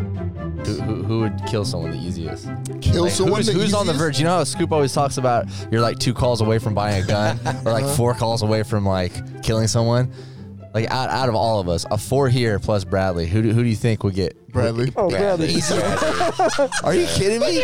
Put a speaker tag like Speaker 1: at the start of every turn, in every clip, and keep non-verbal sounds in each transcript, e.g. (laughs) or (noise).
Speaker 1: Who, who, who would kill someone the easiest?
Speaker 2: Kill
Speaker 1: Like,
Speaker 2: someone.
Speaker 1: who's
Speaker 2: the
Speaker 1: who's on the
Speaker 2: easiest?
Speaker 1: verge? You know how Scoop always talks about you're like two calls away from buying a
Speaker 2: (laughs)
Speaker 1: gun, or
Speaker 2: Uh-huh.
Speaker 1: like four calls away from like killing someone. Like out, out of all of us, a four here plus Bradley. Who do, who do you think would get?
Speaker 2: Bradley.
Speaker 3: Oh, Bradley.
Speaker 2: (laughs)
Speaker 1: Are you kidding me?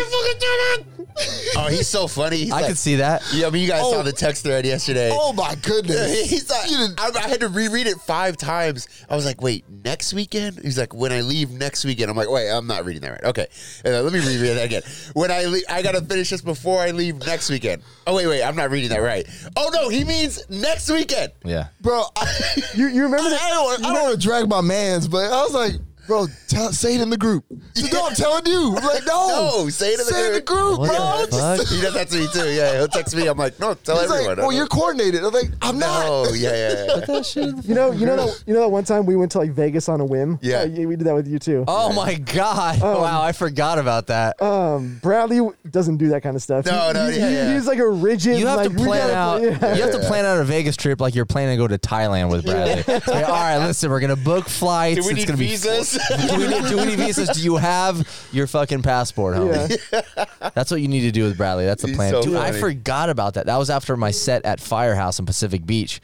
Speaker 4: Oh, he's so funny. He's
Speaker 1: I
Speaker 4: like,
Speaker 1: could see that.
Speaker 4: Yeah, I mean, you guys saw the text thread yesterday.
Speaker 2: Oh my goodness.
Speaker 4: (laughs) He's like, I, I had to reread it five times. I was like, wait, next weekend? He's like, when I leave next weekend. I'm like, wait, I'm not reading that right. Okay. And then let me reread that again. When I leave, I got to finish this before I leave next weekend. Oh, wait, wait, I'm not reading that right. Oh, no, he means next weekend.
Speaker 1: Yeah.
Speaker 2: Bro, I,
Speaker 3: You, you remember
Speaker 2: I
Speaker 3: that?
Speaker 2: don't, wanna- I don't want to drag my man's, but I was like, bro, tell, say it in the group. So, No, I'm telling you. I'm like, no.
Speaker 4: (laughs) No, say it in the
Speaker 2: Say it in the group,
Speaker 1: What
Speaker 2: bro.
Speaker 1: the
Speaker 2: Just-
Speaker 1: fuck?
Speaker 4: He does that to me, too. Yeah, he'll text me. I'm like, no, tell
Speaker 2: He's
Speaker 4: everyone.
Speaker 2: like, well,
Speaker 4: I'm
Speaker 2: you're
Speaker 4: like,
Speaker 2: coordinated. I'm like, I'm not.
Speaker 4: (laughs) no, yeah,
Speaker 2: (laughs)
Speaker 4: yeah, yeah.
Speaker 3: You know, you know that you know that one time we went to like Vegas on a whim.
Speaker 4: Yeah.
Speaker 3: Uh, we did that with you too.
Speaker 1: Oh my god!
Speaker 2: Um,
Speaker 1: wow, I forgot about that.
Speaker 3: Um, Bradley w- doesn't do that kind of stuff.
Speaker 4: No,
Speaker 3: He-
Speaker 4: no,
Speaker 3: he-
Speaker 4: yeah,
Speaker 3: he-
Speaker 4: yeah.
Speaker 3: He's like a rigid.
Speaker 1: you have
Speaker 3: like,
Speaker 1: to
Speaker 3: we
Speaker 1: plan
Speaker 3: gotta
Speaker 1: out.
Speaker 3: play-
Speaker 4: (laughs)
Speaker 3: yeah.
Speaker 1: You have to plan out a Vegas trip like you're planning to go to Thailand with Bradley. It's like, all
Speaker 3: (laughs)
Speaker 1: right, listen, we're gonna book flights.
Speaker 4: Do we
Speaker 1: it's
Speaker 4: need
Speaker 1: gonna be
Speaker 4: visas?
Speaker 1: do, we need, do we need visas? Do you have your fucking passport, homie?
Speaker 4: (laughs)
Speaker 1: That's what you need to do with Bradley. That's the
Speaker 4: He's
Speaker 1: plan.
Speaker 4: so
Speaker 1: Dude, I
Speaker 4: funny.
Speaker 1: forgot about that. That was after my set at Firehouse in Pacific Beach.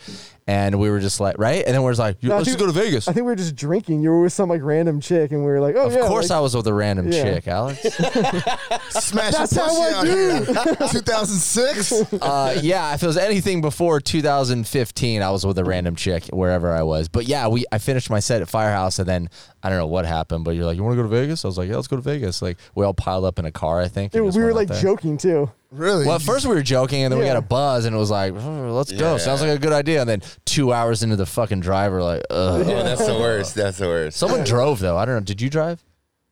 Speaker 1: And we were just like, right? And then we're just like,
Speaker 3: I
Speaker 1: let's
Speaker 3: think-
Speaker 1: just go to Vegas.
Speaker 3: I think we were just drinking. You were with some like random chick, and we were like, "Oh
Speaker 1: of
Speaker 3: yeah."
Speaker 1: course,
Speaker 3: like,
Speaker 1: I was with a random
Speaker 3: Yeah.
Speaker 1: chick, Alex.
Speaker 2: Smash
Speaker 3: That's
Speaker 2: your
Speaker 3: how
Speaker 2: pussy
Speaker 3: I
Speaker 2: out here. 2006.
Speaker 1: uh, yeah, if it was anything before 2015, I was with a random chick wherever I was. But yeah, we I finished my set at Firehouse, and then I don't know what happened. But you're like, you want to go to Vegas? I was like, yeah, let's go to Vegas. Like we all piled up in a car, I think. and
Speaker 3: Dude,
Speaker 1: just
Speaker 3: we were
Speaker 1: went out
Speaker 3: like
Speaker 1: there.
Speaker 3: joking too.
Speaker 2: Really?
Speaker 1: Well, at first we were joking, and then we
Speaker 3: Yeah.
Speaker 1: got a buzz, and it was like, "Oh, let's go.
Speaker 4: Yeah.
Speaker 1: Sounds like a good idea. And then two hours into the fucking drive, we're like,
Speaker 3: (laughs)
Speaker 1: ugh.
Speaker 4: Oh, that's the worst. That's the worst.
Speaker 1: Someone drove though. I don't know. Did you drive?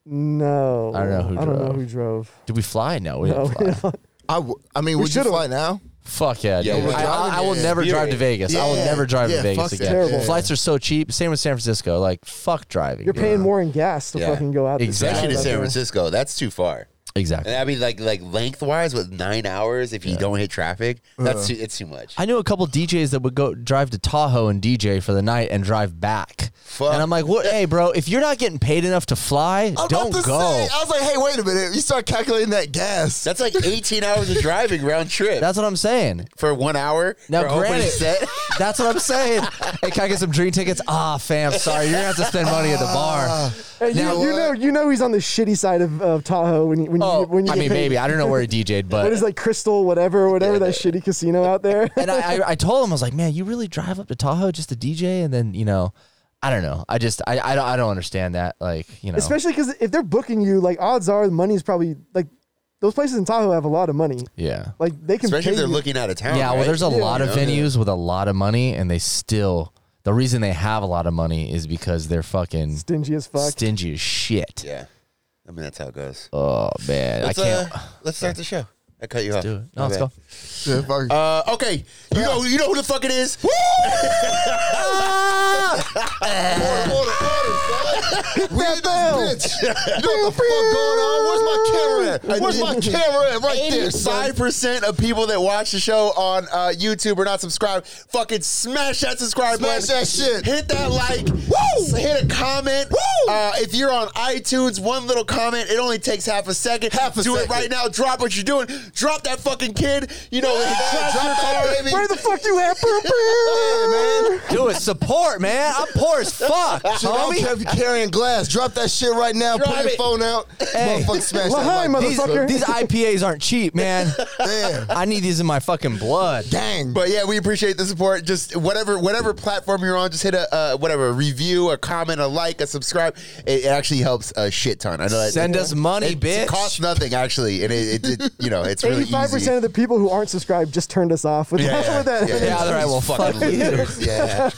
Speaker 3: No,
Speaker 1: I don't know who
Speaker 3: I don't know
Speaker 1: drove.
Speaker 3: who drove.
Speaker 1: Did we fly? No, we didn't fly.
Speaker 2: I, w- I mean, would you
Speaker 3: should've-
Speaker 2: fly now?
Speaker 1: Fuck yeah, dude.
Speaker 4: Yeah, we're
Speaker 1: I,
Speaker 2: driving
Speaker 1: I, I will
Speaker 2: in
Speaker 1: never drive to
Speaker 4: spirit.
Speaker 1: Vegas. I will
Speaker 2: Yeah.
Speaker 1: never drive
Speaker 2: Yeah,
Speaker 1: to Vegas
Speaker 2: fuck that.
Speaker 1: again.
Speaker 3: Terrible.
Speaker 1: Flights are so cheap. Same with San Francisco. Like fuck driving.
Speaker 3: You're paying more in gas to
Speaker 4: Yeah.
Speaker 3: fucking go out. there.
Speaker 1: Exactly.
Speaker 4: Especially to
Speaker 3: Yeah.
Speaker 4: San Francisco. That's too far.
Speaker 1: Exactly.
Speaker 4: And I mean, like like lengthwise with nine hours, if you don't hit traffic,
Speaker 2: Uh-huh.
Speaker 4: that's too, it's too much.
Speaker 1: I knew a couple DJs that would go drive to Tahoe and DJ for the night and drive back.
Speaker 4: Fuck.
Speaker 1: And I'm like, what? Hey, bro, if you're not getting paid enough to fly,
Speaker 2: I'm
Speaker 1: don't
Speaker 2: about to
Speaker 1: go.
Speaker 2: Say, I was like, hey, wait a minute. You start calculating that gas.
Speaker 4: that's like 18 hours of driving round trip
Speaker 1: That's what I'm saying.
Speaker 4: for one hour.
Speaker 1: Now,
Speaker 4: for opening
Speaker 1: granted- (laughs)
Speaker 4: set.
Speaker 1: That's what I'm saying. hey, can I get some drink tickets? Ah, fam, sorry, you're gonna have to spend money at the bar.
Speaker 3: Hey, you,
Speaker 1: Now,
Speaker 3: you
Speaker 4: uh,
Speaker 3: know, you know, he's on the shitty side of, of Tahoe when you, when you,
Speaker 1: Oh,
Speaker 3: when you
Speaker 1: I
Speaker 3: get (laughs)
Speaker 1: mean,
Speaker 3: paid.
Speaker 1: maybe I don't know where he DJ'd, but
Speaker 3: What is like Crystal, whatever, whatever that shitty casino
Speaker 1: (laughs)
Speaker 3: out there?
Speaker 1: and I, I, I told him I was like, man, you really drive up to Tahoe just to DJ, and then you know, I don't know. I just I I don't, I don't understand that. Like you know,
Speaker 3: Especially because if they're booking you, like odds are the money's probably like those places in Tahoe have a lot of money.
Speaker 1: yeah,
Speaker 3: Like they can
Speaker 4: Especially
Speaker 3: pay
Speaker 4: if they're
Speaker 3: you.
Speaker 4: looking out of town.
Speaker 1: yeah. Well,
Speaker 4: right?
Speaker 1: there's a lot of
Speaker 4: Yeah.
Speaker 1: venues with a lot of money, and they still the reason they have a lot of money is because they're fucking
Speaker 3: stingy
Speaker 4: (laughs)
Speaker 3: as fuck.
Speaker 1: stingy as shit.
Speaker 4: Yeah. I mean, that's how it goes.
Speaker 1: Oh man,
Speaker 4: Let's,
Speaker 1: I can't
Speaker 4: uh, let's start the show. I cut you off.
Speaker 1: do it. No,
Speaker 4: My
Speaker 1: let's
Speaker 4: bad.
Speaker 1: go.
Speaker 2: Yeah, fuck.
Speaker 4: Uh, okay, you know you know who the fuck it is.
Speaker 2: Order, order, son. We in this
Speaker 4: (laughs)
Speaker 2: bitch. You know what the fuck going on? Where's my camera at? Where's my camera at? Right there, son.
Speaker 4: Eighty-five percent of people that watch the show on uh, YouTube are not subscribed. Fucking smash that subscribe
Speaker 2: Smash
Speaker 4: button.
Speaker 2: that shit.
Speaker 4: Hit that like.
Speaker 2: Woo!
Speaker 4: Hit a comment.
Speaker 2: Woo!
Speaker 4: Uh, if you're on iTunes, one little comment. It only takes half a second.
Speaker 2: Half a
Speaker 4: Do it
Speaker 2: second.
Speaker 4: right now. Drop what you're doing. Drop that fucking kid. You know,
Speaker 2: Yeah,
Speaker 4: drop
Speaker 2: drop
Speaker 4: your
Speaker 2: that,
Speaker 4: car.
Speaker 2: baby.
Speaker 3: Where the fuck you at, bro?
Speaker 2: Yeah, man.
Speaker 1: Do it. Support, man. I'm poor as fuck,
Speaker 2: Shit, I don't
Speaker 1: homie.
Speaker 2: care if you're carrying glass. Drop that shit right now.
Speaker 4: Drop
Speaker 2: Put your
Speaker 4: it.
Speaker 2: phone out.
Speaker 1: Hey.
Speaker 2: Motherfucker, smash
Speaker 3: Lahai,
Speaker 2: that like
Speaker 1: These,
Speaker 3: motherfucker.
Speaker 1: these IPAs aren't cheap,
Speaker 4: (laughs)
Speaker 1: man.
Speaker 2: Damn.
Speaker 1: I need these in my fucking blood.
Speaker 2: Gang.
Speaker 4: But yeah, we appreciate the support. Just whatever whatever platform you're on, just hit a uh, whatever a review, a comment, a like, a subscribe. It, it actually helps a shit ton. I know that
Speaker 1: Send us money,
Speaker 4: it
Speaker 1: bitch.
Speaker 4: costs nothing actually, and it, it, it- you know it's really easy.
Speaker 3: Eighty-five percent of the people who aren't subscribed just turned us off. (laughs) With
Speaker 4: Yeah,
Speaker 3: that,
Speaker 4: yeah,
Speaker 3: with that.
Speaker 4: yeah,
Speaker 1: yeah, all right. Well,
Speaker 4: Fucking
Speaker 1: fuck you.
Speaker 4: losers. Yeah.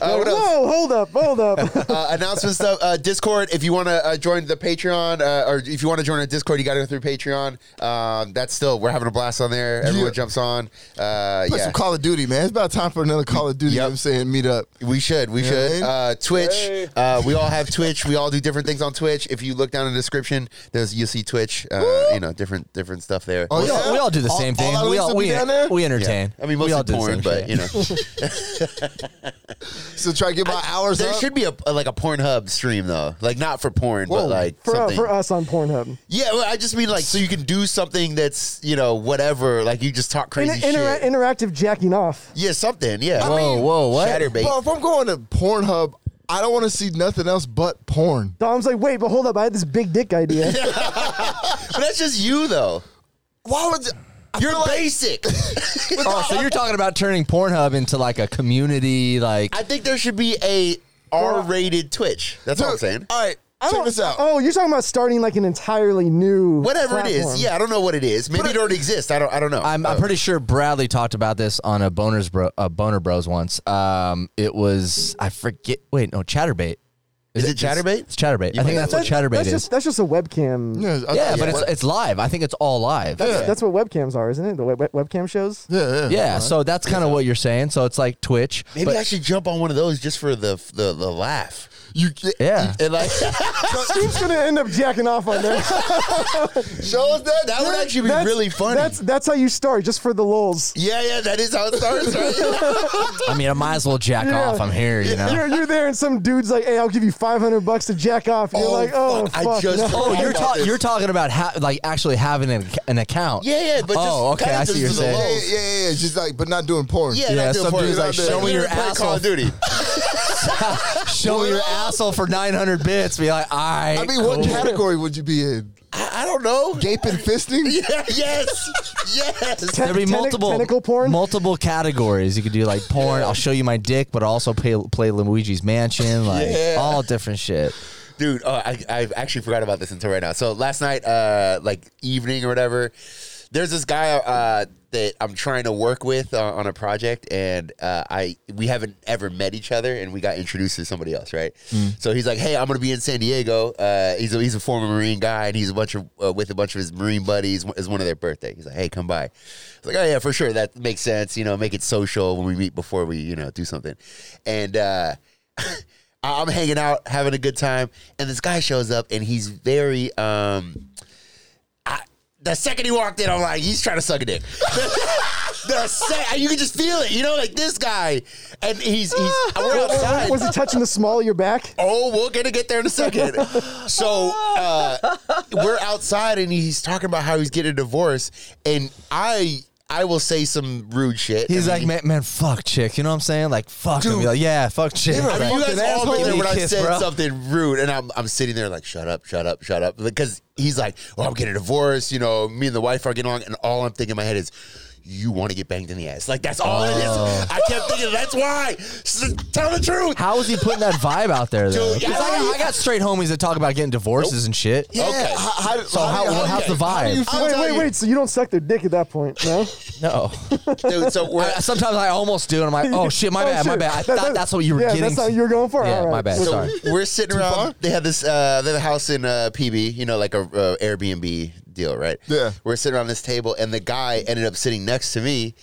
Speaker 4: uh, what else?
Speaker 3: Whoa, hold up, hold up.
Speaker 4: (laughs) Uh, announcement stuff. Uh, Discord. If you want to uh, join the Patreon, uh, or if you want to join our Discord, you got to go through Patreon. Um, that's still we're having a blast on there. Everyone
Speaker 2: Yeah.
Speaker 4: jumps on. Uh,
Speaker 2: Play
Speaker 4: yeah.
Speaker 2: some Call of Duty, man. It's about time for another Call of Duty. You know
Speaker 4: Yep.
Speaker 2: what I'm saying? Meet up.
Speaker 4: We should. We should. Uh, Twitch. Uh, we all have Twitch. We all do different things on Twitch. If you look down in the description, there's you'll see Twitch. Uh, you know, different different stuff there.
Speaker 2: Oh,
Speaker 1: We all, we all do the
Speaker 2: All-
Speaker 1: same
Speaker 2: all
Speaker 1: thing.
Speaker 2: our
Speaker 1: we
Speaker 2: links
Speaker 1: all
Speaker 2: will be
Speaker 1: we,
Speaker 2: down there?
Speaker 1: we entertain.
Speaker 4: I mean,
Speaker 1: we
Speaker 4: mostly
Speaker 1: (laughs) all do the same
Speaker 4: porn, but
Speaker 1: shit.
Speaker 4: you know,
Speaker 2: So try to get my hours
Speaker 4: There
Speaker 2: up.
Speaker 4: should be a, like a Pornhub stream though, like not for porn,
Speaker 2: Whoa.
Speaker 4: but like
Speaker 3: for, uh,
Speaker 4: something.
Speaker 3: for us on Pornhub.
Speaker 4: yeah, well, I just mean like so you can do something that's you know whatever, like you just talk
Speaker 3: In,
Speaker 4: crazy
Speaker 3: intera-
Speaker 4: shit.
Speaker 3: interactive jacking off.
Speaker 4: yeah, something. Yeah.
Speaker 1: Whoa, whoa, what?
Speaker 4: Chatterbait.
Speaker 2: Bro, if I'm going to Pornhub, I don't want to see nothing else but porn.
Speaker 3: Dom's like, wait, but hold up, I had this big dick
Speaker 4: (laughs)
Speaker 3: idea.
Speaker 4: But that's just you though.
Speaker 2: Why would I
Speaker 4: You're
Speaker 2: feel
Speaker 1: (laughs)
Speaker 2: like-
Speaker 4: basic.
Speaker 1: Oh, so you're talking about turning Pornhub into like a community, like
Speaker 4: I think there should be a R-rated Twitch. That's all I'm
Speaker 2: Dude,
Speaker 4: saying.
Speaker 2: All right,
Speaker 3: I
Speaker 2: check
Speaker 3: don't-
Speaker 2: this out.
Speaker 3: Oh, you're talking about starting like an entirely new
Speaker 4: Whatever it
Speaker 3: platform.
Speaker 4: is. Yeah, I don't know what it is. Maybe it don't exist. I don't. I don't know.
Speaker 1: I'm, I'm pretty sure Bradley talked about this on a boners bro, a boner bros once. Um, it was I forget. Wait, no, ChatterBait.
Speaker 4: Is it Chatterbait?
Speaker 1: It's ChatterBait. I think that's what
Speaker 3: That's,
Speaker 1: ChatterBait
Speaker 3: that's
Speaker 1: is.
Speaker 3: just that's just a webcam.
Speaker 2: Yeah, I-
Speaker 1: yeah, but
Speaker 2: yeah.
Speaker 1: it's it's live. I think it's all live.
Speaker 3: That's,
Speaker 1: yeah.
Speaker 3: that's what webcams are, isn't it? The web- web- webcam shows.
Speaker 2: yeah, yeah.
Speaker 1: so that's kind of what you're saying. So it's like Twitch.
Speaker 4: Maybe
Speaker 1: but
Speaker 4: I should jump on one of those just for the the, the laugh.
Speaker 2: You
Speaker 1: Yeah. (laughs)
Speaker 4: And like
Speaker 3: Steve's gonna end up jacking off on there.
Speaker 4: show us (laughs) that. That would actually be
Speaker 3: That's-
Speaker 4: really funny.
Speaker 3: That's that's how you start, just for the lulz.
Speaker 4: yeah, yeah, that is how it starts. Right?
Speaker 1: I mean, I might as well jack
Speaker 3: Yeah.
Speaker 1: off. I'm here, you know.
Speaker 3: You're, you're there, and some dude's like, "Hey, I'll give you 500 bucks to jack off." And you're
Speaker 4: Oh,
Speaker 3: like, "Oh,
Speaker 4: fuck,
Speaker 3: fuck,
Speaker 4: I just-
Speaker 3: no."
Speaker 1: (laughs) Oh,
Speaker 4: I
Speaker 1: you're
Speaker 4: got
Speaker 1: ta-
Speaker 4: this.
Speaker 1: you're talking about ha- like actually having an, an account.
Speaker 4: yeah, yeah, but just
Speaker 1: Oh, okay,
Speaker 4: kinda
Speaker 1: I see
Speaker 4: just
Speaker 1: you're
Speaker 4: for the
Speaker 1: saying.
Speaker 2: yeah,
Speaker 4: lulz.
Speaker 2: yeah, yeah. It's just like, but not doing porn.
Speaker 4: Yeah,
Speaker 1: Yeah,
Speaker 4: not doing
Speaker 1: some
Speaker 4: porn.
Speaker 1: dude's
Speaker 4: Not
Speaker 1: like,
Speaker 4: doing-
Speaker 1: show me your
Speaker 4: Literally play
Speaker 1: ass
Speaker 4: Call
Speaker 1: off.
Speaker 4: of Duty.
Speaker 1: Show
Speaker 4: (laughs)
Speaker 1: your asshole for 900 bits. Be like, all right.
Speaker 2: I mean, what
Speaker 1: cool.
Speaker 2: category would you be in?
Speaker 4: I, I
Speaker 1: (laughs)
Speaker 4: don't know. (laughs)
Speaker 2: Gaping (laughs) fisting?
Speaker 4: Yeah, yes, yes.
Speaker 1: There'd be
Speaker 3: Tentac-
Speaker 1: multiple
Speaker 3: tentacle porn?
Speaker 1: multiple categories. You could do like porn. I'll show you my dick, but I'll also play play Luigi's Mansion,
Speaker 4: (laughs)
Speaker 1: like
Speaker 4: Yeah.
Speaker 1: all different shit.
Speaker 4: dude uh, I, I actually forgot about this until right now so last night uh like evening or whatever there's this guy uh that i'm trying to work with uh, on a project and uh i we haven't ever met each other and we got introduced to somebody else right so he's like hey i'm gonna be in san diego uh he's a, he's a former marine guy and he's a bunch of uh, with a bunch of his marine buddies as one of their birthday he's like hey come by I was like oh yeah for sure that makes sense you know make it social when we meet before we you know do something and uh I- I'm hanging out, having a good time, and this guy shows up, and he's very. um I, The second he walked in, (laughs) I'm like, he's trying to suck a dick. the se- you can just feel it, you know, like this guy, and he's he's. We're (laughs) outside.
Speaker 3: Was he touching the small of your back?
Speaker 4: Oh, we're gonna get there in a second. so uh, we're outside, and he's talking about how he's getting a divorce, and I I will say some rude shit.
Speaker 1: He's
Speaker 4: I
Speaker 1: like,
Speaker 4: mean,
Speaker 1: man, man, fuck chick. You know what I'm saying? Like, fuck. Dude, like, yeah, fuck chick.
Speaker 4: I mean, you guys all
Speaker 1: Give
Speaker 4: been there
Speaker 1: me
Speaker 4: when
Speaker 1: a
Speaker 4: I
Speaker 1: kiss,
Speaker 4: said
Speaker 1: bro.
Speaker 4: something rude, and I'm I'm sitting there like, shut up, shut up, shut up, because he's like, well, I'm getting a divorce, you know, me and the wife are getting along, and all I'm thinking in my head is. You want to get banged in the ass. Like, that's all it is. I kept thinking, that's why. S- tell the truth.
Speaker 1: Oh. How is he putting that vibe out there though?
Speaker 4: Dude,
Speaker 1: 'Cause I, got, I got straight homies that talk about getting divorces and shit.
Speaker 4: Okay.
Speaker 2: How, how,
Speaker 1: So how,
Speaker 2: do you-
Speaker 1: how's the
Speaker 2: do you- how do you
Speaker 1: vibe?
Speaker 2: feel?
Speaker 3: wait,
Speaker 4: tell
Speaker 3: wait,
Speaker 4: you-
Speaker 3: wait. So you don't suck their dick at that point, no?
Speaker 1: No.
Speaker 4: Dude, so we're,
Speaker 1: (laughs) I- (laughs) sometimes I almost do, and I'm like, oh shit, my
Speaker 3: (laughs) Oh,
Speaker 1: bad, my
Speaker 3: shit.
Speaker 1: bad. I
Speaker 3: That-
Speaker 1: thought
Speaker 3: that-
Speaker 1: that's what you were
Speaker 3: yeah,
Speaker 1: getting.
Speaker 3: that's what you were going for?
Speaker 1: Yeah,
Speaker 3: All right.
Speaker 1: my bad.
Speaker 3: So-
Speaker 1: Sorry.
Speaker 4: (laughs)
Speaker 3: (laughs)
Speaker 4: we're sitting around. They have this. Uh, they have a house in uh, PB. You know, like a uh, Airbnb deal, right?
Speaker 2: Yeah.
Speaker 4: We're sitting around this table, and the guy ended up sitting next to me.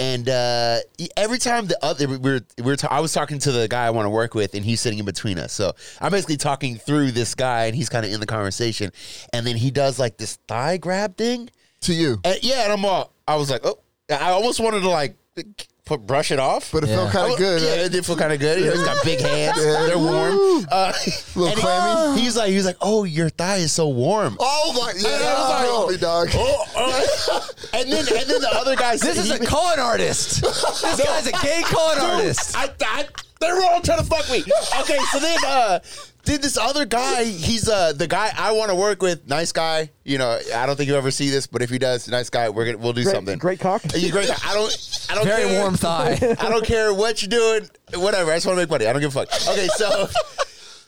Speaker 4: And uh, e- every time the other we were, we were ta- I was talking to the guy I want to work with, and he's sitting in between us. So I'm basically talking through this guy, and he's kind of in the conversation. And then he does like this thigh grab thing.
Speaker 2: To you.
Speaker 4: And, yeah, and I'm all, I was like, oh, I almost wanted to like put brush it off,
Speaker 2: But it felt
Speaker 1: Yeah.
Speaker 2: kind
Speaker 4: I
Speaker 2: of
Speaker 4: wa-
Speaker 2: good.
Speaker 4: Yeah,
Speaker 2: right?
Speaker 4: it did feel kind of good. You know, he's got big hands. They're warm. Uh,
Speaker 2: Little
Speaker 4: and he-
Speaker 2: clammy.
Speaker 4: he's like, he's like, oh, your thigh is so warm.
Speaker 2: Oh my, yeah,
Speaker 4: And I
Speaker 2: that was
Speaker 4: was like,
Speaker 2: dog.
Speaker 4: oh, oh. (laughs) and then and then the other guy said,
Speaker 1: This is
Speaker 4: he-
Speaker 1: a con
Speaker 3: (laughs)
Speaker 1: artist. This guy's a gay con artist.
Speaker 4: I, I, they were all trying to fuck me. Okay, so then, uh, did this other guy? He's uh the guy I want to work with. Nice guy. You know, I don't think you will ever see this, but if he does, nice guy. We're gonna we'll do
Speaker 3: Great-
Speaker 4: something.
Speaker 3: great cock.
Speaker 4: You great. guy. I don't. I don't.
Speaker 1: Very
Speaker 4: care.
Speaker 1: warm
Speaker 3: (laughs)
Speaker 1: thigh.
Speaker 4: I don't care what you're doing. Whatever. I just want to make money. I don't give a fuck. Okay,
Speaker 1: (laughs)
Speaker 4: so.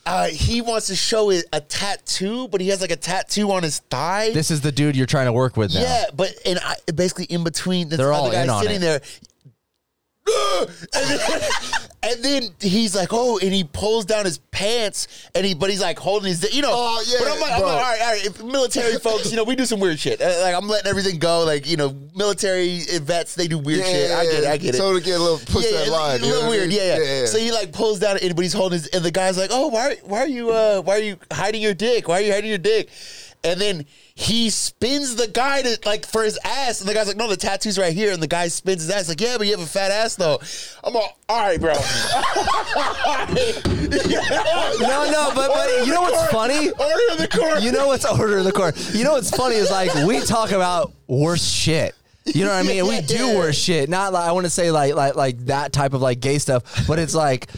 Speaker 4: Uh, he wants to show it a tattoo, but he has like a tattoo on his thigh.
Speaker 1: This is the dude you're trying to work with now.
Speaker 4: Yeah, but and I, basically in between this
Speaker 1: They're
Speaker 4: other
Speaker 1: all
Speaker 4: guy
Speaker 1: in on
Speaker 4: sitting
Speaker 1: it.
Speaker 4: there. (laughs) "Ugh!" And then, and then he's like, "Oh!" And he pulls down his pants, and he, but he's like holding his, you know.
Speaker 2: Oh, yeah,
Speaker 4: But I'm like, I'm like,
Speaker 2: bro.
Speaker 4: all right, all right. If military folks, you know, we do some weird shit. Uh, Like I'm letting everything go. Like you know, military vets, they do weird shit. I get it. I get it
Speaker 2: So to get a little, push that
Speaker 4: yeah,
Speaker 2: line.
Speaker 4: A
Speaker 2: you know
Speaker 4: little
Speaker 2: what I
Speaker 4: weird,
Speaker 2: mean?
Speaker 4: yeah, yeah, So he like pulls down, and but he's holding his, and the guy's like, "Oh, why, why are you, uh, why are you hiding your dick? Why are you hiding your dick?" And then he spins the guy to like for his ass, and the guy's like, "No, the tattoo's right here." And the guy spins his ass, like, "Yeah, but you have a fat ass though." I'm all, "All right, bro."
Speaker 1: No, no, but, but you know what's funny?
Speaker 4: (laughs) Order in the court.
Speaker 1: You know what's order in the court? You know what's funny is like we talk about worse shit. You know what I mean? We do
Speaker 4: Yeah.
Speaker 1: worse shit. Not like I want to say like like like that type of like gay stuff, but it's like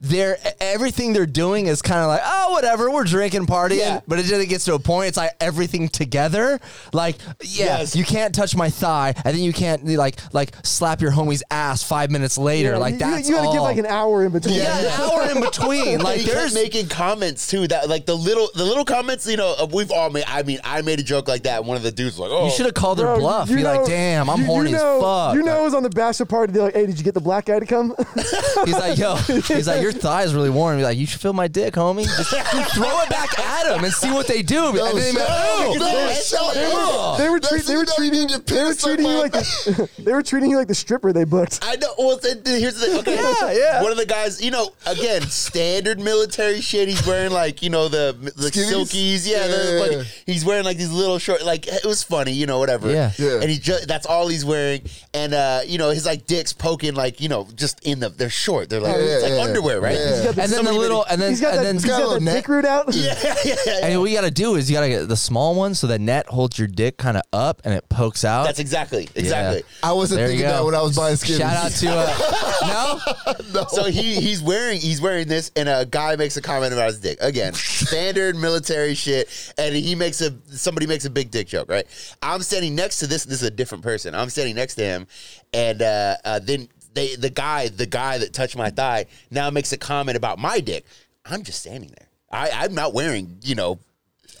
Speaker 1: they're e, everything they're doing is kind of like oh whatever we're drinking partying,
Speaker 4: Yeah.
Speaker 1: but it just gets to a point. It's like everything together. Like yeah,
Speaker 4: Yes.
Speaker 1: you can't touch my thigh, and then you can't like like slap your homie's ass five minutes later.
Speaker 3: Yeah,
Speaker 1: like
Speaker 3: you,
Speaker 1: that's
Speaker 3: you, you had to give
Speaker 1: all.
Speaker 3: like an hour in between.
Speaker 1: yeah, an hour in
Speaker 4: (laughs)
Speaker 3: (laughs)
Speaker 1: between.
Speaker 4: Like
Speaker 1: Like
Speaker 4: he kept
Speaker 1: there's
Speaker 4: making comments too that like the little the little comments you know uh, we've all made I mean I made a joke like that and one of the dudes was like oh
Speaker 1: You should have called their
Speaker 3: Bro,
Speaker 1: bluff.
Speaker 3: you
Speaker 1: Be
Speaker 3: know-
Speaker 1: like, damn, I'm
Speaker 3: you-
Speaker 1: horny
Speaker 3: you know,
Speaker 1: as fuck.
Speaker 3: You know, it was on the bachelor party. They're like, "Hey, did you get the black guy to come?" (laughs)
Speaker 1: He's like, yo, he's like, your thigh's really warm. He's like, you should feel my dick, homie. Just throw it back at him and see what they do. And then they're
Speaker 2: shut
Speaker 1: like,
Speaker 2: up.
Speaker 1: "Ew."
Speaker 2: No,
Speaker 4: That's
Speaker 2: shut up.
Speaker 3: they were
Speaker 2: That's
Speaker 3: treat- they
Speaker 2: it,
Speaker 3: were
Speaker 2: that
Speaker 3: treating-
Speaker 2: mean your
Speaker 3: they were
Speaker 2: parents
Speaker 3: treating you
Speaker 2: my-
Speaker 3: like the, (laughs) they were treating you like the stripper they booked.
Speaker 4: I know. Well, th- th- here's the thing. Okay,
Speaker 1: Yeah, yeah.
Speaker 4: One of the guys, you know, again, standard military shit. He's wearing like, you know, the the
Speaker 2: Skinnies?
Speaker 4: silkies. Yeah, the-
Speaker 2: Yeah.
Speaker 4: like, he's wearing like these little short. Like it was funny, you know, whatever.
Speaker 1: Yeah.
Speaker 2: Yeah.
Speaker 4: And he just that's all he's wearing, and uh, you know, his like dicks poking, like you know, just in the they're short. They're like
Speaker 2: Yeah,
Speaker 4: it's like
Speaker 2: yeah,
Speaker 4: underwear, right?
Speaker 2: yeah. He's got
Speaker 1: And then the
Speaker 4: Somebody
Speaker 1: little,
Speaker 4: made
Speaker 1: and then,
Speaker 3: He's got that,
Speaker 1: and
Speaker 3: he's
Speaker 1: then,
Speaker 2: got a
Speaker 3: got
Speaker 2: little
Speaker 3: that
Speaker 2: neck.
Speaker 3: dick root out.
Speaker 4: it- (laughs) Yeah, yeah, yeah.
Speaker 1: and what you gotta do is you gotta get the small one so the net holds your dick kind of up and it pokes out.
Speaker 4: That's exactly, exactly.
Speaker 2: I wasn't
Speaker 1: There you
Speaker 2: thinking that
Speaker 1: go.
Speaker 2: when I was buying skin.
Speaker 1: Shout out to uh, no,
Speaker 4: So he he's wearing he's wearing this, and a guy makes a comment about his dick again, standard military shit. And he makes a somebody makes a big dick joke, right? I'm standing next to this. This is a different person. I'm standing next to him, and uh, uh, then they the guy the guy that touched my thigh now makes a comment about my dick. I'm just standing there. I, I'm not wearing you know.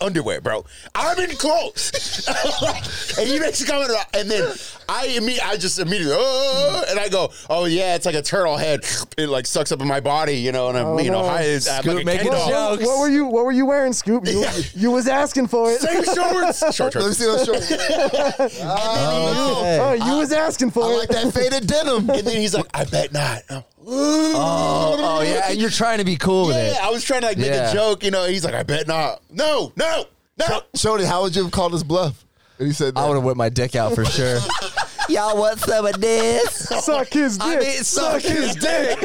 Speaker 4: Underwear, bro. I'm in clothes, (laughs) and he makes a comment, about, and then I imme- I just immediately, oh, and I go, oh yeah, it's like a turtle head. It like sucks up in my body, you know, and I'm,
Speaker 3: Oh,
Speaker 4: you know,
Speaker 3: no.
Speaker 4: high as I'm
Speaker 1: Scoot
Speaker 4: like a
Speaker 1: making
Speaker 4: Ken doll.
Speaker 1: jokes.
Speaker 3: (laughs) What, what were you What were you wearing, Scoop? You, you was asking for it.
Speaker 4: (laughs)
Speaker 3: (laughs)
Speaker 4: Same shorts. Short
Speaker 2: Let me
Speaker 4: shorts.
Speaker 2: see those (laughs) shorts. Ah,
Speaker 1: Okay.
Speaker 3: Oh, you was asking for
Speaker 2: I
Speaker 3: it.
Speaker 2: like that faded (laughs) denim.
Speaker 4: And then he's like, I bet not. And I'm,
Speaker 1: oh, oh yeah, and you're trying to be cool with
Speaker 4: yeah,
Speaker 1: it.
Speaker 4: I was trying to like make
Speaker 1: Yeah.
Speaker 4: a joke, you know. He's like, I bet not. No, no, no.
Speaker 2: Shorty, how would you have called his bluff? And he said,
Speaker 1: I
Speaker 2: that.
Speaker 1: would have whipped my dick out for sure. Y'all want some of this?
Speaker 3: (laughs) Suck his dick.
Speaker 1: I mean, suck (laughs) his dick.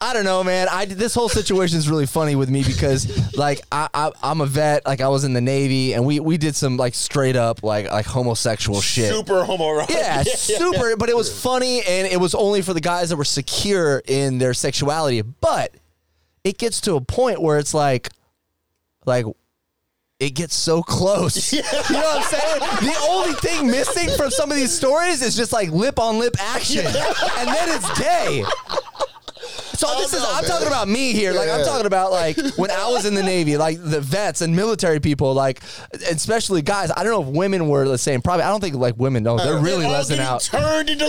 Speaker 1: I don't know, man. I this whole situation is really funny with me because, like, I, I I'm a vet. Like, I was in the Navy, and we we did some like straight up like like homosexual shit.
Speaker 4: Super
Speaker 1: (laughs)
Speaker 4: homoerotic.
Speaker 1: Yeah, super. But it was funny, and it was only for the guys that were secure in their sexuality. But it gets to a point where it's like, like. It gets so close. You know what I'm saying? The only thing missing from some of these stories is just like lip on lip action. And then it's gay. So this is I'm talking about me here. Like I'm
Speaker 2: Yeah.
Speaker 1: talking about like when I was in the Navy, like the vets and military people, like especially guys. I don't know if women were the same. Probably I don't think like women. No,
Speaker 4: Uh,
Speaker 1: they're really
Speaker 4: all
Speaker 1: lessing
Speaker 4: getting
Speaker 1: out.
Speaker 4: Turned into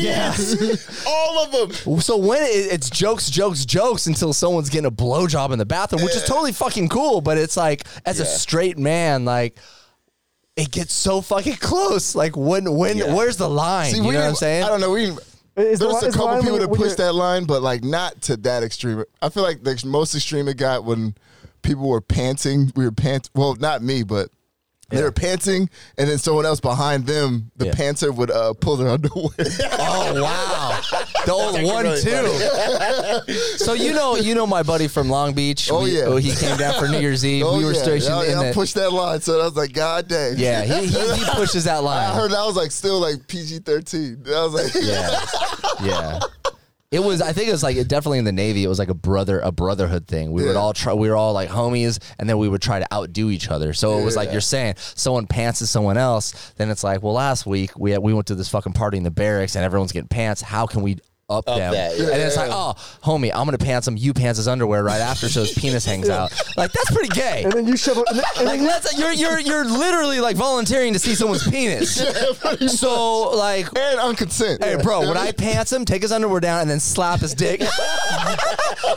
Speaker 4: lesbians. (laughs) all of them.
Speaker 1: So when it, it's jokes, jokes, jokes until someone's getting a blowjob in the bathroom, which is totally fucking cool. But it's like as a straight man, like. It gets so fucking close. Like when, when, where's the line?
Speaker 2: See,
Speaker 1: you know
Speaker 2: we
Speaker 1: what I'm
Speaker 2: didn't-
Speaker 1: saying?
Speaker 2: I don't know. We
Speaker 3: Is the
Speaker 2: there's
Speaker 3: li-
Speaker 2: a
Speaker 3: is the
Speaker 2: couple
Speaker 3: line
Speaker 2: people
Speaker 3: when-
Speaker 2: that
Speaker 3: when
Speaker 2: pushed
Speaker 3: you're-
Speaker 2: that line, but like not to that extreme. I feel like the most extreme it got when people were panting. We were pant. Well, not me, but. They were panting, and then someone else behind them, the
Speaker 1: Yeah.
Speaker 2: pantser would uh, pull
Speaker 1: (laughs)
Speaker 2: their underwear.
Speaker 1: Oh wow, the old
Speaker 4: actually
Speaker 1: one
Speaker 4: really
Speaker 1: too. (laughs) so you know, you know my buddy from Long Beach.
Speaker 2: Oh,
Speaker 1: We-
Speaker 2: yeah.
Speaker 1: he came down for New Year's Eve.
Speaker 2: (laughs) oh
Speaker 1: we were
Speaker 2: yeah,
Speaker 1: stationed
Speaker 2: yeah,
Speaker 1: in
Speaker 2: yeah, I
Speaker 1: the-
Speaker 2: pushed that line, so I was like, God dang.
Speaker 1: yeah. He, he, he pushes that
Speaker 2: (laughs) I
Speaker 1: line.
Speaker 2: heard that was like still like PG thirteen. I was like,
Speaker 1: yeah, yeah. It was. I think it was like definitely in the Navy. It was like a brother, a brotherhood thing. We would
Speaker 2: Yeah.
Speaker 1: all try. We were all like homies, and then we would try to outdo each other. So it was like you're saying, someone pantses someone else. Then it's like, well, last week we had, we went to this fucking party in the barracks, and everyone's getting pants. How can we? Up, them,
Speaker 4: that, yeah.
Speaker 1: and it's like, oh, homie, I'm gonna pants him. You pants his underwear right after, so his penis hangs out. Like that's pretty gay.
Speaker 3: And then you shove. a- And then,
Speaker 1: (laughs)
Speaker 3: and
Speaker 1: Like
Speaker 3: then
Speaker 1: that's you're you're you're literally like volunteering to see someone's penis. so like,
Speaker 2: (laughs) and unconsent.
Speaker 1: Hey, bro, would I pants him, take his underwear down, and then slap his dick? (laughs)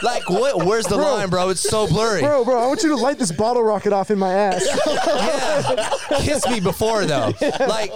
Speaker 1: like, what? Where's the line, bro? It's so blurry.
Speaker 3: bro, bro, I want you to light this bottle rocket off in my ass.
Speaker 1: Yeah. Kiss me before, though. Like,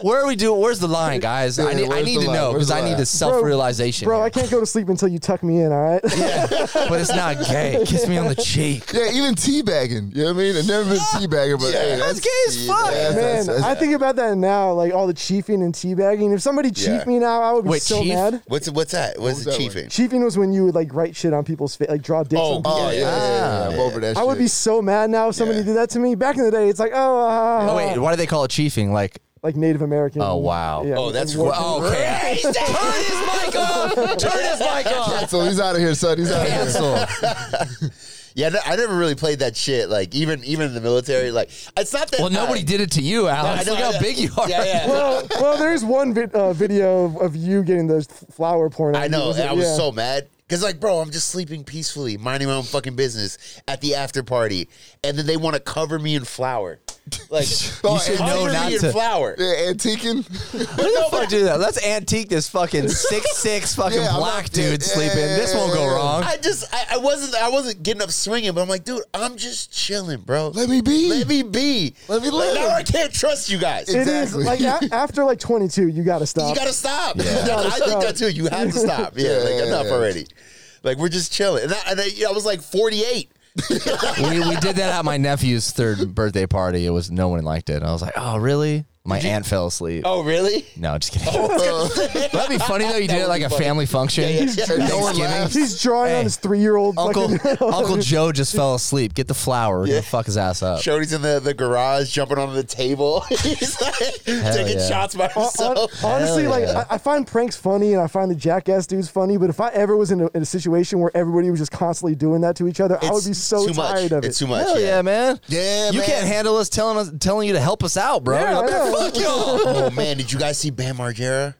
Speaker 1: Where are we doing? Where's the line, guys? I
Speaker 2: Yeah,
Speaker 1: need, I
Speaker 2: where's
Speaker 1: need
Speaker 2: the
Speaker 1: to
Speaker 2: line?
Speaker 1: know
Speaker 2: Where's
Speaker 1: because
Speaker 2: the
Speaker 1: I need
Speaker 2: line?
Speaker 1: the self realization.
Speaker 3: (laughs) Bro, I can't go to sleep until you tuck me in, all right?
Speaker 1: But it's not gay. Kiss me on the
Speaker 2: (laughs)
Speaker 1: cheek.
Speaker 2: Yeah, even teabagging. You know what I mean? I've never been teabagging, but hey,
Speaker 1: that's
Speaker 2: that's,
Speaker 1: gay as fuck.
Speaker 2: that's-
Speaker 3: (laughs) Man,
Speaker 2: that's- that's-
Speaker 3: I think about that now, like all the chiefing and teabagging. If somebody chiefed
Speaker 4: Yeah.
Speaker 3: me now, I would be
Speaker 1: Wait,
Speaker 3: so
Speaker 1: chief?
Speaker 3: mad.
Speaker 4: What's what's that?
Speaker 2: was
Speaker 4: What's the
Speaker 2: that
Speaker 4: chiefing?
Speaker 3: Chiefing was when you would like write shit on people's face, like draw dicks
Speaker 4: Oh,
Speaker 3: on people.
Speaker 2: Oh yeah, yeah, yeah, yeah. I'm over that.
Speaker 3: I would be
Speaker 2: shit.
Speaker 3: so mad now if somebody
Speaker 4: Yeah.
Speaker 3: did that to me. Back in the day, it's like, oh, ah,
Speaker 1: Oh
Speaker 3: ah,
Speaker 1: wait,
Speaker 3: ah,
Speaker 1: why do they call it chiefing? Like,
Speaker 3: like Native American.
Speaker 1: Oh, wow.
Speaker 4: Oh, that's (laughs)
Speaker 3: war-
Speaker 4: wha-
Speaker 1: oh, (laughs) okay. Turn his mic off. Turn his mic off.
Speaker 2: So he's out of here, son. He's out of here.
Speaker 1: Cancel.
Speaker 4: Yeah, no, I never really played that shit. Like even even in the military, like it's not that.
Speaker 1: Well, nobody
Speaker 4: I-
Speaker 1: did it to you, Alex.
Speaker 4: I know,
Speaker 1: Look how
Speaker 4: I know.
Speaker 1: big you are.
Speaker 4: Yeah, yeah.
Speaker 3: well, well, there's one vi- uh, video of, of you getting the flower porn. on
Speaker 4: I
Speaker 3: you.
Speaker 4: know.
Speaker 3: Was
Speaker 4: and
Speaker 3: it-
Speaker 4: I was
Speaker 3: yeah.
Speaker 4: so mad because, like, bro, I'm just sleeping peacefully, minding my own fucking business at the after party, and then they want to cover me in flour. Like,
Speaker 2: Oh,
Speaker 1: should
Speaker 2: and-
Speaker 1: know
Speaker 4: cover
Speaker 1: not
Speaker 4: me in
Speaker 1: to-
Speaker 4: flour.
Speaker 2: Yeah, antiquing.
Speaker 1: Who the fuck do that? Let's antique this fucking
Speaker 2: (laughs)
Speaker 1: six six fucking
Speaker 2: Yeah, I'm
Speaker 1: black
Speaker 2: not-
Speaker 1: dude
Speaker 2: yeah,
Speaker 1: sleeping.
Speaker 2: yeah,
Speaker 1: this
Speaker 2: yeah,
Speaker 1: won't go
Speaker 2: yeah.
Speaker 1: wrong.
Speaker 4: I just, I, I wasn't, I wasn't getting up swinging, but I'm like, dude, I'm just chilling, bro.
Speaker 2: Let me be.
Speaker 4: Let me be.
Speaker 2: E. Let me
Speaker 4: Like,
Speaker 2: live.
Speaker 4: now I can't trust you guys.
Speaker 3: It is
Speaker 2: Exactly.
Speaker 3: like a- after like 22, you gotta stop.
Speaker 4: You gotta stop. (laughs)
Speaker 3: gotta
Speaker 4: I think
Speaker 3: stop.
Speaker 4: that too. You have to stop. Yeah,
Speaker 2: Yeah,
Speaker 4: like
Speaker 2: yeah,
Speaker 4: enough
Speaker 2: yeah.
Speaker 4: already. Like we're just chilling. And I, and I, you know, I was like 48.
Speaker 2: (laughs)
Speaker 1: we, we did that at my nephew's third birthday party. It was no one liked it. I was like, oh really? My aunt fell asleep.
Speaker 4: Oh, really?
Speaker 1: No, just kidding. (laughs)
Speaker 4: Uh,
Speaker 1: That'd Oh. be funny (laughs)
Speaker 4: (laughs)
Speaker 1: though. You did it like a family function.
Speaker 2: And no one
Speaker 1: Thanksgiving.
Speaker 2: laughs.
Speaker 3: He's drawing
Speaker 1: Hey,
Speaker 3: on his three-year-old.
Speaker 1: (laughs) Uncle
Speaker 3: fucking- (laughs)
Speaker 1: Uncle Joe just fell asleep. Get the flour. We're
Speaker 4: Yeah.
Speaker 1: gonna fuck his ass up.
Speaker 4: Shorty's in the, the garage jumping onto the table. (laughs) He's like taking
Speaker 1: yeah.
Speaker 4: shots by (laughs)
Speaker 3: Hon- hon-
Speaker 4: himself.
Speaker 3: honestly,
Speaker 1: Hell
Speaker 3: like
Speaker 1: yeah.
Speaker 3: I, I find pranks funny and I find the jackass dudes funny, but if I ever was in a, in a situation where everybody was just constantly doing that to each other, I would
Speaker 4: It's
Speaker 3: be so
Speaker 4: too much.
Speaker 3: tired of it.
Speaker 4: It's too much.
Speaker 1: Hell yeah, man.
Speaker 2: Yeah,
Speaker 1: you
Speaker 2: man.
Speaker 1: can't handle us telling us telling you to help us out, bro.
Speaker 3: Yeah,
Speaker 1: You're like,
Speaker 3: I know.
Speaker 1: fuck y'all.
Speaker 4: oh man, did you guys see Bam Margera?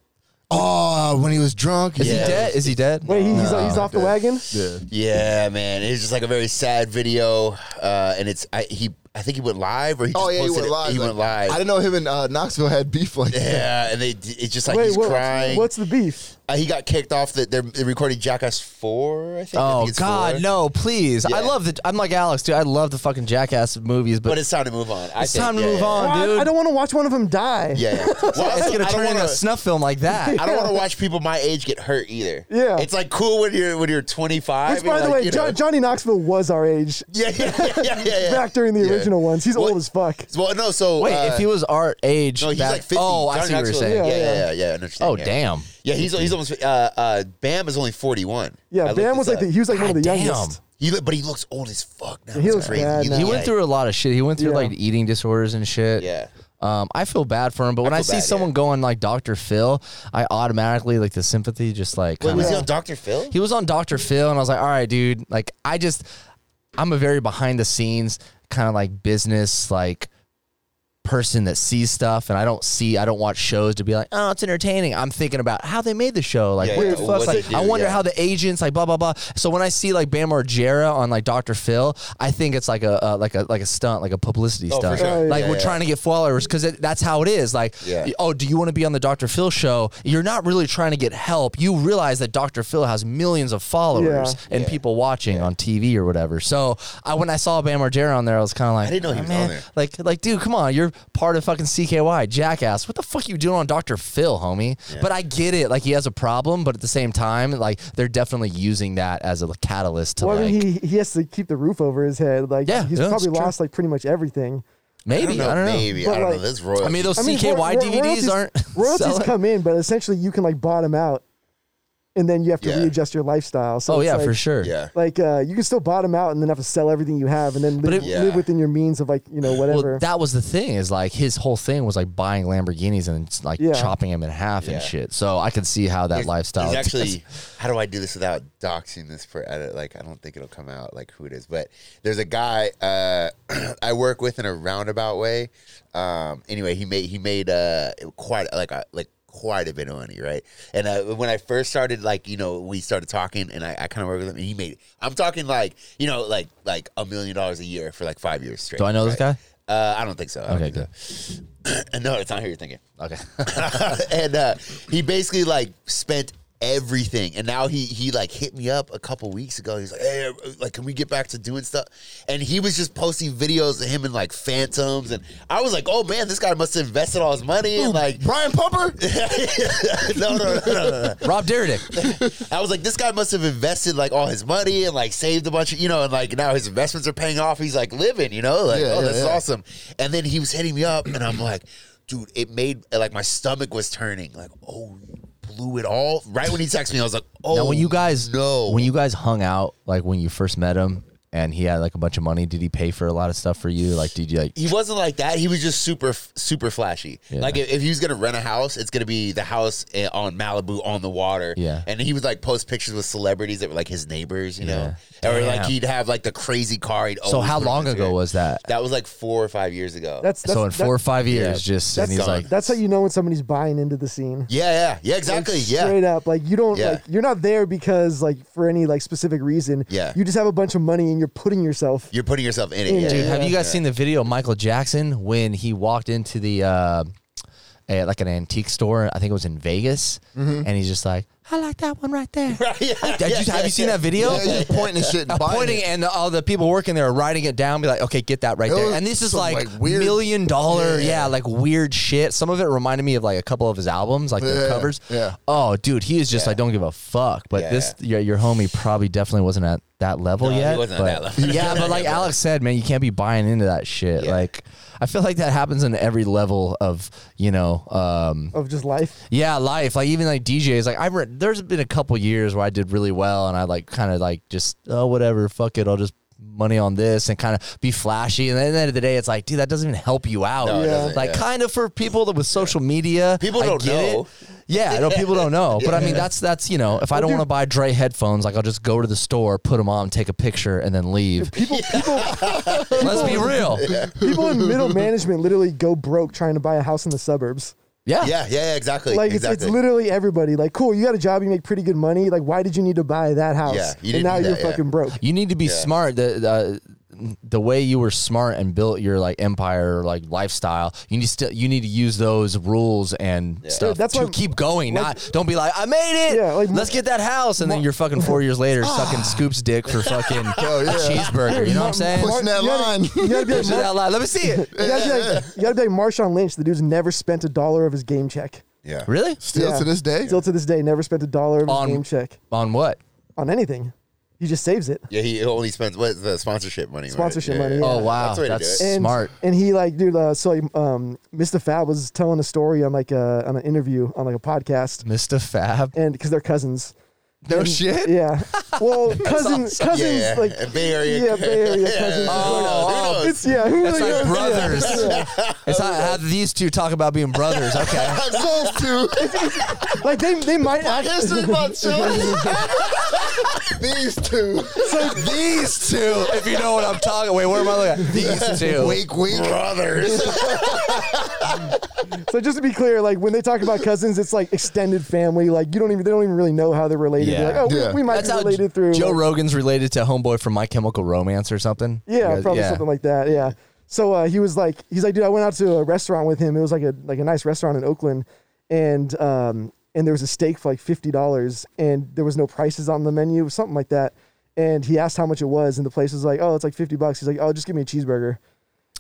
Speaker 2: Oh, when he was drunk.
Speaker 1: Is he
Speaker 4: Yeah.
Speaker 1: dead? Is he dead?
Speaker 3: Wait, he, he's, he's off the wagon.
Speaker 2: Yeah.
Speaker 4: Yeah, man, it was just like a very sad video, uh, and it's I, he. I think he went live, or he just
Speaker 2: Oh yeah, he
Speaker 4: posted
Speaker 2: went
Speaker 4: it-
Speaker 2: live.
Speaker 4: He
Speaker 2: like,
Speaker 4: went live.
Speaker 2: I didn't know him and uh, Knoxville had beef like that.
Speaker 4: (laughs) yeah, and they it's just like
Speaker 3: Wait,
Speaker 4: he's
Speaker 3: what-
Speaker 4: crying.
Speaker 3: what's the beef?
Speaker 4: Uh, he got kicked off. That they're, they're recording Jackass Four. I think. I
Speaker 1: Oh
Speaker 4: think it's
Speaker 1: God,
Speaker 4: four.
Speaker 1: no! Please, I
Speaker 4: Yeah.
Speaker 1: love the. I'm like Alex, dude. I love the fucking jackass movies, but,
Speaker 4: But it's time to move on. I
Speaker 1: It's
Speaker 4: think.
Speaker 1: time to
Speaker 4: Yeah,
Speaker 1: move
Speaker 4: yeah.
Speaker 1: on.
Speaker 3: Well, I-
Speaker 1: dude.
Speaker 3: I, don't want to watch one of them die.
Speaker 4: Yeah,
Speaker 3: (laughs)
Speaker 4: yeah. Well,
Speaker 1: it's
Speaker 4: also,
Speaker 1: gonna
Speaker 4: I don't
Speaker 1: turn into
Speaker 4: wanna-
Speaker 1: a snuff film
Speaker 4: (laughs)
Speaker 1: like that.
Speaker 4: I don't want to watch people my age get hurt either.
Speaker 3: Yeah.
Speaker 4: it's like cool when you're when you're 25.
Speaker 3: Which, by
Speaker 4: and,
Speaker 3: the
Speaker 4: like,
Speaker 3: way,
Speaker 4: you
Speaker 3: Jo-
Speaker 4: know-
Speaker 3: Johnny Knoxville was our age
Speaker 4: (laughs) yeah, yeah, yeah, yeah, yeah, yeah.
Speaker 3: back during the
Speaker 4: Yeah.
Speaker 3: original ones. He's
Speaker 4: What-
Speaker 3: old as fuck.
Speaker 4: Well, no, so
Speaker 1: Wait,
Speaker 4: uh,
Speaker 1: if he was our age,
Speaker 4: no, he's
Speaker 1: back-
Speaker 4: like 50.
Speaker 1: oh, I
Speaker 4: Johnny
Speaker 1: see what you're
Speaker 4: Knoxville-
Speaker 1: saying.
Speaker 4: Yeah,
Speaker 3: Yeah,
Speaker 4: yeah,
Speaker 3: yeah.
Speaker 4: yeah, yeah. I understand,
Speaker 1: Oh,
Speaker 4: yeah.
Speaker 1: damn.
Speaker 4: Yeah, he's he's almost. Uh, uh, Bam is only 41. I
Speaker 3: Yeah,
Speaker 4: looked
Speaker 3: Bam was
Speaker 4: this
Speaker 3: like the,
Speaker 4: up.
Speaker 3: he was like one of the
Speaker 1: God
Speaker 3: youngest.
Speaker 4: He look, but he looks old as fuck now.
Speaker 3: He
Speaker 4: It's
Speaker 3: looks
Speaker 4: crazy.
Speaker 3: bad now.
Speaker 1: He
Speaker 4: looks
Speaker 1: went
Speaker 4: like-
Speaker 1: through a lot of shit. He went through
Speaker 3: Yeah.
Speaker 1: like eating disorders and shit.
Speaker 4: Yeah.
Speaker 1: Um, I feel bad for him, but when I,
Speaker 4: feel
Speaker 1: see
Speaker 4: bad,
Speaker 1: someone
Speaker 4: yeah.
Speaker 1: going like Dr. Phil, I automatically like the sympathy just like
Speaker 4: Wait,
Speaker 1: kinda-
Speaker 4: was he on Doctor Phil?
Speaker 1: he was on Dr. Phil, and I was like, all right, dude. Like, I just, I'm a very behind the scenes kind of like business, like person that sees stuff, and I don't see, I don't watch shows to be like, oh, it's entertaining. I'm thinking about how they made the show. Like,
Speaker 4: Yeah,
Speaker 1: what
Speaker 4: yeah,
Speaker 1: the
Speaker 4: what
Speaker 1: fuck?
Speaker 4: they
Speaker 1: Like,
Speaker 4: do,
Speaker 1: I wonder
Speaker 4: yeah.
Speaker 1: how the agents, like, blah, blah, blah. So when I see like Bam Margera on like Dr. Phil, I think it's like a, uh, like a, like a stunt, like a publicity
Speaker 4: Oh, for
Speaker 1: stunt.
Speaker 4: sure.
Speaker 1: Like,
Speaker 4: Yeah,
Speaker 1: we're
Speaker 4: yeah.
Speaker 1: trying to get followers because that's how it is. Like,
Speaker 4: Yeah.
Speaker 1: oh, do you want to be on the Dr. Phil show? You're not really trying to get help. You realize that Dr. Phil has millions of followers
Speaker 3: Yeah.
Speaker 1: and people watching on TV or whatever. So I, when I saw Bam Margera on there, I was kind of like,
Speaker 4: I didn't know he
Speaker 1: "Ah,
Speaker 4: was on there."
Speaker 1: Like, like, dude, come on, you're part of fucking CKY, jackass. What the fuck you doing on Dr. Phil, homie? But I get it. Like, he has a problem, but at the same time, like, they're definitely using that as a catalyst to
Speaker 3: Well, I
Speaker 1: like,
Speaker 3: mean, he he has to keep the roof over his head. Like,
Speaker 1: Yeah,
Speaker 3: he's
Speaker 1: yeah, that's
Speaker 3: probably
Speaker 1: true.
Speaker 3: lost like pretty much everything.
Speaker 1: maybe I don't know.
Speaker 4: Maybe
Speaker 3: But,
Speaker 4: I don't know.
Speaker 3: like-
Speaker 4: This royal.
Speaker 1: I mean, those
Speaker 3: I mean,
Speaker 1: CKY
Speaker 3: ro- ro-
Speaker 1: DVDs
Speaker 3: royalties-
Speaker 1: aren't (laughs)
Speaker 3: royalties
Speaker 1: selling.
Speaker 3: come in, but essentially you can like bottom out, and then you have to
Speaker 4: Yeah.
Speaker 3: readjust your lifestyle. So
Speaker 1: Oh
Speaker 3: it's
Speaker 1: yeah,
Speaker 3: like,
Speaker 1: for sure.
Speaker 4: yeah.
Speaker 3: Like uh, you can still bottom out and then have to sell everything you have, and then
Speaker 1: it-
Speaker 3: live,
Speaker 4: Yeah.
Speaker 3: live within your means of like you know whatever.
Speaker 1: Well, that was the thing is like his whole thing was like buying Lamborghinis and it's, like
Speaker 3: Yeah.
Speaker 1: chopping him in half
Speaker 4: Yeah.
Speaker 1: and shit. So I could see how that lifestyle. (laughs)
Speaker 4: There's actually, how do I do this without doxing this for edit? Like, I don't think it'll come out like who it is, but there's a guy uh, (clears throat) I work with in a roundabout way. Um, anyway, he made he made uh, quite like a like quite a bit of money, right? And uh, when I first started, like you know, we started talking, and I, I kind of worked with him, and he made I'm talking like you know like like a million dollars a year for like five years straight.
Speaker 1: Do I know this
Speaker 4: right?
Speaker 1: guy?
Speaker 4: Uh, I don't think so. I don't
Speaker 1: Okay,
Speaker 4: think Uh, (laughs) so. no, it's not who you're thinking
Speaker 1: okay.
Speaker 4: and uh, he basically like spent everything. And now he he like hit me up a couple weeks ago. He's like, hey, uh, like, can we get back to doing stuff? And he was just posting videos of him in like phantoms, and I was like, oh man, this guy must have invested all his money and like. (laughs)
Speaker 2: Brian Pumper?
Speaker 4: no, no, no, no, no, no.
Speaker 1: Rob
Speaker 4: (laughs)
Speaker 1: Dyrdek.
Speaker 4: I was like, this guy must have invested like all his money and like saved a bunch of, you know, and like now his investments are paying off. He's like living, you know, like,
Speaker 2: Yeah,
Speaker 4: oh,
Speaker 2: yeah,
Speaker 4: that's
Speaker 2: yeah.
Speaker 4: awesome. And then he was hitting me up and I'm like, dude, it made like my stomach was turning. Like, oh, you blew it all. Right when he texted me, I was like, oh,
Speaker 1: now when you guys
Speaker 4: no.
Speaker 1: when you guys hung out, like when you first met him and he had like a bunch of money, did he pay for a lot of stuff for you? Like did you like
Speaker 4: he wasn't like that. He was just super, super flashy.
Speaker 1: Yeah.
Speaker 4: Like if, if he was gonna rent a house, it's gonna be the house eh, on Malibu on the water.
Speaker 1: Yeah.
Speaker 4: And he would like post pictures with celebrities that were like his neighbors, you
Speaker 1: Yeah.
Speaker 4: know, or like
Speaker 1: Damn.
Speaker 4: he'd have like the crazy car. He'd
Speaker 1: So
Speaker 4: always
Speaker 1: how
Speaker 4: put in
Speaker 1: long
Speaker 4: his
Speaker 1: ago
Speaker 4: Instagram.
Speaker 1: was that?
Speaker 4: That was like four or five years ago.
Speaker 3: That's, that's
Speaker 1: so in four or
Speaker 3: that-
Speaker 1: five years, just and
Speaker 3: that's-
Speaker 1: he's like
Speaker 3: that's how you know when somebody's buying into the scene.
Speaker 4: yeah, yeah, yeah, exactly.
Speaker 3: Like,
Speaker 4: yeah,
Speaker 3: Straight up. Like you don't
Speaker 4: Yeah.
Speaker 3: like you're not there because like for any like specific reason.
Speaker 4: Yeah.
Speaker 3: You just have a bunch of money and you're putting yourself
Speaker 4: you're putting yourself in it.
Speaker 3: In
Speaker 4: Yeah,
Speaker 3: it.
Speaker 1: Dude,
Speaker 4: yeah.
Speaker 1: have you guys seen the video of Michael Jackson when he walked into the uh, a, like an antique store? I think it was in Vegas, and he's just like, "I like that one right there." Did you- have you seen that video?
Speaker 2: Yeah, he's (laughs) pointing and shit. And
Speaker 1: Uh,
Speaker 2: buying
Speaker 1: pointing
Speaker 2: it.
Speaker 1: and all the people working there are writing it down, be like, okay, get that right
Speaker 2: It
Speaker 1: there.
Speaker 2: was
Speaker 1: And this is
Speaker 2: some,
Speaker 1: like,
Speaker 2: like, weird-
Speaker 1: million dollar, yeah. like weird shit. Some of it reminded me of like a couple of his albums, like the
Speaker 2: Yeah,
Speaker 1: covers.
Speaker 2: yeah.
Speaker 1: Oh, dude, he is just like, don't give a fuck. But
Speaker 4: Yeah,
Speaker 1: this, your, your homie probably definitely wasn't at that level
Speaker 4: No, he
Speaker 1: yet.
Speaker 4: wasn't at
Speaker 1: but-
Speaker 4: that level.
Speaker 1: yeah, but like Alex said, man, you can't be buying into that shit.
Speaker 4: Yeah.
Speaker 1: Like, I feel like that happens in every level of, you know, um,
Speaker 3: of just life.
Speaker 1: yeah, life. Like even like DJs. Like I re- there's been a couple years where I did really well, and I like kind of like just oh whatever, fuck it, I'll just money on this and kind of be flashy. And then at the end of the day, it's like, dude, that doesn't even help you out.
Speaker 4: No, it Yeah. doesn't,
Speaker 1: Like
Speaker 4: yeah.
Speaker 1: kind of for people that with social media,
Speaker 4: People
Speaker 1: I
Speaker 4: don't
Speaker 1: get it.
Speaker 4: know.
Speaker 1: Yeah, no, people don't
Speaker 4: (laughs)
Speaker 1: know. But I mean, that's that's you know, if I don't want to buy Dre headphones, like I'll just go to the store, put them on, take a picture, and then leave.
Speaker 3: People
Speaker 4: (laughs)
Speaker 3: people (laughs)
Speaker 1: Let's be real. Yeah,
Speaker 3: people in middle management literally go broke trying to buy a house in the suburbs.
Speaker 4: Yeah, yeah, yeah, exactly.
Speaker 3: Like
Speaker 4: exactly.
Speaker 3: it's, it's literally everybody. Like, cool, you got a job, you make pretty good money. Like, why did you need to buy that house?
Speaker 4: Yeah, you didn't
Speaker 3: and now
Speaker 4: need
Speaker 3: you're
Speaker 4: that, yeah.
Speaker 3: fucking broke.
Speaker 1: You need to be smart. The, the the way you were smart and built your like empire, like lifestyle, you need still you need to use those rules and stuff
Speaker 3: That's
Speaker 1: to
Speaker 3: why-
Speaker 1: keep going. not don't be like I made it.
Speaker 3: Yeah, like, Ah.
Speaker 1: let's get that house, and then you're fucking four years later sucking Scoop's dick
Speaker 3: (laughs)
Speaker 1: for fucking
Speaker 3: Oh,
Speaker 2: yeah.
Speaker 1: a cheeseburger. You know what I'm saying?
Speaker 2: Pushing that
Speaker 3: you gotta-
Speaker 2: line.
Speaker 3: You gotta be like,
Speaker 1: Push
Speaker 4: (laughs)
Speaker 1: it out loud. Let me see it.
Speaker 3: you gotta be like, you gotta be like Marshawn Lynch. The dude's never spent a dollar of his game check.
Speaker 4: yeah.
Speaker 1: Really?
Speaker 2: Still
Speaker 3: Yeah.
Speaker 2: to this day. (laughs)
Speaker 3: Still to this day, never spent a dollar of his
Speaker 1: On-
Speaker 3: game check
Speaker 1: On what?
Speaker 3: on anything. He just saves it.
Speaker 4: Yeah, he only spends what's the sponsorship money. right?
Speaker 3: Sponsorship
Speaker 4: Yeah,
Speaker 3: money,
Speaker 4: yeah,
Speaker 3: yeah.
Speaker 1: Oh wow,
Speaker 4: That's the way to do
Speaker 1: that's
Speaker 4: it.
Speaker 3: And,
Speaker 1: smart.
Speaker 3: And he like, dude. Uh, so like, um, Mr. Fab was telling a story on like uh, on an interview on like a podcast,
Speaker 1: Mr. Fab.
Speaker 3: and because they're cousins.
Speaker 1: No
Speaker 3: And-
Speaker 1: shit. (laughs)
Speaker 3: Yeah. Well, cousins, (laughs) cousins,
Speaker 4: Yeah,
Speaker 3: like
Speaker 4: and Bay Area-
Speaker 3: Yeah, Bay Area
Speaker 4: (laughs) Yeah.
Speaker 3: cousins.
Speaker 1: Oh,
Speaker 4: Who knows?
Speaker 3: It's yeah. Who
Speaker 1: That's
Speaker 3: really
Speaker 1: like
Speaker 3: (laughs) knows?
Speaker 1: brothers. It's not how these two talk about being brothers. Okay.
Speaker 2: Those two.
Speaker 3: Like they, they might
Speaker 2: My
Speaker 3: act.
Speaker 2: history (laughs) month show. These two.
Speaker 1: These two, if you know what I'm talking. Wait, where am I looking at? These two.
Speaker 2: Wink, wink.
Speaker 4: Brothers.
Speaker 3: So just to be clear, like when they talk about cousins, it's like extended family. Like you don't even they don't even really know how they're related. They're
Speaker 1: Yeah.
Speaker 3: like, oh,
Speaker 2: Yeah.
Speaker 3: we, we might
Speaker 1: That's
Speaker 3: be
Speaker 1: how
Speaker 3: related through
Speaker 1: Joe
Speaker 3: like,
Speaker 1: Rogan's related to Homeboy from My Chemical Romance or something. You
Speaker 3: Yeah,
Speaker 1: guys-
Speaker 3: probably
Speaker 1: yeah.
Speaker 3: something like that. Yeah. So uh, he was like, he's like, dude, I went out to a restaurant with him. It was like a like a nice restaurant in Oakland, and um and there was a steak for like fifty dollars, and there was no prices on the menu, something like that. And he asked how much it was, and the place was like, oh, it's like fifty bucks. He's like, oh, just give me a cheeseburger.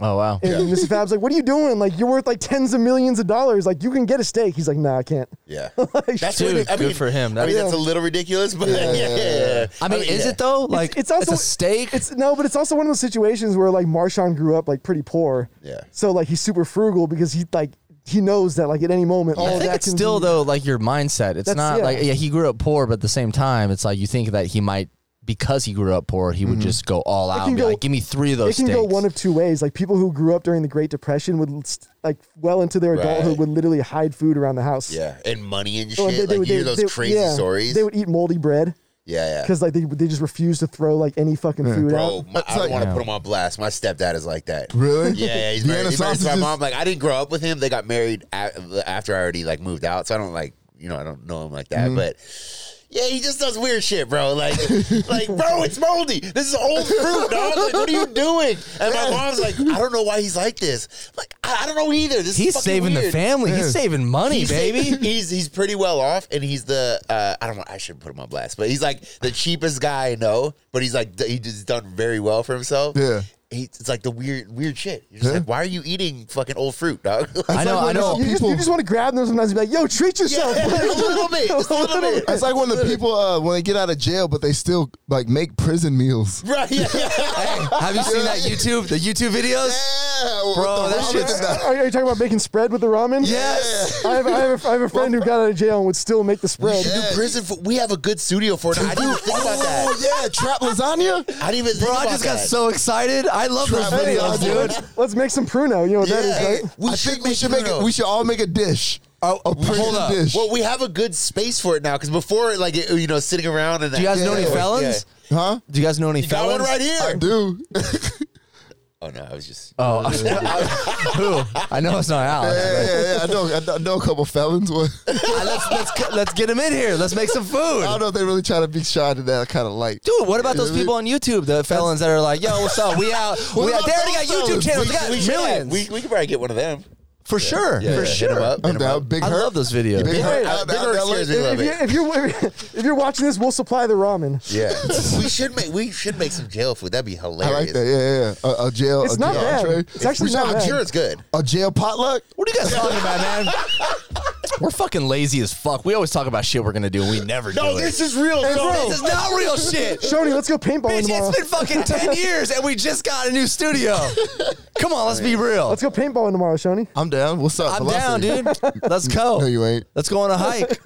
Speaker 1: Oh wow.
Speaker 3: And then Mr. Fab's like, what are you doing? Like you're worth like tens of millions of dollars. Like you can get a steak. He's like, nah, I can't. (laughs)
Speaker 4: Yeah.
Speaker 3: That's
Speaker 1: Dude, good for him.
Speaker 4: I mean,
Speaker 1: That-
Speaker 4: that's a little ridiculous, but yeah, (laughs) yeah, yeah.
Speaker 1: I mean, is
Speaker 4: yeah.
Speaker 1: it though? Like, it's,
Speaker 3: it's also-
Speaker 1: a steak.
Speaker 3: It's no, but it's also one of those situations where like Marshawn grew up like pretty poor.
Speaker 4: Yeah.
Speaker 3: So like he's super frugal because he like he knows that like at any moment all
Speaker 1: I
Speaker 3: of
Speaker 1: think
Speaker 3: that
Speaker 1: it's
Speaker 3: can
Speaker 1: still
Speaker 3: be,
Speaker 1: though like your mindset. It's
Speaker 3: That's-
Speaker 1: not
Speaker 3: yeah.
Speaker 1: like yeah, he grew up poor, but at the same time, it's like you think that he might because he grew up poor, he would just go all out.
Speaker 3: Mm-hmm. can
Speaker 1: And be
Speaker 3: go-
Speaker 1: like, give me three of those.
Speaker 3: it can
Speaker 1: steaks.
Speaker 3: go one of two ways. Like people who grew up during the Great Depression would l- st- like well into their
Speaker 4: Right.
Speaker 3: adulthood would literally hide food around the house.
Speaker 4: Yeah, and money and shit.
Speaker 3: So,
Speaker 4: like, you hear those
Speaker 3: they-
Speaker 4: crazy
Speaker 3: yeah,
Speaker 4: stories.
Speaker 3: They would eat moldy bread
Speaker 4: yeah, yeah.
Speaker 3: because like they, they just refuse to throw like any fucking food
Speaker 4: Bro,
Speaker 3: out.
Speaker 4: my, I don't want to put him on blast. My stepdad is like that.
Speaker 2: Really?
Speaker 4: Yeah, yeah. He's
Speaker 2: Vienna
Speaker 4: married, he's married to my
Speaker 2: sausages.
Speaker 4: mom. Like, I didn't grow up with him. They
Speaker 1: Mm-hmm.
Speaker 4: got married a- after I already like moved out, so I don't like you know I don't know him like that. But Yeah, he just does weird shit, bro. Like, (laughs) like, bro, it's moldy. This is old fruit, dog. Like, what are you doing? And my mom's like, I don't know why he's like this. I'm like, I, I don't know either. This
Speaker 1: He's
Speaker 4: is fucking
Speaker 1: saving the
Speaker 4: weird.
Speaker 1: family. He's saving money,
Speaker 4: He's-
Speaker 1: baby.
Speaker 4: (laughs) He's he's pretty well off, and he's the uh, I don't know. I should put him on blast, but he's like the cheapest guy I know. But he's like d- he just done very well for himself.
Speaker 2: Yeah.
Speaker 4: He, it's like the weird weird shit. You're just like, why are you eating fucking old fruit, dog? (laughs)
Speaker 1: I know, I know.
Speaker 3: You, just, you
Speaker 2: people-
Speaker 3: just want to grab them sometimes and be like, yo, treat
Speaker 4: yeah,
Speaker 3: yourself.
Speaker 4: a little bit, (laughs) just a
Speaker 3: (laughs)
Speaker 4: little bit. (laughs)
Speaker 2: It's like when the people uh, when they get out of jail, but they still like make prison meals.
Speaker 4: Right? Yeah, yeah.
Speaker 1: Have you seen
Speaker 3: (laughs)
Speaker 1: that YouTube, the YouTube videos? Bro, that shit's-
Speaker 3: Are, are you talking about making spread with the ramen?
Speaker 1: Yes.
Speaker 3: I have, I have, a, I have a friend who got out of jail and would still make the spread.
Speaker 4: Dude, prison. For, we have a good studio for it. I didn't think about that.
Speaker 2: Oh yeah, trap lasagna.
Speaker 4: I didn't even think
Speaker 1: Bro, I
Speaker 4: about
Speaker 1: just got
Speaker 4: that.
Speaker 1: so excited. I love those
Speaker 2: Hey,
Speaker 1: videos, dude.
Speaker 2: let's-
Speaker 3: Let's make some pruno. You know what that
Speaker 4: Yeah.
Speaker 3: is, right?
Speaker 4: We
Speaker 2: I
Speaker 4: should
Speaker 2: think we
Speaker 4: make
Speaker 2: should make
Speaker 4: Bruno.
Speaker 2: it, we should all make a dish.
Speaker 1: Oh,
Speaker 2: A
Speaker 1: hold
Speaker 2: prison
Speaker 1: up.
Speaker 2: dish.
Speaker 4: Well, we have a good space for it now because before, like, it, you know, sitting around and
Speaker 1: Do you guys know any
Speaker 4: Yeah.
Speaker 1: felons?
Speaker 2: huh?
Speaker 1: Do you guys know any
Speaker 4: Yeah. Got
Speaker 1: felons?
Speaker 4: one right here.
Speaker 2: I do.
Speaker 4: Oh no, I was just.
Speaker 1: Oh, I, who? I know it's not Al.
Speaker 2: yeah, yeah, yeah. I know. I know- I know a couple felons. What? I
Speaker 1: Uh, let's let's cu- let's get him in here. Let's make some
Speaker 2: don't
Speaker 1: food.
Speaker 2: know if they really try to be shy to that kind of light.
Speaker 1: Dude, what about those people on YouTube, the felons that are like, "Yo, what's up? We out.
Speaker 2: What
Speaker 1: We out.
Speaker 2: about
Speaker 1: They already got
Speaker 2: those
Speaker 1: YouTube
Speaker 2: felons?
Speaker 1: channels.
Speaker 2: We-
Speaker 1: They got
Speaker 4: we should have-
Speaker 1: millions
Speaker 4: We, we could probably get one of them.
Speaker 1: for sure.
Speaker 4: Yeah,
Speaker 1: for
Speaker 4: yeah,
Speaker 1: sure.
Speaker 4: Hit them up.
Speaker 2: I'm
Speaker 4: hit 'em
Speaker 2: down.
Speaker 4: up.
Speaker 2: Big
Speaker 1: I
Speaker 2: Herc.
Speaker 1: love those videos.
Speaker 2: Big
Speaker 4: Big
Speaker 2: Herc.
Speaker 4: Herc.
Speaker 2: Out-
Speaker 4: Big
Speaker 2: out
Speaker 4: Herc
Speaker 2: LA.
Speaker 4: scares me.
Speaker 3: If,
Speaker 4: love
Speaker 3: you,
Speaker 4: it.
Speaker 3: if you're (laughs) if you're watching this, we'll supply the ramen.
Speaker 4: Yeah, (laughs) we should make we should make some jail food. That'd be
Speaker 2: I
Speaker 4: hilarious.
Speaker 2: like that. Yeah, yeah. yeah. A, a jail.
Speaker 3: It's
Speaker 2: a
Speaker 3: not
Speaker 2: jail
Speaker 3: bad.
Speaker 2: entree.
Speaker 3: It's actually not
Speaker 4: I'm
Speaker 3: bad.
Speaker 4: sure it's good.
Speaker 2: A jail potluck.
Speaker 1: What are you guys talking about, man? We're fucking lazy as fuck. We always talk about shit we're gonna do. and We never do it.
Speaker 4: is real.
Speaker 3: bro.
Speaker 1: this is not
Speaker 4: (laughs)
Speaker 1: real shit.
Speaker 3: Shoney, let's go paintballing
Speaker 1: Bitch,
Speaker 3: tomorrow.
Speaker 1: it's been fucking 10 years and we just got a new
Speaker 4: (laughs)
Speaker 1: studio. Come on, let's be real.
Speaker 3: Let's go paintballing tomorrow, Shoney.
Speaker 2: I'm down. What's up?
Speaker 1: I'm
Speaker 2: Velocity?
Speaker 1: down, dude. Let's go.
Speaker 2: No, you ain't.
Speaker 1: Let's go on a hike.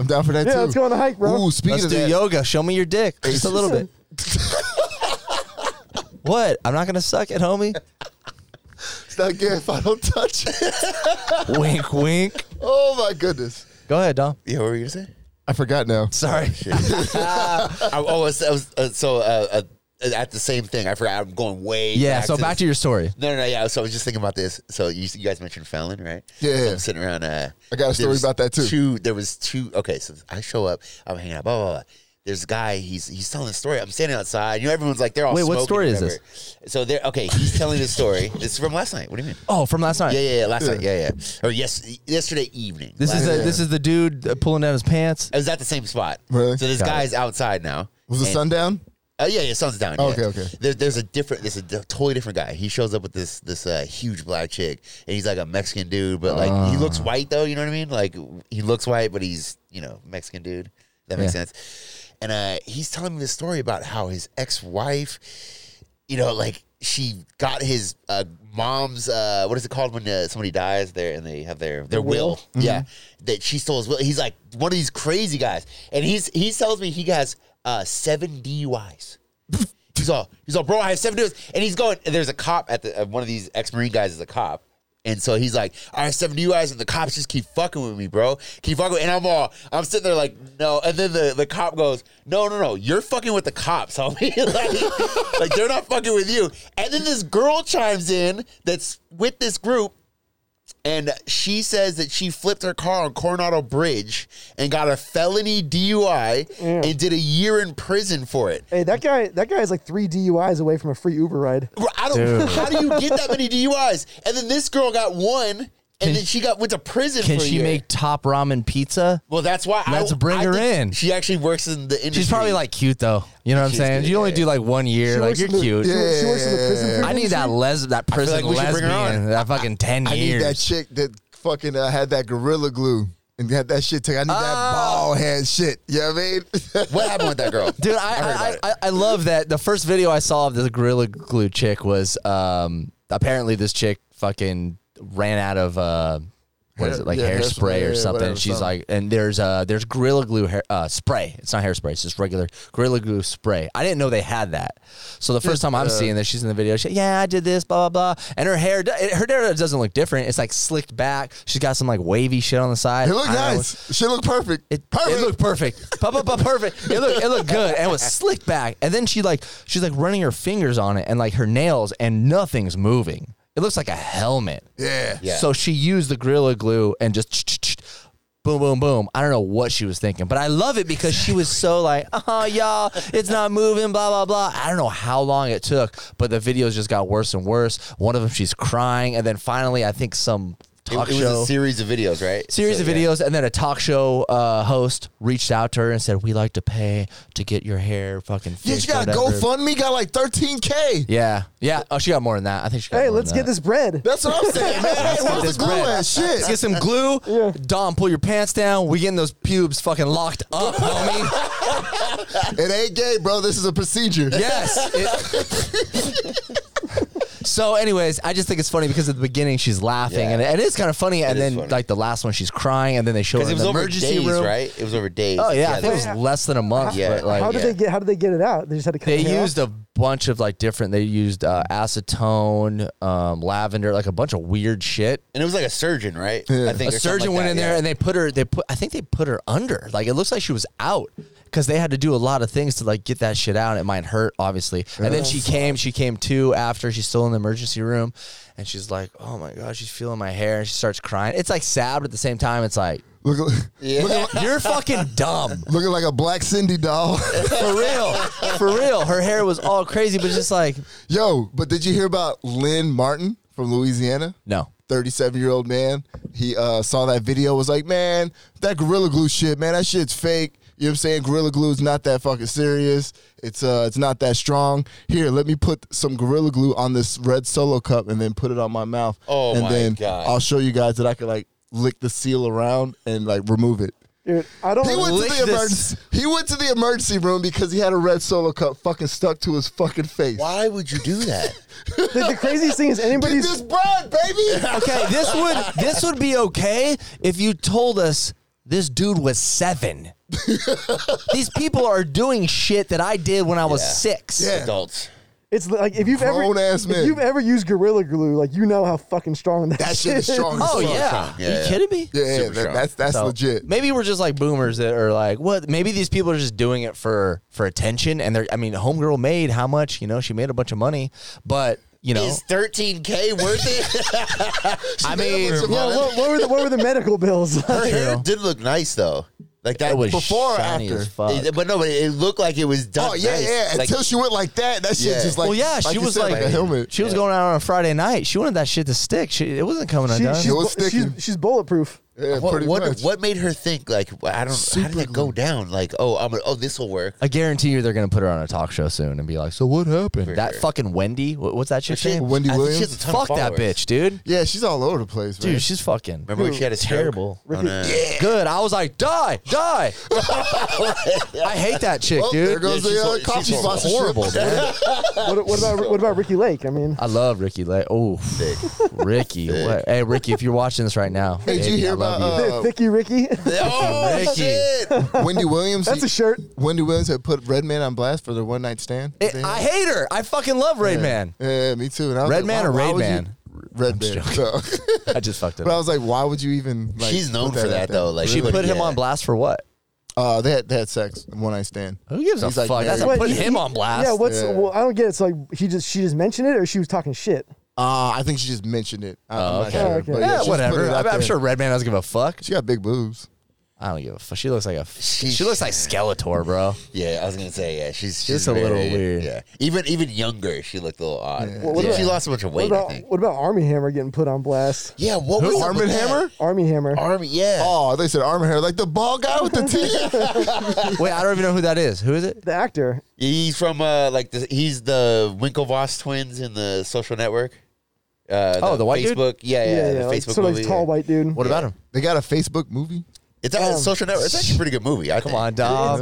Speaker 2: I'm down for that
Speaker 3: Yeah,
Speaker 2: too.
Speaker 3: let's go on a hike, bro.
Speaker 2: Ooh, speaking
Speaker 1: Let's
Speaker 2: of
Speaker 1: do
Speaker 2: that,
Speaker 1: yoga. Show me your dick. Just a little
Speaker 3: (laughs)
Speaker 1: bit. what? I'm not going to suck it, homie.
Speaker 2: it's not good if I don't touch it.
Speaker 1: wink, wink.
Speaker 2: Oh my goodness.
Speaker 1: Go ahead, Dom.
Speaker 4: Yeah, what were you gonna say?
Speaker 2: I forgot now.
Speaker 1: Sorry.
Speaker 4: (laughs) I, oh, I was, I was uh, so uh, uh, at the same thing. I forgot. I'm going
Speaker 1: (laughs)
Speaker 4: way.
Speaker 1: yeah, so back
Speaker 4: this-
Speaker 1: to your story.
Speaker 4: No, no, no. Yeah. So I was just thinking about this. So you, you guys mentioned Fallon, right?
Speaker 2: Yeah.
Speaker 4: So I'm sitting around. Uh,
Speaker 2: I got a story
Speaker 4: there's
Speaker 2: about that, too.
Speaker 4: Two. There was two. Okay. So I show up. I'm hanging out. Blah blah blah. There's a guy. He's he's telling the story. I'm standing outside. You know, everyone's like they're all.
Speaker 1: Wait, what
Speaker 4: smoking
Speaker 1: story
Speaker 4: or
Speaker 1: is
Speaker 4: whatever. So they're okay. He's telling
Speaker 1: (laughs)
Speaker 4: the story. This is from last night. What do you mean?
Speaker 1: Oh, from last night.
Speaker 4: Yeah, yeah, yeah. Last night. Yeah, yeah. Or yes, yesterday evening.
Speaker 1: This
Speaker 4: last
Speaker 1: is the
Speaker 4: night.
Speaker 1: this is the dude uh, pulling down his pants.
Speaker 4: I was at the same spot.
Speaker 2: Really?
Speaker 4: So this
Speaker 1: Got
Speaker 4: guy's outside now.
Speaker 2: Was it
Speaker 4: And-
Speaker 2: sundown?
Speaker 4: Uh, yeah, yeah, sun's down.
Speaker 2: Okay,
Speaker 4: yeah.
Speaker 2: okay.
Speaker 4: There, there's a different, there's a d- totally different guy. He shows up with this this uh, huge black chick, and he's like a Mexican dude, but like he looks white though. You know what I mean? Like he looks white, but he's you know Mexican dude. That makes
Speaker 1: Yeah.
Speaker 4: sense. And uh, he's telling me this story about how his ex wife, you know, like she got his uh, mom's uh, what is it called when uh, somebody dies there and they have their their will, yeah that she stole his will he's like one of these crazy guys and he's he tells me he has uh, seven DUIs he's all he's all bro I have seven DUIs and he's going and there's a cop at the uh, one of these ex marine guys is a cop. And so he's like, I have seven DUIs, and the cops just keep fucking with me, bro. Keep fucking, with and I'm all, I'm sitting there like, no. And then the, the cop goes, no, no, no, you're fucking with the cops, (laughs) homie. like, like they're not fucking with you. And then this girl chimes in that's with this group, and she says that she flipped her car on Coronado Bridge and got a felony DUI and did a year in prison for it.
Speaker 3: Hey, that guy, that guy is like three DUIs away from a free Uber ride.
Speaker 4: Bro, I don't. (laughs) How do you get that many DUIs? And then this girl got one, and then she got went to prison.
Speaker 1: Can
Speaker 4: for a
Speaker 1: she
Speaker 4: year.
Speaker 1: make top ramen pizza?
Speaker 4: Well, that's why.
Speaker 1: Let's
Speaker 4: I,
Speaker 1: bring
Speaker 4: I
Speaker 1: her
Speaker 4: think
Speaker 1: in.
Speaker 4: She actually works in the industry.
Speaker 1: She's probably like cute though. You know what I'm
Speaker 4: She's
Speaker 1: saying?
Speaker 4: good,
Speaker 1: You only
Speaker 4: yeah.
Speaker 1: do like one year.
Speaker 3: She
Speaker 1: like
Speaker 3: works
Speaker 1: you're
Speaker 3: in the-
Speaker 1: cute.
Speaker 3: She, works- she works in the prison.
Speaker 1: I need that les that prison
Speaker 4: like we should bring her
Speaker 1: lesbian.
Speaker 4: on.
Speaker 1: That fucking ten
Speaker 2: I
Speaker 1: years.
Speaker 2: need that chick that fucking uh, had that gorilla glue and had that shit. Take. I need that ball head shit. You know what I mean?
Speaker 4: what happened with
Speaker 2: (laughs)
Speaker 4: that girl,
Speaker 1: (laughs) Dude, I I, I, I love that. The first video I saw of the gorilla glue chick was um apparently this chick fucking ran out of uh what is it like
Speaker 2: Yeah,
Speaker 1: hairspray
Speaker 2: hairspray,
Speaker 1: or
Speaker 2: yeah,
Speaker 1: something?
Speaker 2: whatever,
Speaker 1: and she's
Speaker 2: something.
Speaker 1: like, and there's uh there's gorilla glue hair uh, spray. It's not hairspray. It's just regular gorilla glue spray. I didn't know they had that. So the first time
Speaker 2: uh,
Speaker 1: I'm seeing this, she's in the video. She, yeah, I did this, blah blah blah. And her hair, do- it- her hair doesn't look different. It's like slicked back. She's got some like wavy shit on the side.
Speaker 2: it looked
Speaker 1: I don't know what-
Speaker 2: nice. She looked perfect.
Speaker 1: it,
Speaker 2: perfect.
Speaker 1: it looked perfect. Pa- pa- pa- perfect. It looked it looked good and it was slick back. And then she like she's like running her fingers on it and like her nails and nothing's moving. It looks like a helmet.
Speaker 2: Yeah.
Speaker 4: Yeah.
Speaker 1: So she used the gorilla glue and just boom, boom, boom. I don't know what she was thinking, but I love it because she was so like, oh, y'all, it's not moving, blah, blah, blah. I don't know how long it took, but the videos just got worse and worse. One of them, she's crying. And then finally, I think some talk
Speaker 4: it, it
Speaker 1: show
Speaker 4: was a series of videos, right?
Speaker 1: series
Speaker 4: So,
Speaker 1: of
Speaker 4: yeah.
Speaker 1: videos, and then a talk show uh, host reached out to her and said, "We like to pay to get your hair fucking fixed."
Speaker 2: Yeah, you got a
Speaker 1: whatever."
Speaker 2: GoFundMe, got like 13K.
Speaker 1: Yeah, yeah. Oh, she got more than that. I think she got.
Speaker 3: Hey,
Speaker 1: more
Speaker 3: let's
Speaker 1: than
Speaker 3: get
Speaker 1: that.
Speaker 3: this bread.
Speaker 2: That's what I'm saying,
Speaker 1: (laughs)
Speaker 2: man. Hey,
Speaker 1: get
Speaker 2: where's
Speaker 1: this
Speaker 2: the glue
Speaker 1: bread.
Speaker 2: at?
Speaker 1: Let's
Speaker 2: Shit.
Speaker 1: get some glue.
Speaker 3: Yeah.
Speaker 1: Dom, pull your pants down. We getting those pubes fucking locked up, homie.
Speaker 2: It ain't gay, bro. This is a procedure.
Speaker 1: Yes. it- (laughs) so, anyways, I just think it's funny because at the beginning she's laughing
Speaker 4: Yeah.
Speaker 1: and, and it's kind of funny, and
Speaker 4: is
Speaker 1: then
Speaker 4: funny.
Speaker 1: like the last one she's crying, and then they show her
Speaker 4: Because
Speaker 1: in
Speaker 4: it was
Speaker 1: the
Speaker 4: over
Speaker 1: emergency
Speaker 4: days,
Speaker 1: room.
Speaker 4: right? It was over days.
Speaker 1: Oh yeah, I think
Speaker 4: they-
Speaker 1: it was less than a month.
Speaker 4: Yeah.
Speaker 1: but, like,
Speaker 3: how did
Speaker 4: yeah.
Speaker 3: they get? How did they get it out? They just had to cut.
Speaker 1: They
Speaker 3: the hair off?
Speaker 1: used a bunch of like different. They used uh, acetone, um, lavender, like a bunch of weird shit.
Speaker 4: and it was like a surgeon, right? I think
Speaker 1: A
Speaker 4: or something
Speaker 1: surgeon
Speaker 4: like
Speaker 1: went
Speaker 4: that,
Speaker 1: in there
Speaker 4: yeah.
Speaker 1: and they put her. They put. I think they put her under. Like it looks like she was out because they had to do a lot of things to like get that shit out. It might hurt, obviously. And then she came. She came to after. She's still in the emergency room, and she's like, "Oh my god, she's feeling my hair," and she starts crying. It's like sad, but at the same time, it's like.
Speaker 2: Look,
Speaker 4: Yeah.
Speaker 1: You're fucking dumb.
Speaker 2: looking like a black Cindy doll.
Speaker 1: For real. For real. Her hair was all crazy, but just like,
Speaker 2: Yo, but did you hear about Lynn Martin from Louisiana?
Speaker 1: no.
Speaker 2: 37 year old man. He uh, saw that video, was like, man, that Gorilla Glue shit, man, that shit's fake. You know what I'm saying? Gorilla Glue's not that fucking serious. It's uh, it's not that strong. Here, let me put some Gorilla Glue on this red solo cup and then put it on my mouth.
Speaker 4: Oh
Speaker 2: and
Speaker 4: my
Speaker 2: then
Speaker 4: God.
Speaker 2: I'll show you guys that I can like lick the seal around and like remove it.
Speaker 3: Dude, I don't.
Speaker 2: He went
Speaker 1: Lick
Speaker 2: to the
Speaker 1: this-
Speaker 2: emergency. He went to the emergency room because he had a red solo cup fucking stuck to his fucking face.
Speaker 4: (laughs) Why would you do that?
Speaker 3: the, the
Speaker 1: (laughs)
Speaker 3: craziest thing is
Speaker 2: Get
Speaker 3: anybody's.
Speaker 2: this bread, baby.
Speaker 1: Okay, this would this would be okay if you told us this dude was seven. These people are doing shit that I did when I was
Speaker 4: Yeah.
Speaker 1: six.
Speaker 2: Yeah.
Speaker 4: Adults.
Speaker 3: It's like if you've ever
Speaker 2: Grown-ass
Speaker 3: if
Speaker 2: men.
Speaker 3: you've ever used gorilla glue, like you know how fucking strong that,
Speaker 2: That shit is strong.
Speaker 1: Oh
Speaker 2: Sorry,
Speaker 1: yeah.
Speaker 4: Yeah,
Speaker 1: Are you
Speaker 4: yeah.
Speaker 1: kidding me?
Speaker 2: (laughs) Yeah, yeah
Speaker 4: Super
Speaker 2: that,
Speaker 4: strong.
Speaker 2: that's that's
Speaker 1: So,
Speaker 2: legit.
Speaker 1: Maybe we're just like boomers that are like, what? Maybe these people are just doing it for for attention. And they're, I mean, homegirl made how much? You know, she made a bunch of money, but you know,
Speaker 4: Is 13K worth
Speaker 1: (laughs)
Speaker 4: it?
Speaker 1: I
Speaker 2: made a
Speaker 1: mean,
Speaker 2: bunch of
Speaker 3: Yeah,
Speaker 2: money.
Speaker 3: what, what were the what were the medical bills? (laughs)
Speaker 4: Her hair did look nice though. Like that
Speaker 1: it was
Speaker 4: before or
Speaker 1: shiny
Speaker 4: after.
Speaker 1: as fuck.
Speaker 4: It- but no, but it looked like it was done.
Speaker 2: Oh yeah,
Speaker 4: nice.
Speaker 2: yeah.
Speaker 4: Like,
Speaker 2: Until she went like that, that shit
Speaker 4: Yeah.
Speaker 2: just like
Speaker 1: well, yeah, she
Speaker 2: you
Speaker 1: was
Speaker 2: said,
Speaker 1: like,
Speaker 2: a helmet.
Speaker 1: She was going out on a Friday night. She wanted that shit to stick. She, it wasn't coming
Speaker 3: she,
Speaker 1: undone.
Speaker 3: she's,
Speaker 2: It was
Speaker 3: bu- she's,
Speaker 2: sticking.
Speaker 3: she's bulletproof.
Speaker 2: yeah,
Speaker 4: what,
Speaker 2: pretty
Speaker 4: what,
Speaker 2: much.
Speaker 4: what made her think like I don't how did
Speaker 2: Super
Speaker 4: it go down? Like oh I'm a, oh this will work.
Speaker 1: I guarantee you, they're gonna put her on a talk show soon and be like, "So what happened? that
Speaker 4: sure.
Speaker 1: fucking Wendy? What, what's that shit name?
Speaker 2: Wendy
Speaker 4: I think
Speaker 2: Williams?
Speaker 4: she has a ton of
Speaker 1: Fuck that
Speaker 4: followers.
Speaker 1: bitch, dude.
Speaker 2: Yeah, she's all over the place, man.
Speaker 1: Dude, she's fucking
Speaker 4: Remember when she had a stroke?
Speaker 1: terrible.
Speaker 4: On a-
Speaker 1: good. I was like, die, die. (laughs) I hate that chick,
Speaker 2: oh, there
Speaker 1: dude.
Speaker 2: goes
Speaker 4: Yeah,
Speaker 2: the
Speaker 4: she's
Speaker 2: uh,
Speaker 4: hor-
Speaker 2: coffee
Speaker 4: she's
Speaker 2: sponsorship.
Speaker 1: Horrible, dude.
Speaker 3: What, what about what about Ricky Lake? I mean,
Speaker 1: I love Ricky. Le- oh, Ricky. What? Hey, Ricky, if you're watching this right now,
Speaker 2: Hey, did you
Speaker 1: baby,
Speaker 2: hear
Speaker 1: (laughs) I love
Speaker 2: about,
Speaker 1: you.
Speaker 2: uh,
Speaker 1: (laughs)
Speaker 3: Thicky Ricky.
Speaker 4: Oh
Speaker 1: Ricky.
Speaker 2: (laughs)
Speaker 4: shit!
Speaker 2: Wendy Williams.
Speaker 3: (laughs) That's a shirt.
Speaker 2: Wendy Williams had put Redman on blast for their one night stand.
Speaker 1: It-
Speaker 2: They had-
Speaker 1: I hate her. I fucking love Raid Man.
Speaker 2: uh, (laughs) yeah, me too. And I was
Speaker 1: Red Man
Speaker 2: why-
Speaker 1: or
Speaker 2: why
Speaker 1: Raid
Speaker 2: would you-
Speaker 1: Man?
Speaker 2: Red Man. So, (laughs)
Speaker 1: I just fucked it.
Speaker 2: but I
Speaker 1: Up.
Speaker 2: was like, why would you even? Like,
Speaker 4: She's known
Speaker 2: put
Speaker 4: for
Speaker 2: out
Speaker 4: that
Speaker 2: there?
Speaker 4: though. Like
Speaker 1: She put him
Speaker 4: yeah.
Speaker 1: on blast for what?
Speaker 2: Uh, they had they had sex one night stand.
Speaker 1: Who gives a
Speaker 2: He's like
Speaker 1: fuck?
Speaker 2: married.
Speaker 1: That's not
Speaker 3: What,
Speaker 1: putting
Speaker 3: he-
Speaker 1: him
Speaker 3: he-
Speaker 1: on blast.
Speaker 3: Yeah, what's
Speaker 2: Yeah.
Speaker 3: well? I don't get it. So like he just she just mentioned it, or she was talking shit.
Speaker 2: Uh, I think she just mentioned it. I,
Speaker 1: Oh,
Speaker 2: I'm not
Speaker 1: okay.
Speaker 2: sure,
Speaker 3: Okay.
Speaker 2: but
Speaker 1: Yeah,
Speaker 2: she's put
Speaker 1: whatever.
Speaker 2: it
Speaker 1: I'm,
Speaker 2: out
Speaker 1: I'm
Speaker 2: there.
Speaker 1: sure Redman doesn't give a fuck.
Speaker 2: she got big boobs.
Speaker 1: I don't give a fuck. She looks like a. She,
Speaker 4: She-
Speaker 1: looks like Skeletor, bro.
Speaker 4: Yeah, I was gonna say yeah. She's she's
Speaker 1: a little
Speaker 4: very-
Speaker 1: weird.
Speaker 4: Yeah, even even younger, she looked a little odd.
Speaker 3: What- what
Speaker 4: Yeah,
Speaker 3: about-
Speaker 4: She lost a bunch of
Speaker 3: What
Speaker 4: weight. I
Speaker 3: about
Speaker 4: think.
Speaker 3: what about Army Hammer getting put on blast?
Speaker 4: Yeah, what
Speaker 2: Who,
Speaker 4: was
Speaker 2: Arm and Hammer?
Speaker 3: Army Hammer.
Speaker 4: Army, yeah.
Speaker 2: Oh, they said arm and hair, like the bald
Speaker 1: (laughs)
Speaker 2: guy with the teeth.
Speaker 1: Wait, I don't even know who that is. Who is it?
Speaker 3: the actor.
Speaker 4: He's from uh like the, he's the Winklevoss twins in the Social Network. Uh,
Speaker 1: Oh, the white dude?
Speaker 4: Facebook. Yeah, yeah,
Speaker 3: Yeah,
Speaker 4: the
Speaker 3: yeah. like,
Speaker 4: Facebook
Speaker 3: sort of
Speaker 4: movie.
Speaker 3: like tall
Speaker 4: yeah.
Speaker 3: white dude.
Speaker 1: What about him?
Speaker 2: they got a Facebook movie.
Speaker 4: It's a
Speaker 3: Um,
Speaker 4: Social Network. It's actually a pretty good movie. I
Speaker 1: Come
Speaker 4: think.
Speaker 1: on, Dom.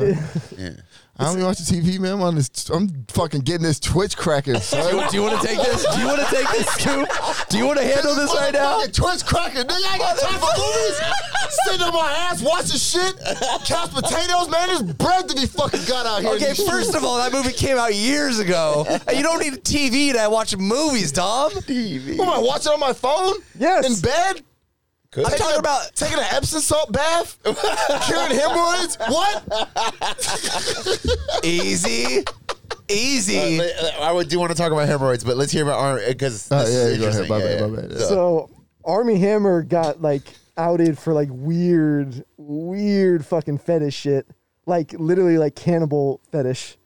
Speaker 2: I don't even watch the TV, man. I'm on this. I'm fucking getting this Twitch cracking. son.
Speaker 1: Do you want to take this? Do you want to take this, Scoop? Do you want to handle this right now?
Speaker 2: Fucking Twitch cracking, nigga. I got time for movies. Sitting on my ass watching shit, couch potatoes, man. There's bread to be fucking got out here.
Speaker 1: Okay, first of all, that movie came out years ago. You don't need a TV to watch movies, Dom.
Speaker 2: what am I watching on my phone?
Speaker 3: Yes.
Speaker 2: in bed.
Speaker 4: Could-
Speaker 1: I'm talking about
Speaker 2: Taking an Epsom
Speaker 1: (laughs)
Speaker 2: salt bath, curing hemorrhoids. What?
Speaker 1: easy, easy.
Speaker 4: But, uh, I would do want to talk about hemorrhoids, but let's hear about arm because
Speaker 2: Oh,
Speaker 4: this
Speaker 2: yeah,
Speaker 4: is
Speaker 2: go ahead.
Speaker 4: interesting.
Speaker 2: My
Speaker 4: yeah,
Speaker 2: bad,
Speaker 4: yeah.
Speaker 2: my bad.
Speaker 4: So-
Speaker 3: So Army Hammer got like outed for like weird, weird fucking fetish shit. Like literally like cannibal fetish.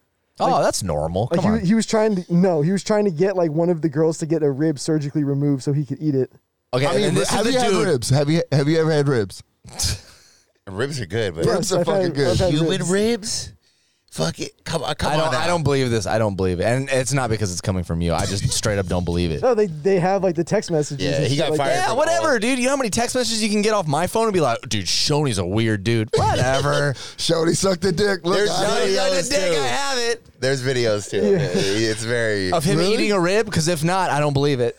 Speaker 1: Oh, that's normal.
Speaker 3: Like
Speaker 1: Come
Speaker 3: he,
Speaker 1: on.
Speaker 3: he was trying to no, he was trying to get like one of the girls to get a rib surgically removed so he could eat it.
Speaker 1: Okay,
Speaker 2: I mean,
Speaker 1: and this is
Speaker 2: have
Speaker 1: the
Speaker 2: you had
Speaker 1: dude.
Speaker 2: ribs? Have you have you ever had ribs?
Speaker 4: Ribs are good, but
Speaker 2: Ribs are
Speaker 3: I've had-
Speaker 2: fucking good.
Speaker 3: I've had
Speaker 4: human
Speaker 3: ribs.
Speaker 4: ribs. Fuck it. Come on, come
Speaker 1: I
Speaker 4: on.
Speaker 1: don't.
Speaker 4: now.
Speaker 1: I don't believe this. I don't believe it, and it's not because it's coming from you. I just straight up don't believe it.
Speaker 3: No, they they have like the text messages.
Speaker 4: Yeah,
Speaker 3: and
Speaker 4: he
Speaker 3: shit
Speaker 4: got
Speaker 3: like
Speaker 4: fired.
Speaker 3: that.
Speaker 1: Yeah,
Speaker 4: from
Speaker 1: whatever,
Speaker 4: all-
Speaker 1: dude. You know how many text messages you can get off my phone and be like, dude, Shoney's a weird dude. (laughs) Whatever.
Speaker 2: Shorty sucked the dick. Look,
Speaker 4: There's
Speaker 2: I-
Speaker 4: no-
Speaker 1: Shoney's like a
Speaker 4: Videos,
Speaker 1: dick.
Speaker 4: too.
Speaker 1: I have it.
Speaker 4: There's videos too. It's very.
Speaker 1: Of him
Speaker 2: Really?
Speaker 1: eating a rib, because if not, I don't believe (laughs) it.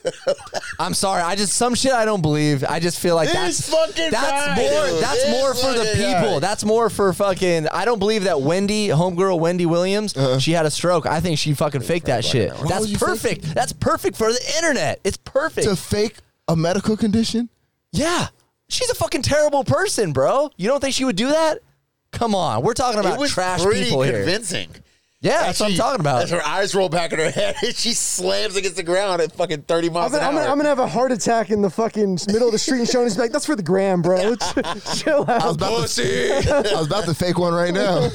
Speaker 1: I'm sorry. I just some shit I don't believe. I just feel like
Speaker 4: This
Speaker 1: that's
Speaker 4: fucking
Speaker 1: that's
Speaker 4: guy,
Speaker 1: more
Speaker 4: dude.
Speaker 1: that's
Speaker 4: This
Speaker 1: more for the
Speaker 4: fucking guy.
Speaker 1: people. That's more for fucking. I don't believe that Wendy, homegirl Wendy Williams, she had a stroke. I think she fucking faked that shit.
Speaker 2: would
Speaker 1: That's
Speaker 2: you fake
Speaker 1: perfect. That's perfect for the internet. It's perfect.
Speaker 2: to fake a medical condition.
Speaker 1: Yeah. She's a fucking terrible person, bro. You don't think she would do that? Come on. We're talking
Speaker 4: it
Speaker 1: about
Speaker 4: was
Speaker 1: trash
Speaker 4: pretty
Speaker 1: people here.
Speaker 4: convincing.
Speaker 1: Yeah, that's what I'm
Speaker 4: She-
Speaker 1: talking
Speaker 4: As
Speaker 1: about.
Speaker 4: her eyes roll back in her head, (laughs) and she slams against the ground at fucking 30
Speaker 3: I'm
Speaker 4: miles
Speaker 3: gonna,
Speaker 4: an
Speaker 3: I'm,
Speaker 4: hour.
Speaker 3: gonna, I'm gonna have a heart attack in the fucking middle of the street and Shoney's like, that's for the gram, bro. (laughs) Chill out.
Speaker 2: I was about to, I was about to fake one right now.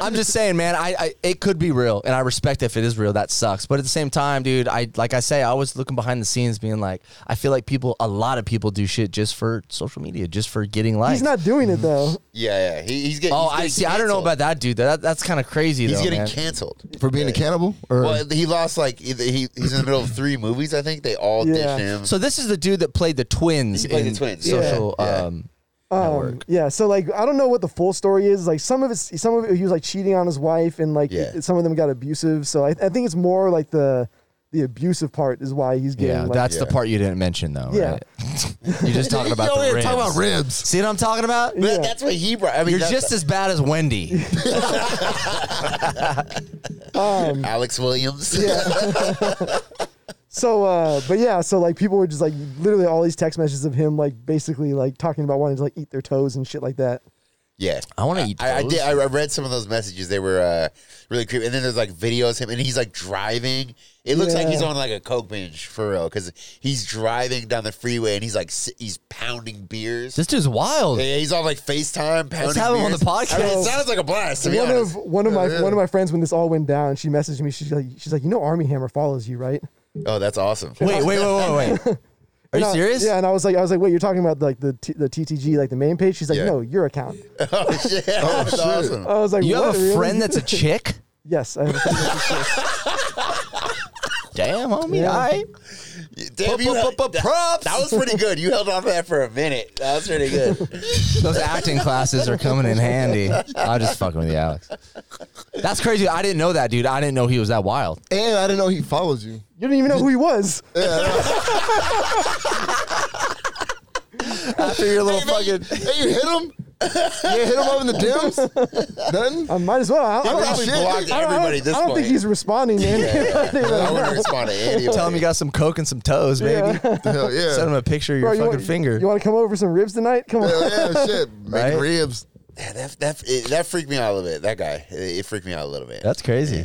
Speaker 1: I'm just saying, man, I, I it could be real and I respect if it is real, that sucks. But at the same time, dude, I like I say, I was looking behind the scenes being like, I feel like people a lot of people do shit just for social media, just for getting likes.
Speaker 3: He's not doing it though.
Speaker 4: Mm-hmm. yeah, yeah. He, he's getting.
Speaker 1: Oh,
Speaker 4: he's
Speaker 1: I
Speaker 4: getting
Speaker 1: see. I don't know
Speaker 4: canceled.
Speaker 1: about that, dude. That that's kind of crazy
Speaker 4: He's
Speaker 1: though,
Speaker 4: getting
Speaker 1: man.
Speaker 4: canceled.
Speaker 2: For being a cannibal? Or
Speaker 4: Well, he lost like either he, he's in the middle of three movies. I think they all
Speaker 3: Yeah.
Speaker 4: dished him.
Speaker 1: so this is the dude that played the twins
Speaker 4: He played the
Speaker 1: in
Speaker 4: twins, yeah.
Speaker 1: social
Speaker 4: Yeah.
Speaker 1: um
Speaker 3: Um, yeah, so like I don't know what the full story is. Like some of it's some of it he was like cheating on his wife, and like
Speaker 4: Yeah.
Speaker 3: some of them got abusive. So I, I think it's more like the the abusive part is why he's getting
Speaker 1: Yeah,
Speaker 3: like,
Speaker 1: that's the part you didn't mention though,
Speaker 3: Yeah.
Speaker 1: right? (laughs) You're just talking
Speaker 2: (laughs)
Speaker 1: about the ribs.
Speaker 2: talking about ribs.
Speaker 1: See what I'm talking about?
Speaker 4: But
Speaker 3: Yeah.
Speaker 4: that's what he brought. I mean,
Speaker 1: You're
Speaker 4: that's-
Speaker 1: just as bad as
Speaker 3: (laughs)
Speaker 1: Wendy.
Speaker 4: Alex Williams.
Speaker 3: so. Uh, but yeah, so like people were just like literally all these text messages of him like basically like talking about wanting to like eat their toes and shit like that.
Speaker 4: (laughs) Yeah,
Speaker 1: I wanna eat
Speaker 4: I, I
Speaker 1: those.
Speaker 4: did. I I read some of those messages. They were uh, really creepy. And then there's like videos him, and he's like driving. It looks like he's
Speaker 3: Yeah.
Speaker 4: on like a coke binge for real, because he's driving down the freeway and he's like si- he's pounding beers.
Speaker 1: This dude's wild.
Speaker 4: yeah, he's on like Facetime. Pounding
Speaker 1: have him on
Speaker 4: beers.
Speaker 1: the
Speaker 4: I mean,
Speaker 1: podcast.
Speaker 4: it sounds like a blast. To be
Speaker 3: One
Speaker 4: honest.
Speaker 3: of one of my one of my friends when this all went down, she messaged me. She's like, she's like, you know, Army Hammer follows you, right?
Speaker 4: oh, that's awesome.
Speaker 1: Wait, wait, wait, wait,
Speaker 3: (laughs)
Speaker 1: wait. Are
Speaker 3: And
Speaker 1: you
Speaker 3: I-
Speaker 1: serious?
Speaker 3: Yeah, and I was like, I was like, wait, you're talking about like the t- the TTG, like the main page? She's like,
Speaker 4: Yeah.
Speaker 3: no, your account.
Speaker 4: (laughs) oh shit, that's awesome.
Speaker 3: I was like,
Speaker 1: You
Speaker 3: what,
Speaker 1: have a
Speaker 3: really?
Speaker 1: friend
Speaker 3: (laughs)
Speaker 1: that's a chick?
Speaker 3: Yes, I have a friend
Speaker 1: Damn, homie.
Speaker 3: Yeah.
Speaker 1: All right.
Speaker 4: Damn, you held- that,
Speaker 1: Props.
Speaker 4: that was pretty good. You held on to that for a minute. That was pretty good.
Speaker 1: Those acting classes are coming in handy. I'm just fucking with you, Alex. That's crazy. I didn't know that, dude. I didn't know he was that wild.
Speaker 2: And I didn't know he follows you.
Speaker 3: You didn't even know who he was.
Speaker 1: After your little fucking.
Speaker 2: Hey, you hit him? You hit him up in the dims? Nothing?
Speaker 3: (laughs) I might as well. I, I don't,
Speaker 4: Probably
Speaker 2: shit.
Speaker 4: blocked
Speaker 3: I don't- I don't-
Speaker 4: everybody at this
Speaker 3: I don't
Speaker 4: point.
Speaker 3: think he's responding, man. (laughs)
Speaker 4: I wouldn't respond to any of
Speaker 1: Tell him
Speaker 4: it.
Speaker 1: you got some coke and some toes, baby.
Speaker 2: Hell yeah.
Speaker 1: Send him a picture of your
Speaker 3: Bro, you
Speaker 1: fucking
Speaker 3: want-
Speaker 1: finger.
Speaker 3: You want to come over for some ribs tonight?
Speaker 1: (laughs)
Speaker 3: Come on.
Speaker 2: Hell yeah, shit. Making
Speaker 1: Right?
Speaker 2: ribs.
Speaker 4: Yeah, that that it, that freaked me out a little bit. That guy, it, it freaked me out a little bit.
Speaker 1: That's crazy.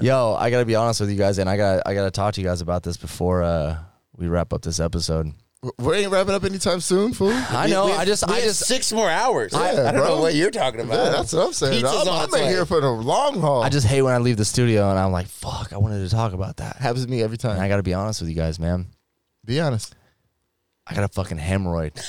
Speaker 1: Yo, I gotta be honest with you guys, and I got to I gotta talk to you guys about this before uh, we wrap up this episode.
Speaker 2: We ain't wrapping up anytime soon, fool. Yeah,
Speaker 1: I know.
Speaker 4: We- we
Speaker 1: I
Speaker 4: have-
Speaker 1: just
Speaker 4: we
Speaker 1: I
Speaker 4: have
Speaker 1: just
Speaker 4: six more hours. I,
Speaker 2: Yeah,
Speaker 4: I don't
Speaker 2: bro.
Speaker 4: know what you're talking about.
Speaker 2: that's what I'm saying. I'm,
Speaker 4: Pizza's on
Speaker 2: I'm
Speaker 4: its
Speaker 2: in
Speaker 4: way.
Speaker 2: here for the long haul.
Speaker 1: I just hate when I leave the studio and I'm like, fuck, I wanted to talk about that.
Speaker 2: happens to me every
Speaker 1: And I
Speaker 2: time.
Speaker 1: gotta be honest with you guys, man.
Speaker 2: Be honest.
Speaker 1: I got a fucking hemorrhoid.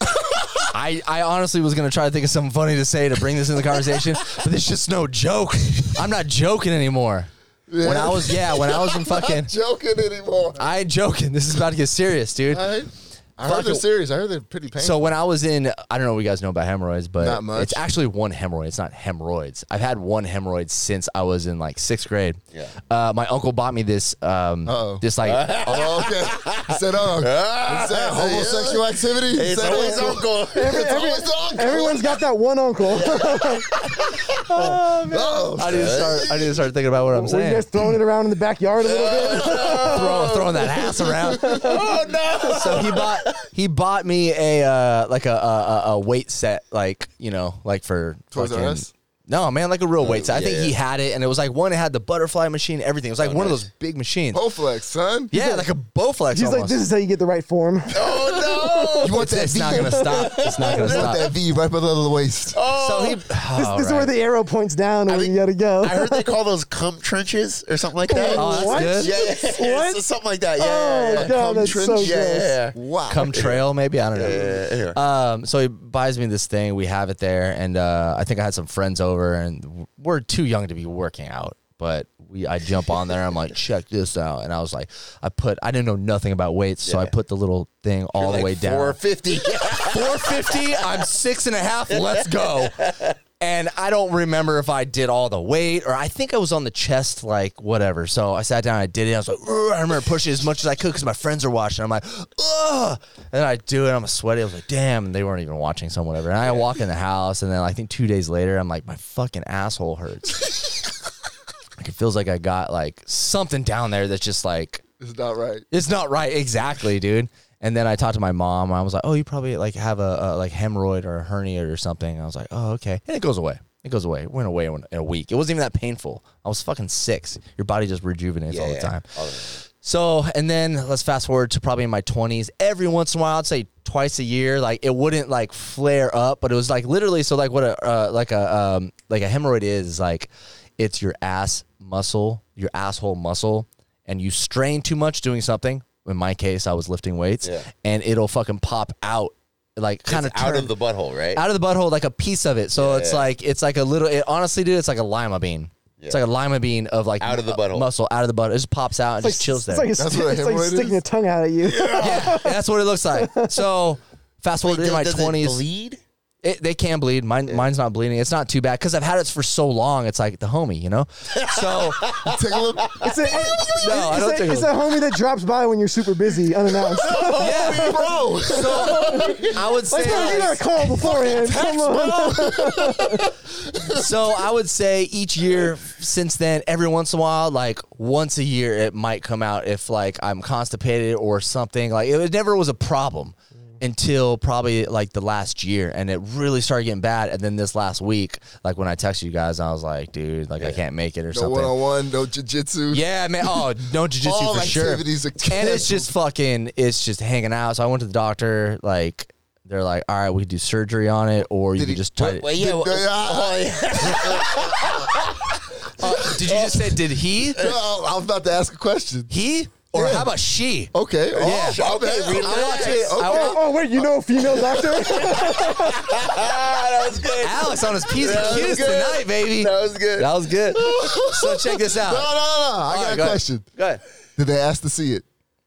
Speaker 1: (laughs) I, I honestly was gonna try to think of something funny to say to bring this in the conversation, but it's just no joke. I'm not joking anymore. When I was yeah, when I (laughs) was in fucking
Speaker 2: Joking anymore.
Speaker 1: I ain't joking. This is about to get serious, dude.
Speaker 2: All right. I
Speaker 1: Fuck
Speaker 2: heard they're
Speaker 1: it.
Speaker 2: serious. I heard they're pretty painful.
Speaker 1: So when I was in, I don't know what you guys know about hemorrhoids, but
Speaker 2: Not much.
Speaker 1: it's actually one hemorrhoid. It's not hemorrhoids. I've had one hemorrhoid since I was in like sixth grade.
Speaker 4: Yeah.
Speaker 1: Uh, my uncle bought me this, um,
Speaker 2: Uh-oh.
Speaker 1: this
Speaker 2: (laughs)
Speaker 1: like
Speaker 2: oh, okay. I said,
Speaker 1: (laughs)
Speaker 2: oh, is that homosexual activity? He
Speaker 4: It's
Speaker 2: said,
Speaker 4: always
Speaker 2: oh,
Speaker 4: uncle.
Speaker 1: (laughs)
Speaker 2: It's always uncle.
Speaker 3: Everyone's got that one uncle. Were
Speaker 2: Oh,
Speaker 1: I need to start. I need to start thinking
Speaker 3: (laughs)
Speaker 1: about what I'm
Speaker 3: you
Speaker 1: saying.
Speaker 3: guys throwing it around in the backyard a
Speaker 1: (laughs)
Speaker 3: little bit?
Speaker 1: throwing, throwing that ass
Speaker 2: (laughs)
Speaker 1: around.
Speaker 4: oh no!
Speaker 1: So he bought he bought me a uh, like a, a a- a weight set, like you know, like for
Speaker 2: Toys R
Speaker 1: fucking-
Speaker 2: Us? Oh,
Speaker 1: No man, like a real weight set. I
Speaker 4: yeah,
Speaker 1: think he
Speaker 4: yeah.
Speaker 1: had it, and it was like one. It had the butterfly machine, everything. It was like one of
Speaker 4: nice.
Speaker 1: those big machines.
Speaker 2: Bowflex, son.
Speaker 1: Yeah, like a Bowflex.
Speaker 3: He's
Speaker 1: almost.
Speaker 3: like, this is how you get the right form. (laughs)
Speaker 4: Oh
Speaker 1: (laughs)
Speaker 2: You want that
Speaker 1: It's
Speaker 2: V?
Speaker 1: not gonna stop. It's not
Speaker 2: You
Speaker 1: gonna stop.
Speaker 2: want that V right below the waist?
Speaker 1: So he.
Speaker 3: (laughs) This,
Speaker 1: all
Speaker 3: this is where
Speaker 1: right.
Speaker 3: the arrow points down where
Speaker 4: I think-
Speaker 3: you gotta go.
Speaker 4: Oh. I heard they call those cum trenches or something like that.
Speaker 1: Oh, that's
Speaker 3: (laughs) What?
Speaker 1: good.
Speaker 4: (laughs) yeah, yeah, yeah.
Speaker 3: What?
Speaker 4: So something like that. Yeah, yeah, yeah.
Speaker 3: Oh, no,
Speaker 4: Cum
Speaker 3: that's
Speaker 4: trench.
Speaker 3: so
Speaker 4: yeah,
Speaker 3: gross.
Speaker 4: yeah, yeah.
Speaker 2: Wow.
Speaker 1: Come trail, maybe I don't know.
Speaker 4: Yeah, anyway.
Speaker 1: Um, so he buys me this thing. We have it there, and uh, I think I had some friends over, and we're too young to be working out. But we, I jump on there. I'm
Speaker 3: (laughs)
Speaker 1: like, check this out, and I was like, I put, I didn't know nothing about weights, so I
Speaker 4: Yeah.
Speaker 1: put the little thing all the
Speaker 4: Like
Speaker 1: way down.
Speaker 4: (laughs) 450.
Speaker 1: 450. I'm six and a half. Let's go. And I don't remember if I did all the weight or I think I was on the chest, like whatever. So I sat down, I did it. I was like, "Ugh," I remember pushing as much as I could because my friends are watching. I'm like, ugh. And then I do it. I'm sweaty. I was like, damn. And they weren't even watching, so whatever. And I walk in the house. And then I think two days later, I'm like, my fucking asshole hurts. like, it feels like I got like something down there that's just like,
Speaker 2: It's not right.
Speaker 1: it's not right, exactly, dude. And then I talked to my mom. I was like, "Oh, you probably like have a, a like hemorrhoid or a hernia or something." And I was like, "Oh, okay." And it goes away. It goes away. It went away in in a week. It wasn't even that painful. I was fucking six. Your body just rejuvenates all the time. So, and then let's fast forward to probably in my 20s. Every once in a while, I'd say twice a year, like it wouldn't like flare up, but it was like literally so like what a uh, like a um like a hemorrhoid is is like it's your ass muscle, your asshole muscle and you strain too much doing something. In my case, I was lifting weights
Speaker 4: Yeah.
Speaker 1: and it'll fucking pop out like kind of
Speaker 4: It's out of the butthole, right?
Speaker 1: out of the butthole like a piece of it. So it's like it's like a little. It honestly, dude, it's like a lima bean. It's like a lima bean of like
Speaker 4: Out of the
Speaker 1: mu-
Speaker 4: butthole.
Speaker 1: muscle out of the butt. It just pops out and just chills there.
Speaker 3: It's like, a
Speaker 2: That's
Speaker 3: sti-
Speaker 2: what a
Speaker 3: it's like
Speaker 2: hemorrhoid
Speaker 3: sticking
Speaker 2: is?
Speaker 3: a tongue out at you.
Speaker 1: yeah, that's what it looks like. So fast forward in my
Speaker 4: Does it
Speaker 1: twenties,
Speaker 4: bleed?
Speaker 1: it, they can bleed. Mine, mine's not bleeding. It's not too bad because I've had it for so long. It's like the homie, you know.
Speaker 4: (laughs)
Speaker 1: So
Speaker 2: Take a look.
Speaker 3: It's a, no,
Speaker 2: (laughs)
Speaker 1: I don't
Speaker 3: it's,
Speaker 1: think
Speaker 3: a,
Speaker 1: it
Speaker 3: it's a homie that drops by when you're super
Speaker 2: (laughs)
Speaker 3: busy unannounced.
Speaker 1: yeah, bro. So I would say
Speaker 3: like, no, you gotta call beforehand. Come on.
Speaker 1: (laughs) so I would say each year since then, every once in a while, like once a year, it might come out if like I'm constipated or something. Like it was- never was a problem until probably like the last year, and it really started getting bad. And then this last week, like when I texted you guys, I was like, dude, like I can't make it or
Speaker 2: No
Speaker 1: something.
Speaker 2: one on one, no jujitsu.
Speaker 1: Yeah, man. Oh,
Speaker 2: (laughs)
Speaker 1: no
Speaker 2: All
Speaker 1: jujitsu for sure.
Speaker 2: activities are
Speaker 1: And it's just fucking, it's just hanging out. So I went to the doctor. Like they're like, all right, we can do surgery on it, or you
Speaker 2: Did
Speaker 1: can
Speaker 2: he-
Speaker 1: just try.
Speaker 4: Well, yeah. well- oh, yeah. (laughs)
Speaker 1: Uh, did you just say did he?
Speaker 2: No, I was about to ask a question.
Speaker 1: He or
Speaker 2: Yeah.
Speaker 1: how about she?
Speaker 2: Okay. Oh,
Speaker 1: Yeah.
Speaker 2: my
Speaker 4: Okay,
Speaker 2: bad.
Speaker 4: relax.
Speaker 2: Okay.
Speaker 1: I
Speaker 2: okay.
Speaker 1: want-
Speaker 3: Oh, oh, wait, you know a female doctor? (laughs)
Speaker 4: Ah, that was good.
Speaker 1: Alex on his P's
Speaker 4: That
Speaker 1: and
Speaker 4: was
Speaker 1: Q's
Speaker 4: good.
Speaker 1: tonight, baby.
Speaker 4: That was good.
Speaker 1: That was good. so check this out.
Speaker 2: No, no, (laughs) no. I
Speaker 1: All
Speaker 2: got
Speaker 1: right,
Speaker 2: a
Speaker 1: go ahead.
Speaker 2: question.
Speaker 1: Go ahead.
Speaker 2: Did they ask to see it?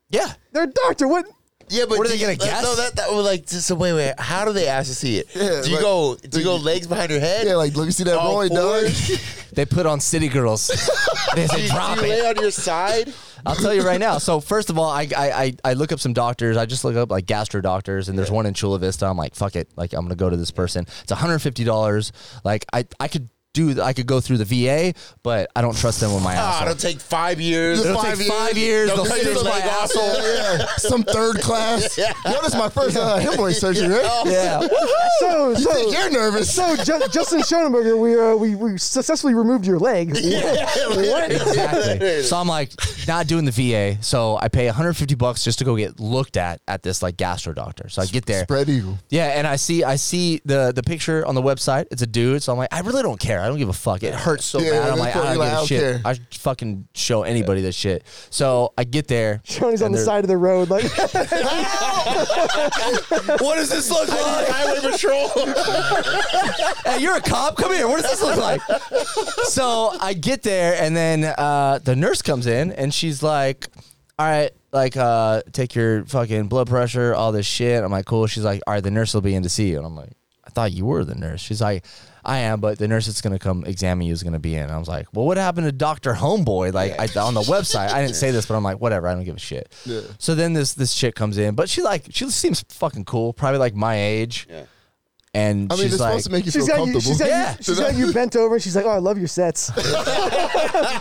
Speaker 1: Yeah.
Speaker 3: They're a doctor. What?
Speaker 4: Yeah, but
Speaker 1: What are
Speaker 4: do
Speaker 1: they gonna
Speaker 4: you-
Speaker 1: guess?
Speaker 4: No, that that was like so. Wait, wait. How do they ask to see it?
Speaker 2: Yeah,
Speaker 4: do you
Speaker 2: like-
Speaker 4: go? Do you go legs behind your head?
Speaker 2: Yeah, like let me see that
Speaker 1: Oh,
Speaker 4: All
Speaker 2: roid,
Speaker 1: (laughs)
Speaker 2: dog.
Speaker 4: (laughs) fours?
Speaker 1: They put on City Girls. they
Speaker 4: Do
Speaker 1: say
Speaker 4: you,
Speaker 1: drop
Speaker 4: do you
Speaker 1: it.
Speaker 4: lay on
Speaker 1: (laughs)
Speaker 4: your side?
Speaker 1: I'll tell you right now. So first of all, I I, I, I look up some doctors. I just look up like gastro doctors, and there's one in Chula Vista. I'm like, fuck it. Like I'm gonna go to this person. It's 150 dollars. Like I I could do. I could go through the VA, but I don't trust them with my
Speaker 4: Ah,
Speaker 1: asshole.
Speaker 4: it'll take five years.
Speaker 1: It'll
Speaker 2: five
Speaker 1: take
Speaker 2: years.
Speaker 1: five years. They'll
Speaker 4: They'll cut
Speaker 1: stitch
Speaker 4: your
Speaker 1: my
Speaker 4: leg off. (laughs)
Speaker 1: asshole.
Speaker 2: Yeah, some third
Speaker 1: (laughs)
Speaker 2: class.
Speaker 4: Yeah.
Speaker 2: Notice my first uh, hemorrhoid surgery,
Speaker 1: Oh.
Speaker 2: right?
Speaker 4: Oh,
Speaker 1: Yeah.
Speaker 3: So, so,
Speaker 2: You're nervous.
Speaker 3: so Ju- Justin Schoenberger, we, uh, we, we successfully removed your leg. (laughs)
Speaker 2: (laughs)
Speaker 3: What?
Speaker 1: Exactly. So I'm like not doing the VA. So I pay 150 bucks just to go get looked at at this like gastro doctor. So I get there.
Speaker 2: Spread eagle.
Speaker 1: Yeah, and I see I see the the picture on the website. It's a dude, so I'm like, I really don't care. I don't give a fuck. It hurts so
Speaker 2: Yeah,
Speaker 1: bad. I'm
Speaker 2: that's
Speaker 1: like,
Speaker 2: what
Speaker 1: I
Speaker 2: we
Speaker 1: don't
Speaker 2: like,
Speaker 1: give a
Speaker 2: I don't
Speaker 1: shit.
Speaker 2: care.
Speaker 1: I should fucking show anybody this shit. So I get there.
Speaker 3: Tony's on
Speaker 1: and
Speaker 3: the
Speaker 1: they're-
Speaker 3: side of the road.
Speaker 1: (laughs)
Speaker 3: Like,
Speaker 1: What does this look like?
Speaker 4: Highway patrol.
Speaker 1: (laughs) hey, you're a cop. Come here. What does this look like? so I get there, and then uh, the nurse comes in, and she's like, "All right, like, uh, take your fucking blood pressure, all this shit." I'm like, "Cool." She's like, "All right, the nurse will be in to see you," and I'm like, "I thought you were the nurse." She's like. I am, but the nurse that's gonna come examine you is gonna be in. I was like, well, what happened to Doctor Homeboy? Like I, on the website, I didn't say this, but I'm like, whatever, I don't give a shit.
Speaker 2: Yeah.
Speaker 1: So then this this chick comes in, but she like she seems fucking cool, probably like my age, and
Speaker 2: I mean,
Speaker 1: she's
Speaker 2: it's
Speaker 1: like,
Speaker 2: supposed to make you
Speaker 3: she's
Speaker 2: feel
Speaker 3: got you,
Speaker 2: comfortable.
Speaker 3: she's got,
Speaker 1: Yeah.
Speaker 3: you, she's got you bent over. and She's like, oh, I love your sets.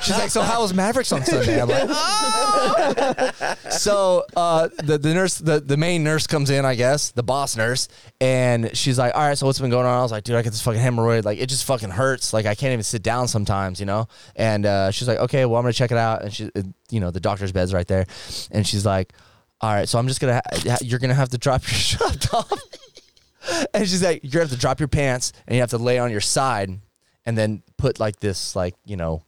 Speaker 1: She's like, so how was Mavericks on Sunday? I'm like, so uh, the the nurse, the, the main nurse comes in, I guess, the boss nurse, and she's like, all right, so what's been going on? I was like, dude, I get this fucking hemorrhoid, like it just fucking hurts, like I can't even sit down sometimes, you know. And uh, she's like, okay, well I'm gonna check it out, and she, uh, you know, the doctor's bed's right there, and she's like. all right, so I'm just gonna, ha- you're gonna have to drop your (laughs) shot, Tom. and she's like, you're gonna have to drop your pants and you have to lay on your side and then put like this, like, you know,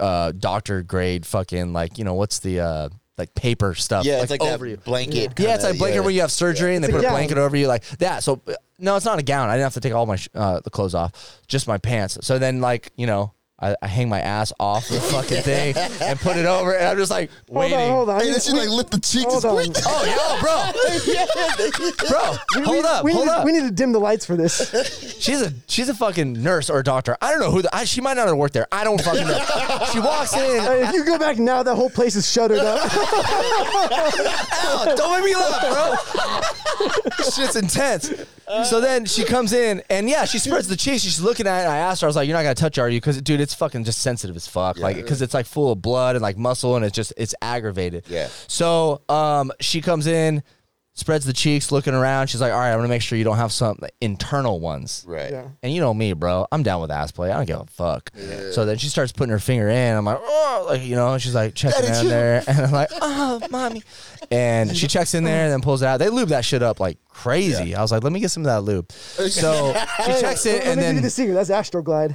Speaker 1: uh, doctor grade fucking, like, you know, what's the, uh, like paper stuff.
Speaker 4: Yeah, it's like
Speaker 1: over you.
Speaker 4: that blanket.
Speaker 1: yeah, it's
Speaker 4: kinda,
Speaker 1: like blanket where you have surgery and they
Speaker 3: It's a
Speaker 1: put a
Speaker 3: gown.
Speaker 1: blanket over you, like that. So uh, no, it's not a gown. I didn't have to take all my sh- uh, the clothes off, just my pants. So then, like you know, I, I hang my ass off the fucking thing and put it over, and I'm just like
Speaker 3: Hold
Speaker 1: waiting.
Speaker 3: on, hold on.
Speaker 2: Hey, this shit like lit the cheeks.
Speaker 3: Hold
Speaker 2: It's
Speaker 3: on.
Speaker 2: quick.
Speaker 1: Oh
Speaker 4: (laughs)
Speaker 1: yeah, bro, bro, hold up,
Speaker 3: we,
Speaker 1: hold
Speaker 3: need,
Speaker 1: up.
Speaker 3: we need to dim the lights for
Speaker 2: (laughs)
Speaker 3: this.
Speaker 1: She's a she's a fucking nurse or a doctor. I don't know who the, I, she might not have worked there. I don't fucking know. she walks in.
Speaker 3: if you go back now, that whole place is
Speaker 2: (laughs)
Speaker 3: shuttered up.
Speaker 1: Ow, don't make me laugh, bro. Shit's intense. So then she comes in and yeah, she spreads the cheese. She's looking at it. And I asked her, I was like, "You're not gonna touch it, are you?" Because dude, it's fucking just sensitive as fuck. Like because it's like full of blood and like muscle and it's just it's aggravated.
Speaker 4: Yeah.
Speaker 1: So um, she comes in, spreads the cheeks, looking around. She's like, "All right, I'm gonna make sure you don't have some internal ones."
Speaker 4: Right.
Speaker 3: yeah.
Speaker 1: And you know me, bro. I'm down with ass play. I don't give a fuck. So then she starts putting her finger in. I'm like, oh, like you know. She's like checking in there, (laughs) and I'm like, oh, mommy. And she checks in there and then pulls it out. They lube that shit up like crazy. I was like, let me get some of that lube. So she
Speaker 3: Hey,
Speaker 1: checks it, and
Speaker 3: let- let me give you
Speaker 1: then
Speaker 3: the secret. That's Astroglide.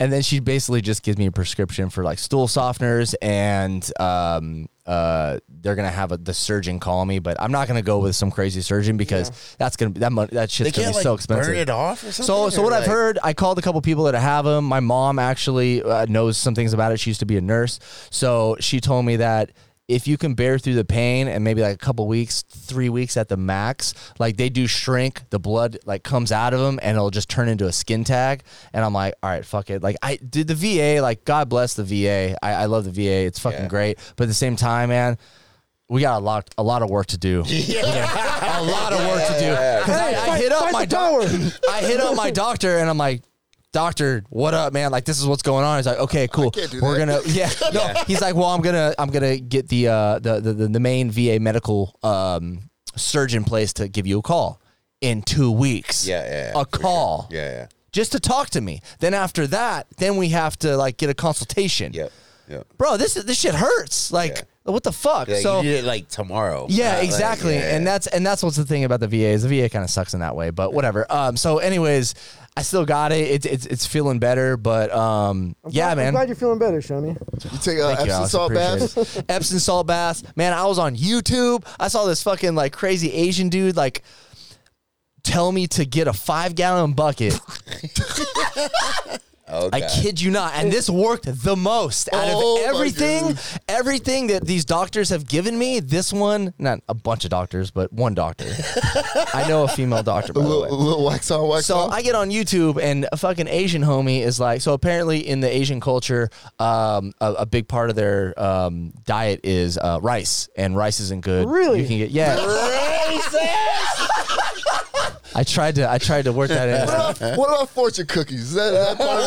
Speaker 1: and then she basically just gives me a prescription for like stool softeners, and um, uh, they're gonna have a, the surgeon call me, but I'm not gonna go with some crazy surgeon because that's gonna be that money. That shit's
Speaker 4: They
Speaker 1: gonna
Speaker 4: can't
Speaker 1: be
Speaker 4: like
Speaker 1: so expensive.
Speaker 4: burn it off or something.
Speaker 1: So, so
Speaker 4: or,
Speaker 1: what I've
Speaker 4: like- (laughs)
Speaker 1: heard, I called a couple people that have them. My mom actually uh, knows some things about it. She used to be a nurse, so she told me that if you can bear through the pain and maybe like a couple weeks, three weeks at the max, like they do shrink, the blood like comes out of them and it'll just turn into a skin tag. And I'm like, all right, fuck it. Like I did the VA, like God bless the VA. I, I love the VA. It's fucking
Speaker 4: Yeah.
Speaker 1: great. But at the same time, man. We got a lot, a lot of work to do. a lot of work to do. 'Cause I- I,
Speaker 3: fight-
Speaker 1: (laughs) hit up
Speaker 3: fight
Speaker 1: my
Speaker 3: the power. (laughs)
Speaker 1: doctor. I hit up my doctor and I'm like, Doctor, what up, man? Like this is what's going on. He's like, okay, cool.
Speaker 2: can't do
Speaker 1: We're
Speaker 2: that.
Speaker 1: gonna,
Speaker 4: (laughs)
Speaker 1: yeah. No, he's like, well, I'm gonna, I'm gonna get the, uh, the, the, the, the main VA medical um, surgeon place to give you a call in two weeks.
Speaker 4: Yeah, yeah, yeah,
Speaker 1: a
Speaker 4: for sure.
Speaker 1: call.
Speaker 4: Yeah, yeah,
Speaker 1: just to talk to me. Then after that, then we have to like get a consultation.
Speaker 4: yep, yep.
Speaker 1: bro, this is this shit hurts. Like,
Speaker 4: Yeah.
Speaker 1: what the fuck?
Speaker 4: Like,
Speaker 1: so
Speaker 4: you need it like tomorrow.
Speaker 1: yeah,
Speaker 4: Not, like,
Speaker 1: exactly.
Speaker 4: yeah,
Speaker 1: And
Speaker 4: yeah.
Speaker 1: that's and that's what's the thing about the VA is the VA kind of sucks in that way, but whatever. Um, so anyways, I still got it. It's it's it's feeling better, but um, yeah,
Speaker 3: I'm
Speaker 1: man.
Speaker 3: glad you're feeling better, Shoni.
Speaker 2: You take uh,
Speaker 1: Thank you,
Speaker 2: Epsom
Speaker 1: Alex.
Speaker 2: salt
Speaker 1: Appreciate
Speaker 2: baths.
Speaker 1: it. Epsom salt baths. Man, I was on YouTube. I saw this fucking like crazy Asian dude like tell me to get a five gallon bucket.
Speaker 4: oh,
Speaker 1: I
Speaker 4: God.
Speaker 1: kid you not. And this worked the most out of
Speaker 2: Oh, my
Speaker 1: everything,
Speaker 2: goodness.
Speaker 1: everything that these doctors have given me. This one, not a bunch of doctors, but one
Speaker 2: (laughs)
Speaker 1: doctor. I know a female doctor. By
Speaker 2: A
Speaker 1: the
Speaker 2: little,
Speaker 1: way.
Speaker 2: a little wax on, wax
Speaker 1: So
Speaker 2: off.
Speaker 1: I get on YouTube and a fucking Asian homie is like, so apparently in the Asian culture, um, a, a big part of their um, diet is uh, rice, and rice isn't good.
Speaker 3: Really?
Speaker 1: You can get
Speaker 2: (laughs)
Speaker 1: yeah. I tried to I tried to work that in.
Speaker 2: what, about, what about fortune cookies? Is that, that part of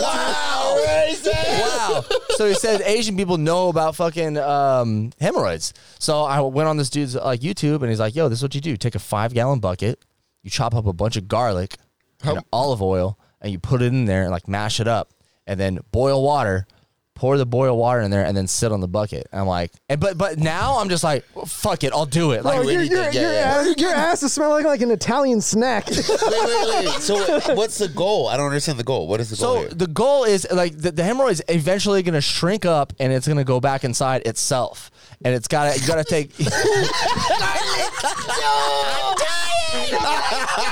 Speaker 2: it?
Speaker 1: wow. So he said Asian people know about fucking um, hemorrhoids. So I went on this dude's like YouTube and he's like, yo, this is what you do. Take a five gallon bucket, you chop up a bunch of garlic and olive oil, and you put it in there and like mash it up, and then boil water. Pour the boiled water in there and then sit on the bucket. I'm like, and but but now I'm just like, fuck it, I'll do it. Like,
Speaker 3: Oh, your,
Speaker 4: anything.
Speaker 3: your,
Speaker 4: Yeah,
Speaker 3: your,
Speaker 4: yeah.
Speaker 3: ass, your ass is smelling like an Italian snack. (laughs) Um,
Speaker 4: wait, wait, wait. So
Speaker 1: (laughs)
Speaker 4: what- what's the goal? I don't understand the goal. What is the goal?
Speaker 1: So
Speaker 4: here?
Speaker 1: the goal is like the, the hemorrhoid's eventually going to shrink up and it's going to go back inside itself. And it's got to, you got to take.
Speaker 4: (laughs)
Speaker 1: (laughs)
Speaker 4: Hey,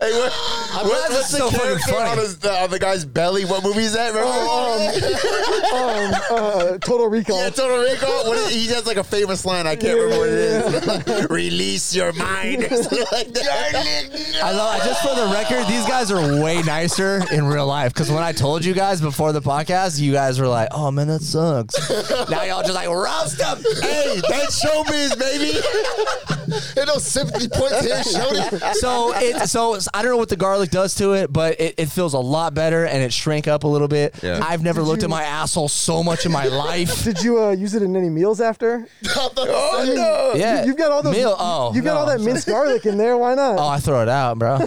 Speaker 4: what, what,
Speaker 1: glad
Speaker 4: what's
Speaker 1: that's so
Speaker 4: the
Speaker 1: fucking
Speaker 4: character
Speaker 1: funny. Oh,
Speaker 4: on, his, on the guy's belly? What movie is that? Remember?
Speaker 3: um, uh, total
Speaker 4: (laughs)
Speaker 3: recall.
Speaker 4: yeah, Total Recall. What is, he has like a famous line. I can't remember what it is. (laughs) Release your mind or something like that.
Speaker 1: I love, just for the record, these guys are way nicer in real life. Because when I told you guys before the podcast, you guys were like, oh man, that sucks. now y'all just like, roast them.
Speaker 4: hey, that's showbiz, baby.
Speaker 2: Ain't no sympathy points here, Shoney.
Speaker 1: so it so I don't know what the garlic does to it, but it, it feels a lot better and it shrank up a little bit.
Speaker 4: Yeah.
Speaker 1: I've never looked at my asshole so much in my life.
Speaker 3: Did you uh, use it in any meals after?
Speaker 4: (laughs) Oh no!
Speaker 1: Yeah,
Speaker 3: You've got all those.
Speaker 1: meal. Oh,
Speaker 3: you've got
Speaker 1: no,
Speaker 3: all that
Speaker 1: I'm
Speaker 3: minced garlic in there. Why not?
Speaker 1: Oh, I throw it out, bro.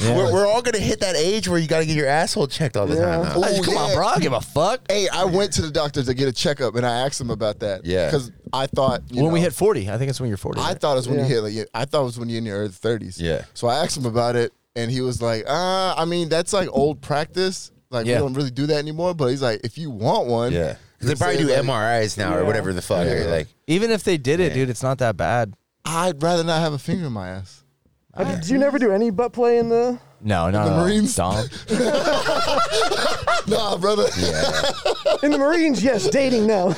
Speaker 1: Yeah.
Speaker 4: We're, we're all gonna hit that age where you gotta get your asshole checked all the time.
Speaker 3: Yeah.
Speaker 4: now.
Speaker 1: Hey, come on, bro. I don't give a fuck.
Speaker 2: Oh, Hey, I went to the doctor to get a checkup, and I asked him about that.
Speaker 4: Yeah.
Speaker 2: because I thought you
Speaker 1: when we
Speaker 2: know,
Speaker 1: hit 40, I think it's when you're 40.
Speaker 2: I
Speaker 1: right?
Speaker 2: thought it was when
Speaker 3: Yeah.
Speaker 2: you hit. Like, yeah, I thought it was when you're in your early thirties.
Speaker 4: Yeah.
Speaker 2: So I asked him about it, and he was like, "Uh, I mean, that's like old practice. Like
Speaker 1: Yeah.
Speaker 2: we don't really do that anymore." But he's like, "If you want one,
Speaker 4: Yeah, they
Speaker 2: They
Speaker 4: probably do
Speaker 2: say, like-
Speaker 4: MRIs now or
Speaker 3: Yeah.
Speaker 4: whatever the fuck. or, Like,
Speaker 1: Even if they did it, dude, it's not that bad.
Speaker 2: I'd rather not have a finger in my ass." (laughs)
Speaker 1: Oh,
Speaker 3: Uh, Did you never do any butt play in the?
Speaker 1: No, no,
Speaker 2: The
Speaker 1: no, no.
Speaker 2: Marines?
Speaker 1: Don't.
Speaker 2: Nah, brother.
Speaker 3: In the Marines, yes. Dating, no.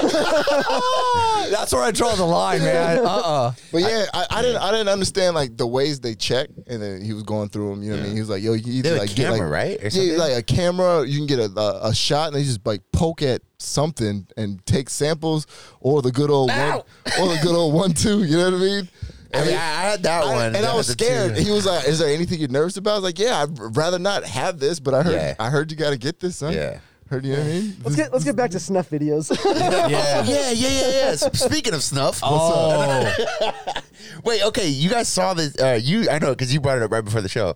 Speaker 1: That's where I draw the line, man. Uh uh
Speaker 2: But yeah, I, I didn't I didn't understand like the ways they check, and then he was going through them. You know what I mean? He was like, "Yo, you either
Speaker 4: They have a
Speaker 2: like get,
Speaker 4: camera,
Speaker 2: like,
Speaker 4: right? Or
Speaker 2: yeah,
Speaker 4: something?
Speaker 2: like a camera. You can get a, a a shot, and they just like poke at something and take samples, or the good old one,
Speaker 4: Ow!
Speaker 2: or the good old one two. You know what I mean?
Speaker 4: (laughs) I mean, I I had that
Speaker 2: I-
Speaker 4: one,
Speaker 2: and I
Speaker 4: that
Speaker 2: was
Speaker 4: the two. (laughs)
Speaker 2: scared. He was like, "Is there anything you're nervous about?" I was like, "Yeah, I'd rather not have this, but I heard
Speaker 4: Yeah.
Speaker 2: I heard you got to get this, son.
Speaker 4: Yeah.
Speaker 2: heard you know what I mean?
Speaker 3: (laughs) Let's get let's get back to
Speaker 1: (laughs)
Speaker 3: snuff videos.
Speaker 1: Yeah.
Speaker 4: (laughs) yeah, yeah, yeah, yeah. Speaking of snuff,
Speaker 1: Oh,
Speaker 4: Wait, okay, you guys saw this. Uh, you, I know because you brought it up right before the show.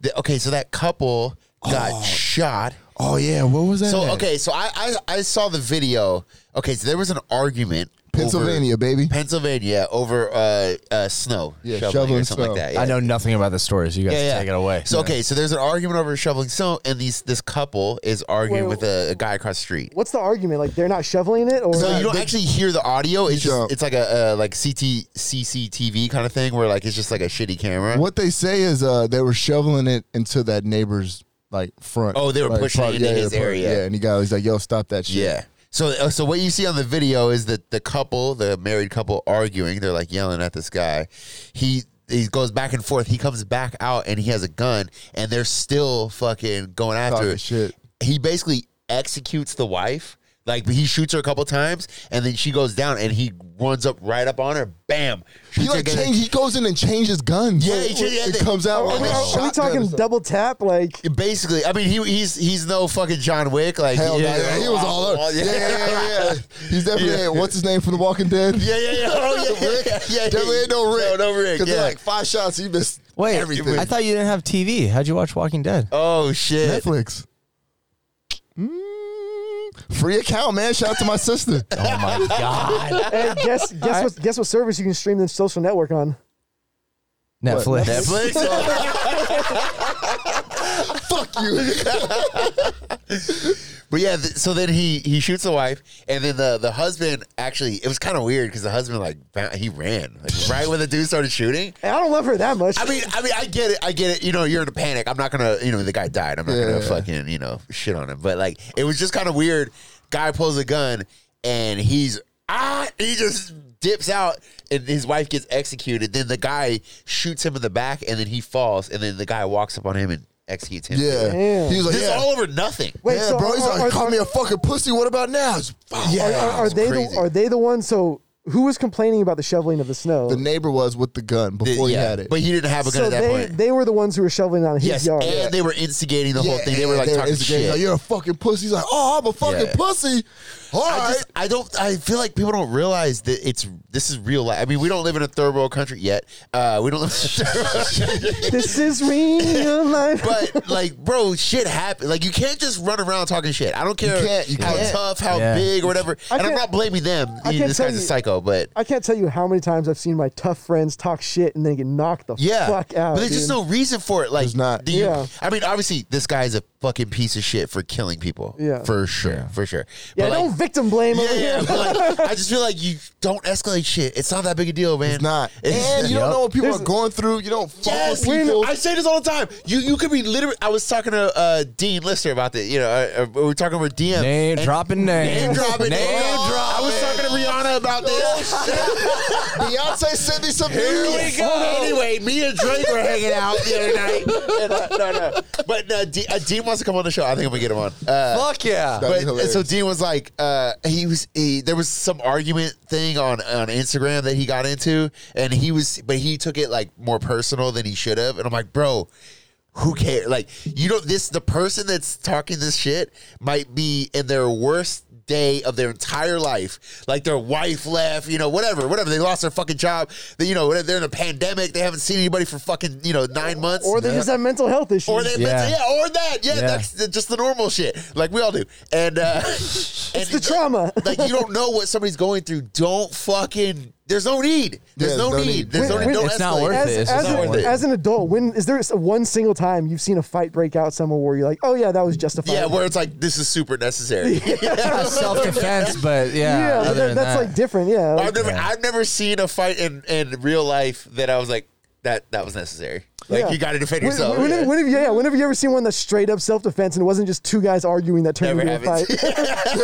Speaker 4: The- okay, so that couple got shot.
Speaker 2: Oh yeah, what was that?
Speaker 4: So okay, so I, I I saw the video. Okay, so there was an argument. over-
Speaker 2: Pennsylvania, baby.
Speaker 4: Pennsylvania over uh, uh, snow,
Speaker 2: Yeah,
Speaker 4: shoveling, or
Speaker 2: shoveling
Speaker 4: something like
Speaker 2: snow.
Speaker 4: that.
Speaker 1: I know nothing about the stories. you guys
Speaker 4: Yeah, yeah.
Speaker 1: take it away.
Speaker 4: So okay, so there's an argument over shoveling snow, and these this couple is arguing
Speaker 3: Wait,
Speaker 4: with a, a guy across the street.
Speaker 3: What's the argument? Like they're not shoveling it, or
Speaker 4: So you don't actually hear the audio. It's just
Speaker 2: don't.
Speaker 4: it's like a uh, like CT CCTV kind of thing where like it's just like a shitty camera.
Speaker 2: What they say is uh, they were shoveling it into that neighbor's like front.
Speaker 4: Oh, they were
Speaker 2: like,
Speaker 4: pushing it into his
Speaker 2: they were pushing-
Speaker 4: area.
Speaker 2: Yeah, and he got he's like, "Yo, stop that shit."
Speaker 4: Yeah. So uh, so what you see on the video is that the couple, the married couple, arguing. They're like yelling at this guy. He he goes back and forth. He comes back out and he has a gun, and they're still fucking going after
Speaker 2: Talking
Speaker 4: it.
Speaker 2: shit.
Speaker 4: He basically executes the wife. Like he shoots her a couple times, and then she goes down, and he runs up right up on her. Bam!
Speaker 2: He
Speaker 4: Shoots her
Speaker 2: like
Speaker 4: again.
Speaker 2: change, he goes in and changes guns.
Speaker 4: Yeah, he
Speaker 2: Like,
Speaker 4: changed- yeah,
Speaker 2: it
Speaker 4: they-
Speaker 2: comes out.
Speaker 3: are
Speaker 2: like
Speaker 3: we,
Speaker 2: a
Speaker 3: are we
Speaker 2: shotgun or
Speaker 3: talking
Speaker 2: something.
Speaker 3: double tap? Like
Speaker 4: Basically, I mean, he he's he's no fucking John Wick. Like
Speaker 2: Hell
Speaker 4: he,
Speaker 2: yeah, he was all over.
Speaker 4: (laughs)
Speaker 2: Yeah, yeah, yeah, yeah. He's definitely
Speaker 4: Yeah.
Speaker 2: what's his name from The Walking Dead.
Speaker 4: Yeah, yeah, yeah. Oh, yeah, yeah, yeah, yeah.
Speaker 2: Definitely ain't no Rick.
Speaker 4: No, no Rick.
Speaker 2: Because
Speaker 4: yeah.
Speaker 2: like five shots, he missed
Speaker 1: Wait,
Speaker 2: everything.
Speaker 1: I thought you didn't have TV. How'd you watch Walking Dead?
Speaker 4: oh shit.
Speaker 2: Netflix. Mm, free account, man. Shout out to my sister.
Speaker 1: Oh my god,
Speaker 3: hey,
Speaker 4: (laughs)
Speaker 3: guess guess what guess what service you can stream the social network on?
Speaker 1: Netflix.
Speaker 4: (laughs) Netflix. Oh,
Speaker 2: Fuck you.
Speaker 4: (laughs) but yeah, th- so then he he shoots the wife, and then the the husband actually it was kind of weird because the husband like ba- he ran like right when the dude started shooting.
Speaker 3: Hey, I don't love her that much.
Speaker 4: I mean, I mean, I get it, I get it. You know, you're in a panic. I'm not gonna, you know, the guy died. I'm not
Speaker 2: Yeah.
Speaker 4: gonna fucking, you know, shit on him. But like, it was just kind of weird. Guy pulls a gun and he's ah, he just dips out, and his wife gets executed. Then the guy shoots him in the back, and then he falls, and then the guy walks up on him and executes him.
Speaker 2: Yeah.
Speaker 3: Damn.
Speaker 2: He was like,
Speaker 4: This is
Speaker 2: yeah.
Speaker 4: all over nothing.
Speaker 3: Wait,
Speaker 2: yeah,
Speaker 3: so
Speaker 2: bro. He's
Speaker 3: are- are-
Speaker 2: like, call me a fucking pussy. What about now? It's-
Speaker 4: Yeah.
Speaker 3: Are, are, are
Speaker 4: It's
Speaker 3: they
Speaker 4: crazy.
Speaker 3: the, are they the ones? So who was complaining about the shoveling of the snow?
Speaker 2: The neighbor was with the gun
Speaker 4: The-
Speaker 2: before
Speaker 4: yeah,
Speaker 2: he had it.
Speaker 4: But he didn't have a gun
Speaker 3: so
Speaker 4: at that
Speaker 3: they,
Speaker 4: point.
Speaker 3: they were the ones who were shoveling on his
Speaker 4: yes,
Speaker 3: yard.
Speaker 4: and they were instigating the whole
Speaker 2: Yeah,
Speaker 4: thing. They were like
Speaker 2: and
Speaker 4: talking
Speaker 2: instigating,
Speaker 4: shit.
Speaker 2: Like, You're a fucking pussy. He's like, oh, I'm a fucking
Speaker 4: Yeah.
Speaker 2: pussy. All right.
Speaker 4: I just I don't I feel like people don't realize that it's this is real life. I mean, we don't live in a third world country yet. Uh, we don't live in a third world
Speaker 3: (laughs)
Speaker 4: country.
Speaker 3: This is
Speaker 4: (laughs)
Speaker 3: real life.
Speaker 4: But like, bro, shit happens. Like, you can't just run around talking shit. I don't care
Speaker 2: can't, you
Speaker 4: how
Speaker 2: can't.
Speaker 4: tough, how
Speaker 1: Yeah.
Speaker 4: big, or whatever.
Speaker 3: I
Speaker 4: and I'm
Speaker 3: can't-
Speaker 4: not blaming them.
Speaker 3: I
Speaker 4: You know,
Speaker 3: can't
Speaker 4: this
Speaker 3: tell
Speaker 4: guy's a
Speaker 3: you-
Speaker 4: psycho, but
Speaker 3: I can't tell you how many times I've seen my tough friends talk shit and then get knocked the
Speaker 4: yeah,
Speaker 3: fuck out.
Speaker 4: but there's just
Speaker 3: dude.
Speaker 4: no reason for it. Like,
Speaker 2: There's not.
Speaker 4: do you-
Speaker 3: Yeah.
Speaker 4: I mean, obviously, this guy's a fucking piece of shit for killing people.
Speaker 3: Yeah.
Speaker 4: for sure, for sure. But,
Speaker 3: yeah,
Speaker 4: like-
Speaker 3: don't victim blame
Speaker 4: Yeah,
Speaker 3: over
Speaker 4: yeah.
Speaker 3: here.
Speaker 4: (laughs) but, like, I just feel like you don't escalate shit. It's not that big a deal, man.
Speaker 2: It's not.
Speaker 4: It's-
Speaker 2: and you
Speaker 1: Yup.
Speaker 2: don't know what people
Speaker 3: There's-
Speaker 2: are going through. You don't fuck
Speaker 4: Yes,
Speaker 2: with people.
Speaker 4: I say this all the time. You you could be literally. I was talking to uh, Dean Lister about this. You know, uh, uh, we were talking over DM.
Speaker 1: Name
Speaker 4: and-
Speaker 1: dropping names.
Speaker 4: Name dropping.
Speaker 1: Name
Speaker 4: Oh,
Speaker 1: dropping.
Speaker 4: I was talking to Rihanna about this.
Speaker 2: Oh, Beyonce sent me some
Speaker 4: Here
Speaker 2: news.
Speaker 4: we go. (laughs) Anyway, me and Drake were hanging out the other night. And, uh, no, no. But uh, D, uh, Dean wants to come on the show. I think I'm gonna get him on. Uh,
Speaker 1: Fuck yeah.
Speaker 2: That'd be
Speaker 4: but
Speaker 2: hilarious.
Speaker 4: so Dean was like, uh, he was he, there was some argument thing on on Instagram that he got into, and he was, but he took it like more personal than he should have, and I'm like, bro, who cares? Like, you know, this the person that's talking this shit might be in their worst day of their entire life. Like their wife left, you know, whatever, whatever. They lost their fucking job. They, you know, whatever, they're in a pandemic. They haven't seen anybody for fucking, you know, nine months.
Speaker 3: Or they just have mental health issues.
Speaker 4: Or they,
Speaker 1: Yeah.
Speaker 4: yeah. or that, yeah,
Speaker 1: Yeah.
Speaker 4: that's the- just the normal shit, like we all do.
Speaker 1: (laughs)
Speaker 4: And uh, and
Speaker 3: the trauma.
Speaker 4: (laughs) like you don't know what somebody's going through. Don't fucking. There's no need. There's
Speaker 2: Yeah,
Speaker 4: no,
Speaker 2: no
Speaker 4: need.
Speaker 2: need.
Speaker 4: There's no
Speaker 3: When-
Speaker 4: need. Don't
Speaker 3: when-
Speaker 1: It's not
Speaker 4: escalate.
Speaker 1: worth
Speaker 3: as,
Speaker 1: it. It's
Speaker 3: as
Speaker 1: just not
Speaker 3: an,
Speaker 4: worth it.
Speaker 3: as an adult, when is there one single time you've seen a fight break out somewhere where you're like, oh yeah, that was justified?
Speaker 4: Yeah, where it's like this is super necessary.
Speaker 3: (laughs)
Speaker 4: (laughs)
Speaker 1: self defense, but
Speaker 3: yeah,
Speaker 1: yeah.
Speaker 3: but that- that's like different. Yeah,
Speaker 4: I've
Speaker 3: like,
Speaker 4: never I've never seen a fight in, in real life that I was like that that was necessary. Like
Speaker 3: Yeah.
Speaker 4: you got to defend
Speaker 3: when,
Speaker 4: yourself.
Speaker 3: when-
Speaker 4: Yeah.
Speaker 3: when have you, yeah, when have you ever seen one that's straight up self defense and it wasn't just two guys arguing that turned
Speaker 4: Never
Speaker 3: into a
Speaker 4: happens.
Speaker 3: fight?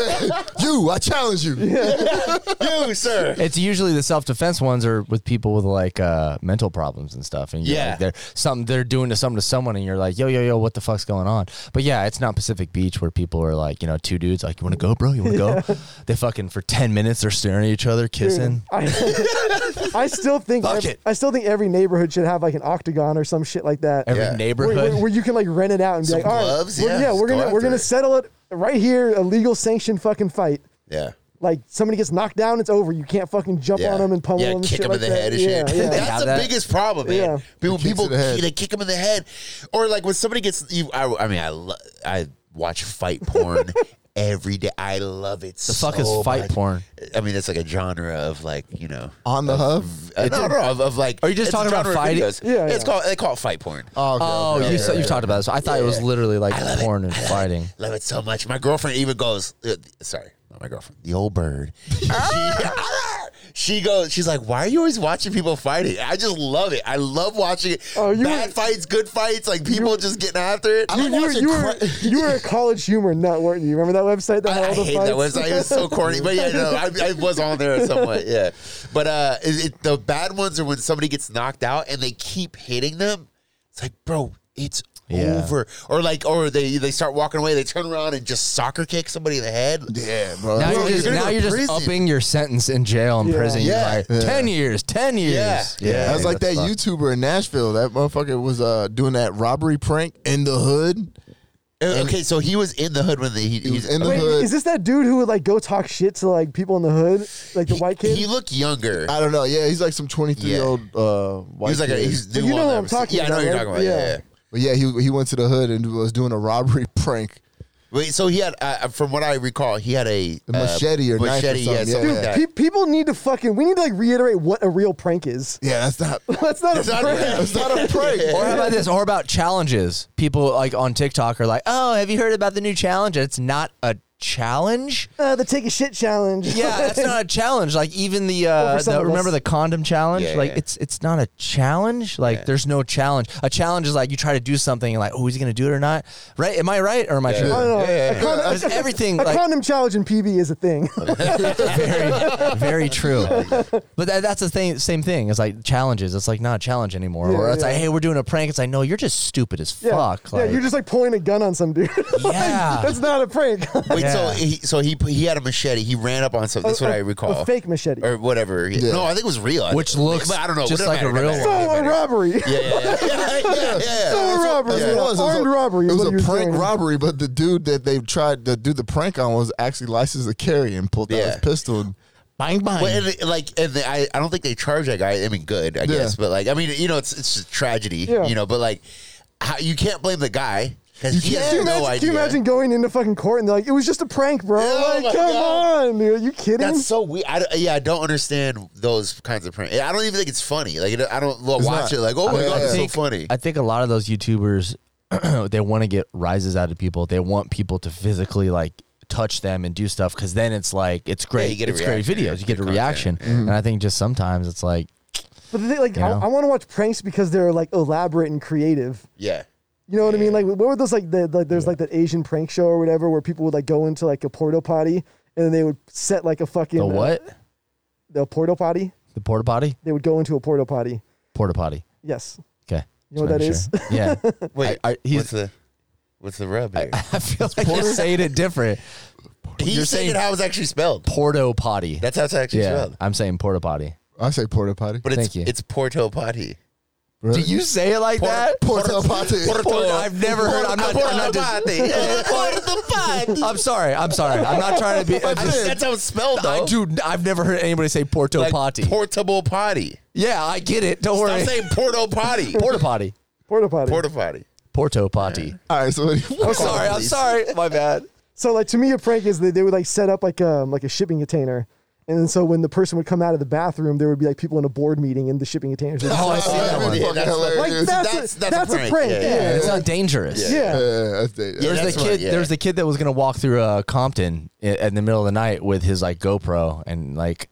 Speaker 2: you, I challenge you.
Speaker 4: (laughs) you
Speaker 3: (laughs)
Speaker 4: sir.
Speaker 1: it's usually the self defense ones are with people with like uh, mental problems and stuff, and you're
Speaker 4: Yeah.
Speaker 1: like they're something they're doing to something to someone, and you're like, yo, yo, yo, what the fuck's going on? But yeah, it's not Pacific Beach where people are like, you know, two dudes like, you want to go, bro? You want to (laughs) go? They fucking for ten minutes they're staring at each other,
Speaker 3: (laughs)
Speaker 1: kissing.
Speaker 3: I, I still think
Speaker 1: Fuck
Speaker 3: every,
Speaker 1: it.
Speaker 3: I still think every neighborhood should have like an octagon or some shit like that.
Speaker 1: Every
Speaker 4: Yeah.
Speaker 1: neighborhood.
Speaker 3: where, where, where you can like rent it out and be
Speaker 4: Some
Speaker 3: like, all right,
Speaker 4: gloves?
Speaker 3: we're,
Speaker 4: Yeah,
Speaker 3: yeah,
Speaker 4: just
Speaker 3: we're
Speaker 4: go
Speaker 3: gonna
Speaker 4: after
Speaker 3: we're gonna
Speaker 4: it.
Speaker 3: settle it right here, a legal sanctioned fucking fight.
Speaker 4: Yeah.
Speaker 3: Like somebody gets knocked down, it's over. You can't fucking jump
Speaker 4: Yeah.
Speaker 3: on them and pummel
Speaker 4: yeah,
Speaker 3: them. and
Speaker 4: kick
Speaker 3: shit
Speaker 4: them
Speaker 3: like
Speaker 4: in the
Speaker 3: that.
Speaker 4: head and shit.
Speaker 3: Yeah,
Speaker 4: (laughs)
Speaker 3: yeah.
Speaker 4: That's
Speaker 1: have
Speaker 4: the
Speaker 1: that.
Speaker 4: biggest problem, man.
Speaker 3: Yeah.
Speaker 4: People,
Speaker 2: The kicks
Speaker 4: people,
Speaker 2: in the head.
Speaker 4: they kick them in the head, or like when somebody gets you. I, I mean, I, lo- I watch fight
Speaker 3: (laughs)
Speaker 4: porn every day. I love it.
Speaker 1: the fuck is fight porn?
Speaker 4: I mean, it's like a genre of like you know.
Speaker 2: On the hub.
Speaker 4: Uh, no, no, of, of like.
Speaker 1: Are you just
Speaker 4: it's a
Speaker 1: talking about
Speaker 4: genre of
Speaker 1: fighting?
Speaker 4: videos.
Speaker 3: Yeah,
Speaker 4: it's
Speaker 3: yeah.
Speaker 4: called they call it fight porn.
Speaker 2: Oh, okay,
Speaker 1: Oh,
Speaker 2: okay,
Speaker 1: you
Speaker 2: okay,
Speaker 1: said-
Speaker 2: okay.
Speaker 1: you've talked about this. I thought it was literally like
Speaker 4: I love
Speaker 1: porn (laughs)
Speaker 4: it.
Speaker 1: and
Speaker 4: I love
Speaker 1: fighting.
Speaker 4: It. Love it so much. My girlfriend even goes. uh, sorry, not my girlfriend. The old bird. she, (laughs) she goes. She's like, "Why are you always watching people fighting?" I just love it. I love watching it.
Speaker 3: Oh, you
Speaker 4: Bad
Speaker 3: were-
Speaker 4: fights, good fights, like people just getting after it.
Speaker 2: I'm
Speaker 3: You were,
Speaker 2: watching
Speaker 3: you, were,
Speaker 2: cra-
Speaker 3: you
Speaker 4: (laughs)
Speaker 3: were a college humor nut, weren't you? Remember that website that had
Speaker 4: I,
Speaker 3: all
Speaker 4: I
Speaker 3: the
Speaker 4: hate
Speaker 3: fights?
Speaker 4: that website. It was
Speaker 3: (laughs)
Speaker 4: so corny, but yeah, no, I, I was on there somewhat. Yeah, but uh, it, it, the bad ones are when somebody gets knocked out and they keep hitting them. It's like, bro, it's
Speaker 1: Yeah.
Speaker 4: over. Or like, or they they start walking away. They turn around and just soccer kick somebody in the head.
Speaker 2: Yeah, bro.
Speaker 1: Now
Speaker 4: Bro,
Speaker 1: you're just,
Speaker 4: you're
Speaker 1: now
Speaker 4: gonna go
Speaker 1: you're
Speaker 4: to
Speaker 1: just
Speaker 4: prison.
Speaker 1: upping your sentence in jail and
Speaker 3: Yeah.
Speaker 1: prison.
Speaker 4: Yeah.
Speaker 1: You're like, ten years, ten years.
Speaker 4: Yeah.
Speaker 2: I was like
Speaker 1: that's
Speaker 2: that
Speaker 1: fucked.
Speaker 2: YouTuber in Nashville. That motherfucker was uh, doing that robbery prank in the hood.
Speaker 4: Uh, Okay, so he was in the hood when the, he,
Speaker 2: He was in the
Speaker 3: Wait,
Speaker 2: hood.
Speaker 3: is this that dude who would like go talk shit to like people in the hood, like the white kid?
Speaker 4: He looked younger.
Speaker 2: I don't know. Yeah, he's like some 23 year old uh,
Speaker 4: he
Speaker 2: white
Speaker 4: was like a,
Speaker 2: kid.
Speaker 4: he's
Speaker 3: But
Speaker 4: new
Speaker 3: you know
Speaker 4: on
Speaker 3: what
Speaker 4: that
Speaker 3: I'm talking
Speaker 4: Yeah, I know
Speaker 3: about,
Speaker 4: what you're
Speaker 3: right?
Speaker 4: talking about. Yeah.
Speaker 3: Yeah.
Speaker 4: yeah.
Speaker 2: but yeah, he, he went to the hood and was doing a robbery (laughs) prank.
Speaker 4: Wait, so he had, uh, from what I recall, he had a, uh,
Speaker 2: A machete or knife or
Speaker 4: machete, yeah,
Speaker 2: something,
Speaker 4: something
Speaker 2: yeah.
Speaker 4: like that.
Speaker 3: Pe- people need to fucking. We need to like reiterate what a real prank is. (laughs)
Speaker 2: Yeah, that's (laughs) not.
Speaker 3: That's not
Speaker 4: It's
Speaker 3: a
Speaker 4: not-
Speaker 3: prank.
Speaker 2: That's not a (laughs) prank.
Speaker 1: Or how about this? Or about challenges? People like on TikTok are like, "Oh, have you heard about the new challenge?" And It's not a challenge.
Speaker 3: Uh, the take a shit challenge.
Speaker 4: (laughs)
Speaker 1: Yeah, (laughs) that's not a challenge. Like even the,
Speaker 3: Well,
Speaker 1: uh,
Speaker 3: for some
Speaker 1: the
Speaker 3: of us.
Speaker 1: remember the condom challenge?
Speaker 4: Yeah,
Speaker 1: like
Speaker 4: yeah.
Speaker 1: it's it's not a challenge. Like there's no challenge. A challenge is like you try to do something and like, "Oh, is he going to do it or not?" Right? Am I right or am I
Speaker 4: Yeah.
Speaker 1: tripping?
Speaker 3: I don't know.
Speaker 4: Yeah, yeah,
Speaker 3: A con-
Speaker 1: There's everything
Speaker 3: a
Speaker 1: like
Speaker 3: condom challenge in PB is a thing.
Speaker 1: very, very true. But that, that's the thing, same thing. It's like challenges. It's like not a challenge anymore. or
Speaker 3: Yeah,
Speaker 1: it's like,
Speaker 3: yeah.
Speaker 1: hey, we're doing a prank. It's like, no, you're just stupid as
Speaker 3: (laughs) yeah.
Speaker 1: fuck.
Speaker 3: yeah,
Speaker 1: Like,
Speaker 3: you're just (laughs) like pulling a gun on some dude. (laughs) Like,
Speaker 1: Yeah.
Speaker 3: that's not a prank.
Speaker 4: Wait,
Speaker 1: Yeah.
Speaker 4: so he, so he he had a machete. He ran up on something. That's what I
Speaker 3: A-
Speaker 4: recall.
Speaker 3: A (laughs) fake machete.
Speaker 4: or whatever.
Speaker 2: Yeah.
Speaker 4: No, I think it was real. I
Speaker 1: Which
Speaker 4: think-
Speaker 1: looks
Speaker 4: but I don't know.
Speaker 1: just
Speaker 4: It doesn't
Speaker 1: like a
Speaker 4: matter. It
Speaker 1: real
Speaker 4: doesn't
Speaker 1: one.
Speaker 3: so a
Speaker 4: matter.
Speaker 3: robbery.
Speaker 4: Yeah, yeah, yeah, yeah, yeah, yeah.
Speaker 3: (laughs) So a robbery.
Speaker 2: That's what it was. It
Speaker 3: yeah.
Speaker 2: was
Speaker 3: Armed
Speaker 2: a-
Speaker 3: robbery.
Speaker 2: It
Speaker 3: is
Speaker 2: was
Speaker 3: what
Speaker 2: a
Speaker 3: he
Speaker 2: prank
Speaker 3: doing.
Speaker 2: robbery, but the dude that they tried to do the prank on was actually licensed to carry and pulled out
Speaker 4: Yeah.
Speaker 2: his pistol. And,
Speaker 1: bang bang.
Speaker 4: Well, and it- like, and the, I, I don't think they charge that guy. I mean, good, I guess, but like, I mean, you know, it's it's a tragedy,
Speaker 3: Yeah.
Speaker 4: you know, but like, how, you can't blame the guy because he has
Speaker 3: Can you,
Speaker 4: no
Speaker 3: imagine,
Speaker 4: idea.
Speaker 3: can you imagine going into fucking court and they're like, it was just a prank, bro?
Speaker 4: Oh my
Speaker 3: like, come
Speaker 4: God.
Speaker 3: on, dude. Are you kidding?
Speaker 4: That's so weird. I, don't- yeah, I don't understand those kinds of prank. I don't even think it's funny. Like, I don't watch
Speaker 2: not.
Speaker 4: it. Like, oh my
Speaker 2: I
Speaker 4: god, it's so
Speaker 1: think-
Speaker 4: funny.
Speaker 1: I think a lot of those YouTubers, (clears throat) they want to get rises out of people. They want people to physically like touch them and do stuff because then it's like it's great.
Speaker 4: you get a
Speaker 1: it's great
Speaker 4: reaction, yeah,
Speaker 1: videos. You get a
Speaker 4: good
Speaker 1: reaction,
Speaker 4: content, Mm-hmm.
Speaker 1: and I think just sometimes it's like,
Speaker 3: but the thing, like,
Speaker 1: You know?
Speaker 3: I, I want to watch pranks because they're like elaborate and creative.
Speaker 4: yeah,
Speaker 3: You know what I mean? Like, what were those like? The, like there's like that Asian prank show or whatever where people would like go into like a porta potty and then they would set like a fucking
Speaker 1: the
Speaker 3: uh,
Speaker 1: what?
Speaker 3: the porta potty.
Speaker 1: The porta potty?
Speaker 3: They would go into a porta potty.
Speaker 1: Porta potty.
Speaker 3: Yes.
Speaker 1: Okay.
Speaker 3: You know what
Speaker 1: Just
Speaker 3: that
Speaker 1: making
Speaker 3: is?
Speaker 1: sure.
Speaker 4: (laughs)
Speaker 1: Yeah. (laughs)
Speaker 4: wait,
Speaker 1: I- I- he's-
Speaker 4: what's the what's the rub here?
Speaker 1: I feel like you're saying it different.
Speaker 4: (laughs) he's
Speaker 1: you're
Speaker 4: saying
Speaker 1: saying-
Speaker 4: how it's actually spelled.
Speaker 1: Porto potty.
Speaker 4: That's how it's actually
Speaker 1: yeah.
Speaker 4: spelled.
Speaker 1: I'm saying porta potty.
Speaker 2: I say porta potty.
Speaker 4: But it's
Speaker 1: Thank you.
Speaker 4: it's Porto Potty.
Speaker 1: Do you say it like that?
Speaker 2: (laughs) Porta potty.
Speaker 1: Porta- I've never heard. I'm not. I'm, not just, (laughs) I'm sorry. I'm sorry. I'm not trying to be. I'm just-
Speaker 4: (laughs) That's how it's spelled, though.
Speaker 1: I do. I've never heard anybody say porto
Speaker 4: Like
Speaker 1: potty.
Speaker 4: Portable potty.
Speaker 1: yeah, I get it. Don't
Speaker 4: Stop
Speaker 1: worry.
Speaker 4: saying (laughs) porto
Speaker 1: (laughs)
Speaker 4: potty.
Speaker 1: Porta potty.
Speaker 3: Porta potty.
Speaker 4: Porta potty.
Speaker 1: Porto potty.
Speaker 2: (laughs) All right, so what do you-
Speaker 1: I'm sorry. I'm
Speaker 4: please.
Speaker 1: sorry. My bad.
Speaker 3: So like to me, a prank is that they would like set up like um like a shipping container, and then so when the person would come out of the bathroom, there would be like people in a board meeting in the shipping container.
Speaker 4: (laughs)
Speaker 1: Oh, I see that
Speaker 2: That'd
Speaker 1: one.
Speaker 2: be
Speaker 1: Yeah,
Speaker 2: fucking
Speaker 4: that's
Speaker 2: hilarious.
Speaker 3: like that's
Speaker 4: that's-
Speaker 3: that's,
Speaker 4: that's a
Speaker 3: a
Speaker 4: prank,
Speaker 3: prank.
Speaker 4: yeah,
Speaker 3: Yeah,
Speaker 4: yeah,
Speaker 1: It's not dangerous.
Speaker 3: Yeah.
Speaker 2: Yeah, that's it.
Speaker 1: There's
Speaker 4: that's
Speaker 1: the
Speaker 4: right,
Speaker 1: kid.
Speaker 4: yeah.
Speaker 1: There's the kid that was gonna walk through uh, Compton in, in the middle of the night with his like GoPro and like.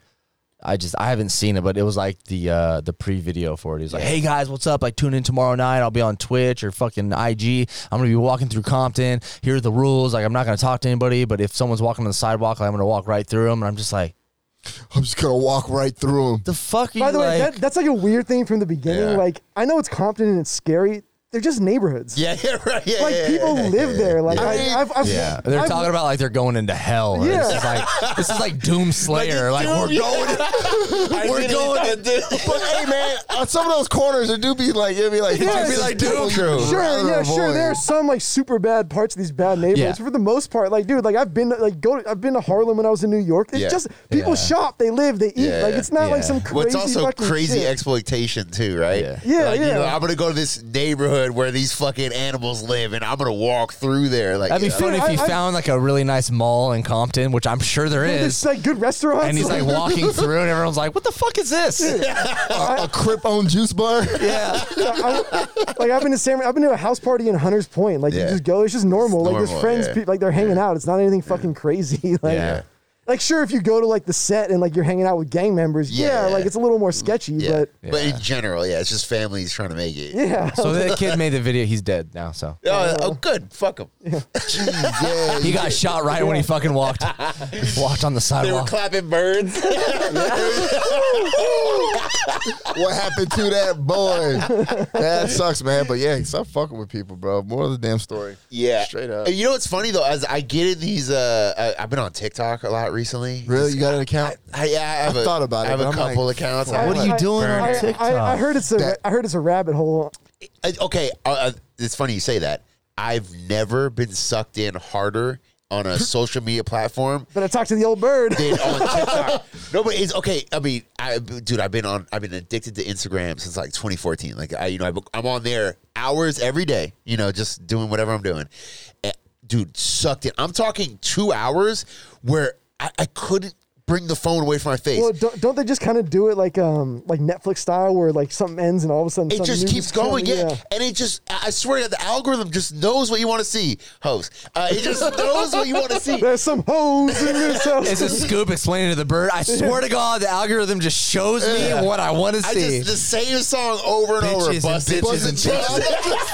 Speaker 1: I just I haven't seen it, but it was like the uh the pre video for it. He's like, "Hey guys, what's up? Like, tune in tomorrow night. I'll be on Twitch or fucking IG. I'm gonna be walking through Compton. Here are the rules. Like, I'm not gonna talk to anybody, but if someone's walking on the sidewalk, like, I'm gonna walk right through them. And I'm just like,
Speaker 2: I'm just gonna walk right through him.
Speaker 1: the fuck are
Speaker 3: By
Speaker 1: you
Speaker 3: the way,
Speaker 1: like?
Speaker 3: that, that's like a weird thing from the beginning.
Speaker 4: Yeah.
Speaker 3: Like I know it's Compton and it's scary. They're just neighborhoods.
Speaker 4: (laughs) Yeah, yeah, right. Yeah,
Speaker 3: Like
Speaker 4: yeah,
Speaker 3: people
Speaker 4: yeah,
Speaker 3: live there. Like I,
Speaker 2: mean,
Speaker 3: I've, I've,
Speaker 1: yeah, they're
Speaker 3: I've-
Speaker 1: talking about like they're going into hell. Yeah. This
Speaker 3: Yeah.
Speaker 1: is like this is like Doom Slayer. Like, we're going.
Speaker 4: I
Speaker 1: we're (laughs)
Speaker 4: really
Speaker 1: going-
Speaker 4: thought it did.
Speaker 2: (laughs)
Speaker 1: (laughs)
Speaker 2: But hey, man, on some of those corners, it do be like it'd be like
Speaker 3: Yes.
Speaker 2: it'd
Speaker 3: Be
Speaker 1: like,
Speaker 2: people
Speaker 1: dude,
Speaker 2: you
Speaker 1: sure,
Speaker 2: rather
Speaker 3: Sure, yeah, sure.
Speaker 2: avoid.
Speaker 3: There are some like super bad parts of these bad neighborhoods.
Speaker 1: Yeah.
Speaker 3: For the most part, like dude, like I've been like go. To, I've been to Harlem when I was in New York. It's
Speaker 4: Yeah.
Speaker 3: just people
Speaker 1: Yeah.
Speaker 3: shop, they live, they eat.
Speaker 4: Yeah,
Speaker 3: like
Speaker 4: yeah.
Speaker 3: it's not like
Speaker 1: Yeah.
Speaker 3: some crazy.
Speaker 4: What's also
Speaker 3: fucking
Speaker 4: crazy
Speaker 3: shit.
Speaker 4: exploitation too, right?
Speaker 1: Yeah.
Speaker 3: Yeah,
Speaker 4: like, You
Speaker 3: yeah.
Speaker 4: know, I'm gonna go to this neighborhood where these fucking animals live, and I'm gonna walk through there. Like,
Speaker 1: That'd be
Speaker 4: you know,
Speaker 1: fun
Speaker 3: Dude,
Speaker 1: if he
Speaker 3: I- I-
Speaker 1: found like a really nice mall in Compton, which I'm sure there
Speaker 3: There's
Speaker 1: is.
Speaker 3: like good restaurants.
Speaker 1: And
Speaker 3: (laughs)
Speaker 1: he's like walking through, and everyone's like, "What the fuck is this?"
Speaker 2: a, a Crip owned juice bar. (laughs)
Speaker 1: Yeah,
Speaker 3: Yeah, I, like I've been to San, I've been to a house party in Hunters Point. Like
Speaker 4: Yeah.
Speaker 3: you just go, it's just normal.
Speaker 4: It's
Speaker 3: like
Speaker 4: normal,
Speaker 3: there's friends,
Speaker 4: yeah.
Speaker 3: pe- like they're hanging out. It's not anything fucking crazy. (laughs) like,
Speaker 1: Yeah.
Speaker 3: like sure, if you go to like the set and like you're hanging out with gang members, yeah,
Speaker 4: Yeah.
Speaker 3: like it's a little more sketchy.
Speaker 4: yeah.
Speaker 3: But
Speaker 4: But in general, yeah, it's just families trying to make it.
Speaker 3: yeah,
Speaker 1: So that kid made the video. He's dead now. So
Speaker 4: Oh, oh, good. Fuck them.
Speaker 2: (laughs) yeah,
Speaker 1: he got shot right when he fucking walked, walked on the
Speaker 4: They were
Speaker 1: sidewalk.
Speaker 4: clapping
Speaker 1: (laughs)
Speaker 4: birds.
Speaker 2: what happened to that boy? That sucks, man. But yeah, stop fucking with people, bro. More of the damn story.
Speaker 4: Yeah,
Speaker 2: Straight up.
Speaker 4: And You know what's funny though, as I get in these, uh, I, I've been on TikTok a lot recently.
Speaker 2: Really, you got an account?
Speaker 4: I, yeah, I have
Speaker 2: I've
Speaker 4: a-
Speaker 2: thought about it,
Speaker 4: I have
Speaker 2: but
Speaker 4: a
Speaker 2: I'm
Speaker 4: couple
Speaker 2: like,
Speaker 4: accounts.
Speaker 2: fuck.
Speaker 4: I'm
Speaker 1: What are
Speaker 4: like-
Speaker 1: you doing
Speaker 3: I,
Speaker 1: on
Speaker 3: I-
Speaker 1: TikTok?
Speaker 3: I, I heard it's a,
Speaker 2: That-
Speaker 3: I heard it's a rabbit hole.
Speaker 4: I- okay, uh, uh, it's funny you say that. I've never been sucked in harder
Speaker 2: (laughs)
Speaker 4: on a social media platform
Speaker 3: But I talked to the old bird.
Speaker 4: than on TikTok. (laughs) No, but it's okay. I mean, I dude, I've been on. I've been addicted to Instagram since like 2014. Like I, you know, I, am on there hours every day. You know, just doing whatever I'm doing. And, dude, sucked in. I'm talking two hours where I, I couldn't bring the phone away from my face.
Speaker 3: (laughs) Well, don't, don't they just kind of do it like um like Netflix style, where like something ends and all of a sudden
Speaker 4: It
Speaker 3: something
Speaker 4: just
Speaker 3: new
Speaker 4: keeps going,
Speaker 3: coming?
Speaker 4: yeah. And it just, I I swear that the algorithm just knows what you want to see, host. Uh, it
Speaker 3: (laughs)
Speaker 4: just knows what you want to see.
Speaker 3: There's some hoes
Speaker 4: (laughs)
Speaker 3: in this house.
Speaker 1: It's a scoop explaining to the bird. I swear to God, the algorithm just shows me what I want to
Speaker 4: I
Speaker 1: see.
Speaker 4: just, the same song over and
Speaker 1: Bitches
Speaker 4: over,
Speaker 1: and
Speaker 4: busted.
Speaker 1: bitches and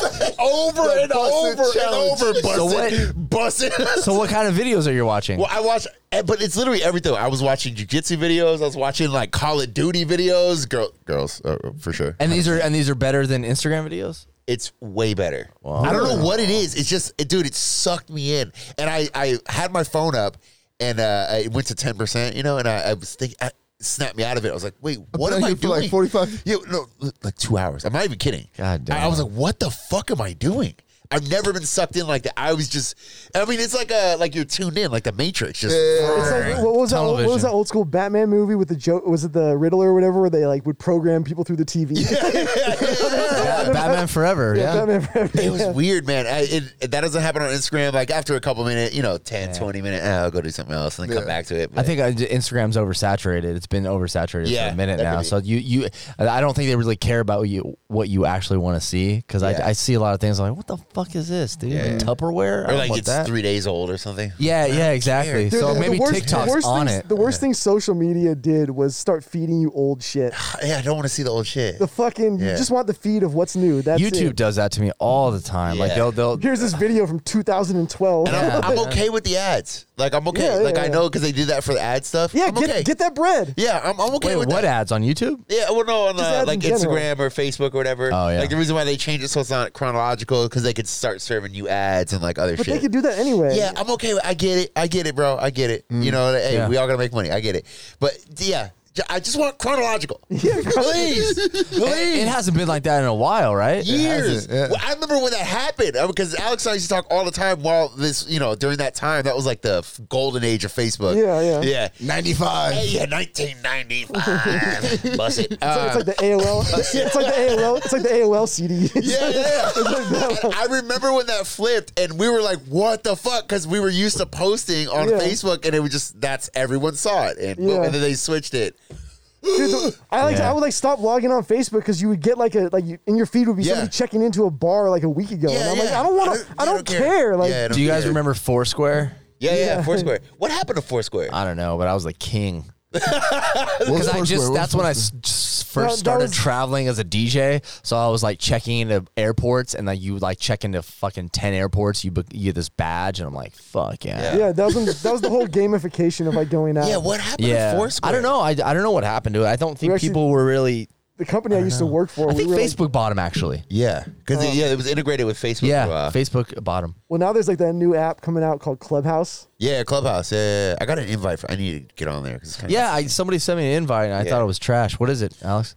Speaker 4: (laughs) busted. over
Speaker 2: The
Speaker 4: and
Speaker 2: busted
Speaker 4: over and
Speaker 2: challenge.
Speaker 4: over,
Speaker 1: So
Speaker 4: busted. Busted.
Speaker 1: (laughs) so what kind of videos are you watching?
Speaker 4: (laughs) Well, I watch, eh, but it's literally everything. I was watching jujitsu videos. I was watching like Call of Duty videos. Girl, girls, uh, for sure.
Speaker 1: and these are and these are better than Instagram videos.
Speaker 4: it's way better. I don't know what it is. It's just, it, dude, it sucked me in. And I, I had my phone up and uh, it went to 10%, you know, and I, I was thinking, I, it snapped me out of it. I was like,
Speaker 1: (laughs)
Speaker 4: wait, what
Speaker 2: been on
Speaker 4: am I
Speaker 2: here for, like,
Speaker 4: doing?
Speaker 2: 45
Speaker 4: Yeah, no, like two hours. I'm not even kidding.
Speaker 1: God damn.
Speaker 4: I, I was like, what the fuck am I doing? I've never been sucked in like that. I was just, I mean, it's like a, like you're tuned in, like the Matrix. Just,
Speaker 3: It's like what was that? old- What
Speaker 1: Television.
Speaker 3: was that old school Batman movie with the joke? Was it the Riddler or whatever? Where they like would program people through the TV. (laughs)
Speaker 1: Yeah, Batman Forever. Yeah.
Speaker 3: Batman Forever.
Speaker 4: (laughs) It was weird, man. I, it, it- that doesn't happen on Instagram. Like after a couple minutes, you know, 10, 20 minutes, "Ah, I'll go do something else and then come back to it.
Speaker 1: I
Speaker 4: but-
Speaker 1: think I, Instagram's oversaturated. It's been oversaturated
Speaker 4: Yeah,
Speaker 1: for a minute
Speaker 4: that could
Speaker 1: now.
Speaker 4: be.
Speaker 1: So you, you, I don't think they really care about what you what you actually want to see because
Speaker 4: Yeah.
Speaker 1: I, I see a lot of things like what the fuck is this, dude?
Speaker 4: Yeah.
Speaker 1: Tupperware I
Speaker 4: or
Speaker 1: don't
Speaker 4: like
Speaker 1: want
Speaker 4: it's
Speaker 1: that.
Speaker 4: three days old or something.
Speaker 1: Yeah, yeah, exactly.
Speaker 3: Dude,
Speaker 1: so
Speaker 3: the- the
Speaker 1: maybe
Speaker 3: worst- the
Speaker 1: TikTok's
Speaker 3: worst
Speaker 1: on
Speaker 3: things-
Speaker 1: it.
Speaker 3: The worst thing social media did was start feeding you
Speaker 4: (sighs)
Speaker 3: old shit.
Speaker 4: Yeah, I don't want to see the old shit.
Speaker 3: The fucking
Speaker 4: Yeah.
Speaker 3: you just want the feed of what's new. That's
Speaker 1: YouTube
Speaker 3: It.
Speaker 1: does that to me all the time. Like
Speaker 4: Yeah.
Speaker 1: they'll they'll
Speaker 3: Here's this video from 2012.
Speaker 4: and
Speaker 1: Yeah.
Speaker 4: I'm, I'm okay with the ads. Like I'm okay.
Speaker 3: Yeah, yeah,
Speaker 4: like I
Speaker 3: yeah.
Speaker 4: know because they do that for the ad stuff.
Speaker 3: yeah,
Speaker 4: I'm
Speaker 3: get
Speaker 4: okay.
Speaker 3: get that bread.
Speaker 4: yeah, I'm, I'm okay
Speaker 1: wait,
Speaker 4: with
Speaker 1: what
Speaker 4: that.
Speaker 1: ads on YouTube?
Speaker 4: Yeah, well, no, on uh,
Speaker 3: ads
Speaker 4: like
Speaker 3: in general.
Speaker 4: Instagram or Facebook or whatever.
Speaker 1: Oh, yeah.
Speaker 4: Like the reason why they changed it so it's not chronological because they could start serving you ads and like other
Speaker 3: But
Speaker 4: shit.
Speaker 3: they could do that anyway.
Speaker 4: Yeah, Mm. I'm okay. With, I get it. I get it, bro. I get it. You know, hey,
Speaker 1: Yeah.
Speaker 4: we all gotta make money. I get it. But yeah, J- I just want chronological.
Speaker 3: (laughs) (laughs) Yeah,
Speaker 4: please, please.
Speaker 1: It hasn't been like that in a while, right?
Speaker 4: Years.
Speaker 2: hasn't, yeah.
Speaker 4: Well, I remember when that happened because Alex and I used to talk all the time while this, you know, during that time, that was like the f- golden age of Facebook.
Speaker 3: Yeah, yeah.
Speaker 4: Yeah.
Speaker 2: Ninety five.
Speaker 4: Hey, yeah, 1995. Bust it.
Speaker 3: (laughs) (laughs)
Speaker 4: Uh, (laughs)
Speaker 3: It's like, it's like the AOL. It's like the AOL. It's like the AOL CD.
Speaker 4: Yeah, yeah. And I remember when that flipped, and we were like, "What the fuck?" Because we were used to posting on
Speaker 3: Yeah.
Speaker 4: Facebook, and it was just that's everyone saw it, and, boom,
Speaker 3: Yeah.
Speaker 4: and then they switched it.
Speaker 3: I like.
Speaker 1: Yeah.
Speaker 3: I would like stop logging on Facebook because you would get like a like you, in your feed would be
Speaker 4: Yeah.
Speaker 3: somebody checking into a bar like a week ago, and I'm like, I don't want to. I don't care. Like,
Speaker 4: Yeah, I don't
Speaker 1: Do you guys
Speaker 4: care.
Speaker 1: remember Foursquare?
Speaker 4: Yeah, yeah,
Speaker 3: Yeah.
Speaker 4: Foursquare. What happened
Speaker 1: (laughs)
Speaker 4: to Foursquare?
Speaker 1: I don't know, but I was the king.
Speaker 2: What's
Speaker 1: Because I
Speaker 2: Foursquare?
Speaker 1: just
Speaker 2: What's
Speaker 1: that's when I s- s-
Speaker 3: No,
Speaker 1: first
Speaker 3: that
Speaker 1: started
Speaker 3: was-
Speaker 1: traveling as a DJ. So I was like checking into airports, and like you like check into fucking ten airports. You be- you get this badge, and I'm like, fuck yeah,
Speaker 3: yeah, that was when- that was the whole gamification of like going out.
Speaker 4: yeah, what happened
Speaker 1: yeah.
Speaker 4: to Foursquare?
Speaker 1: I don't know. I, I don't know what happened to it. I don't think
Speaker 3: We actually-
Speaker 1: people were really.
Speaker 3: the company I, used to work for.
Speaker 1: I
Speaker 3: we
Speaker 1: think
Speaker 3: were, like-
Speaker 1: Facebook bought him (laughs) actually.
Speaker 4: Yeah, because
Speaker 3: Oh.
Speaker 4: yeah, it was integrated with Facebook.
Speaker 1: Yeah,
Speaker 4: uh,
Speaker 1: Facebook bought him.
Speaker 3: well, now there's like that new app coming out called Clubhouse.
Speaker 4: yeah, Clubhouse. Yeah, yeah, yeah. I got an invite. For, I need to get on there. 'cause it's kinda-
Speaker 1: Yeah, I, somebody sent me an invite, and I
Speaker 4: Yeah.
Speaker 1: thought it was trash. What is it, (laughs) Alex?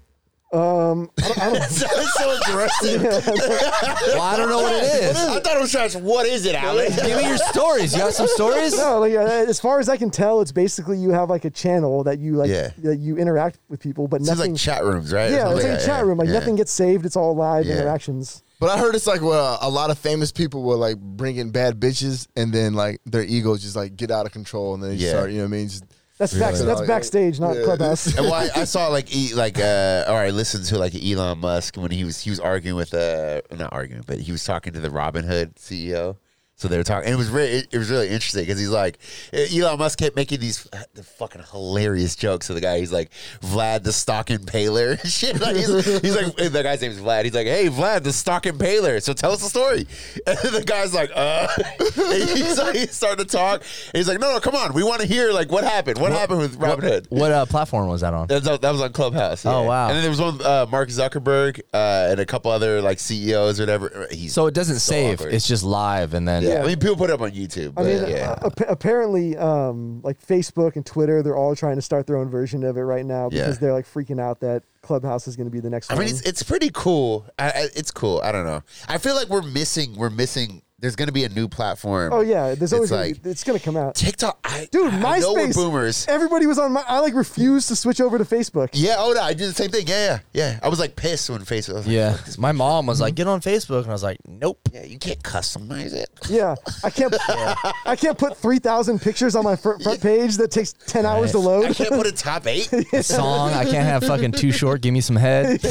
Speaker 4: That's (laughs) so interesting.
Speaker 3: (laughs)
Speaker 1: Well, I don't know what it is.
Speaker 4: I thought it was trash. What is it, Alex?
Speaker 1: Give me your stories. You got some (laughs) stories?
Speaker 3: No, like uh, as far as I can tell, it's basically you have like a channel that you like
Speaker 4: Yeah.
Speaker 3: that you interact with people, but
Speaker 4: It's
Speaker 3: nothing.
Speaker 4: like chat rooms, right?
Speaker 3: yeah,
Speaker 4: Or
Speaker 3: it's
Speaker 4: something
Speaker 3: like a
Speaker 4: that,
Speaker 3: chat
Speaker 4: yeah,
Speaker 3: room. Like
Speaker 4: yeah.
Speaker 3: nothing gets saved. It's all live
Speaker 4: Yeah.
Speaker 3: interactions.
Speaker 2: But I heard it's like where uh, a lot of famous people were like bringing bad bitches, and then like their egos just like get out of control, and then they just
Speaker 4: Yeah.
Speaker 2: start, you know what I mean? Just,
Speaker 3: That's back,
Speaker 2: Really?
Speaker 3: that's
Speaker 2: Yeah.
Speaker 3: backstage, not
Speaker 2: Yeah.
Speaker 3: clubhouse.
Speaker 4: And why I saw like e, like uh or I listened to like Elon Musk when he was he was arguing with uh not arguing but he was talking to the Robin Hood CEO. So they were talking, and it was really it, it was really interesting because he's like "Eh, Elon Musk kept making these uh, the fucking hilarious jokes to the guy. He's like Vlad the stock impaler (laughs) and shit. Like he's, he's like the guy's name is Vlad. He's like, hey Vlad the stock impaler. So tell us the story. (laughs) And the guy's like, uh, (laughs) and he's like he started to talk. And he's like, no no come on, we want to hear like what happened. What, happened with Robin Hood?
Speaker 1: What uh, platform was that on?
Speaker 4: That was, that was on Clubhouse.
Speaker 1: Oh,
Speaker 4: yeah.
Speaker 1: wow.
Speaker 4: And then there was one with, uh, Mark Zuckerberg uh, and a couple other like CEOs or whatever. Uh, He's
Speaker 1: So it doesn't
Speaker 4: so
Speaker 1: save.
Speaker 4: awkward.
Speaker 1: It's just live, and then
Speaker 4: yeah. I mean people put it up on YouTube.
Speaker 3: I
Speaker 4: But,
Speaker 3: mean, uh,
Speaker 4: yeah.
Speaker 3: a- ap- apparently, um, like Facebook and Twitter, they're all trying to start their own version of it right now because
Speaker 4: Yeah.
Speaker 3: they're like freaking out that Clubhouse is going to be the next
Speaker 4: I
Speaker 3: one.
Speaker 4: mean it's it's pretty cool. I, I, it's cool. I don't know. I feel like we're missing. We're missing. There's gonna be a new platform.
Speaker 3: oh yeah, there's
Speaker 4: it's
Speaker 3: always gonna be-
Speaker 4: like
Speaker 3: it's going to come out,
Speaker 4: TikTok. I,
Speaker 3: dude.
Speaker 4: I know we're
Speaker 3: MySpace.
Speaker 4: boomers.
Speaker 3: Everybody was on my. I like refused to switch over to Facebook.
Speaker 4: Yeah. Oh no, I did the same thing. Yeah, yeah, yeah. I was like pissed when Facebook. I was like,
Speaker 1: Yeah. My mom was like, get on Facebook. And I was like, nope.
Speaker 4: yeah, you can't customize it.
Speaker 3: Yeah, I can't.
Speaker 4: (laughs)
Speaker 3: I can't put three thousand pictures on my front, front page that takes ten hours to
Speaker 4: I
Speaker 3: load.
Speaker 4: can't put a top
Speaker 3: (laughs)
Speaker 4: eight.
Speaker 1: (laughs) Song. I can't have fucking too short. Give me some head. (laughs)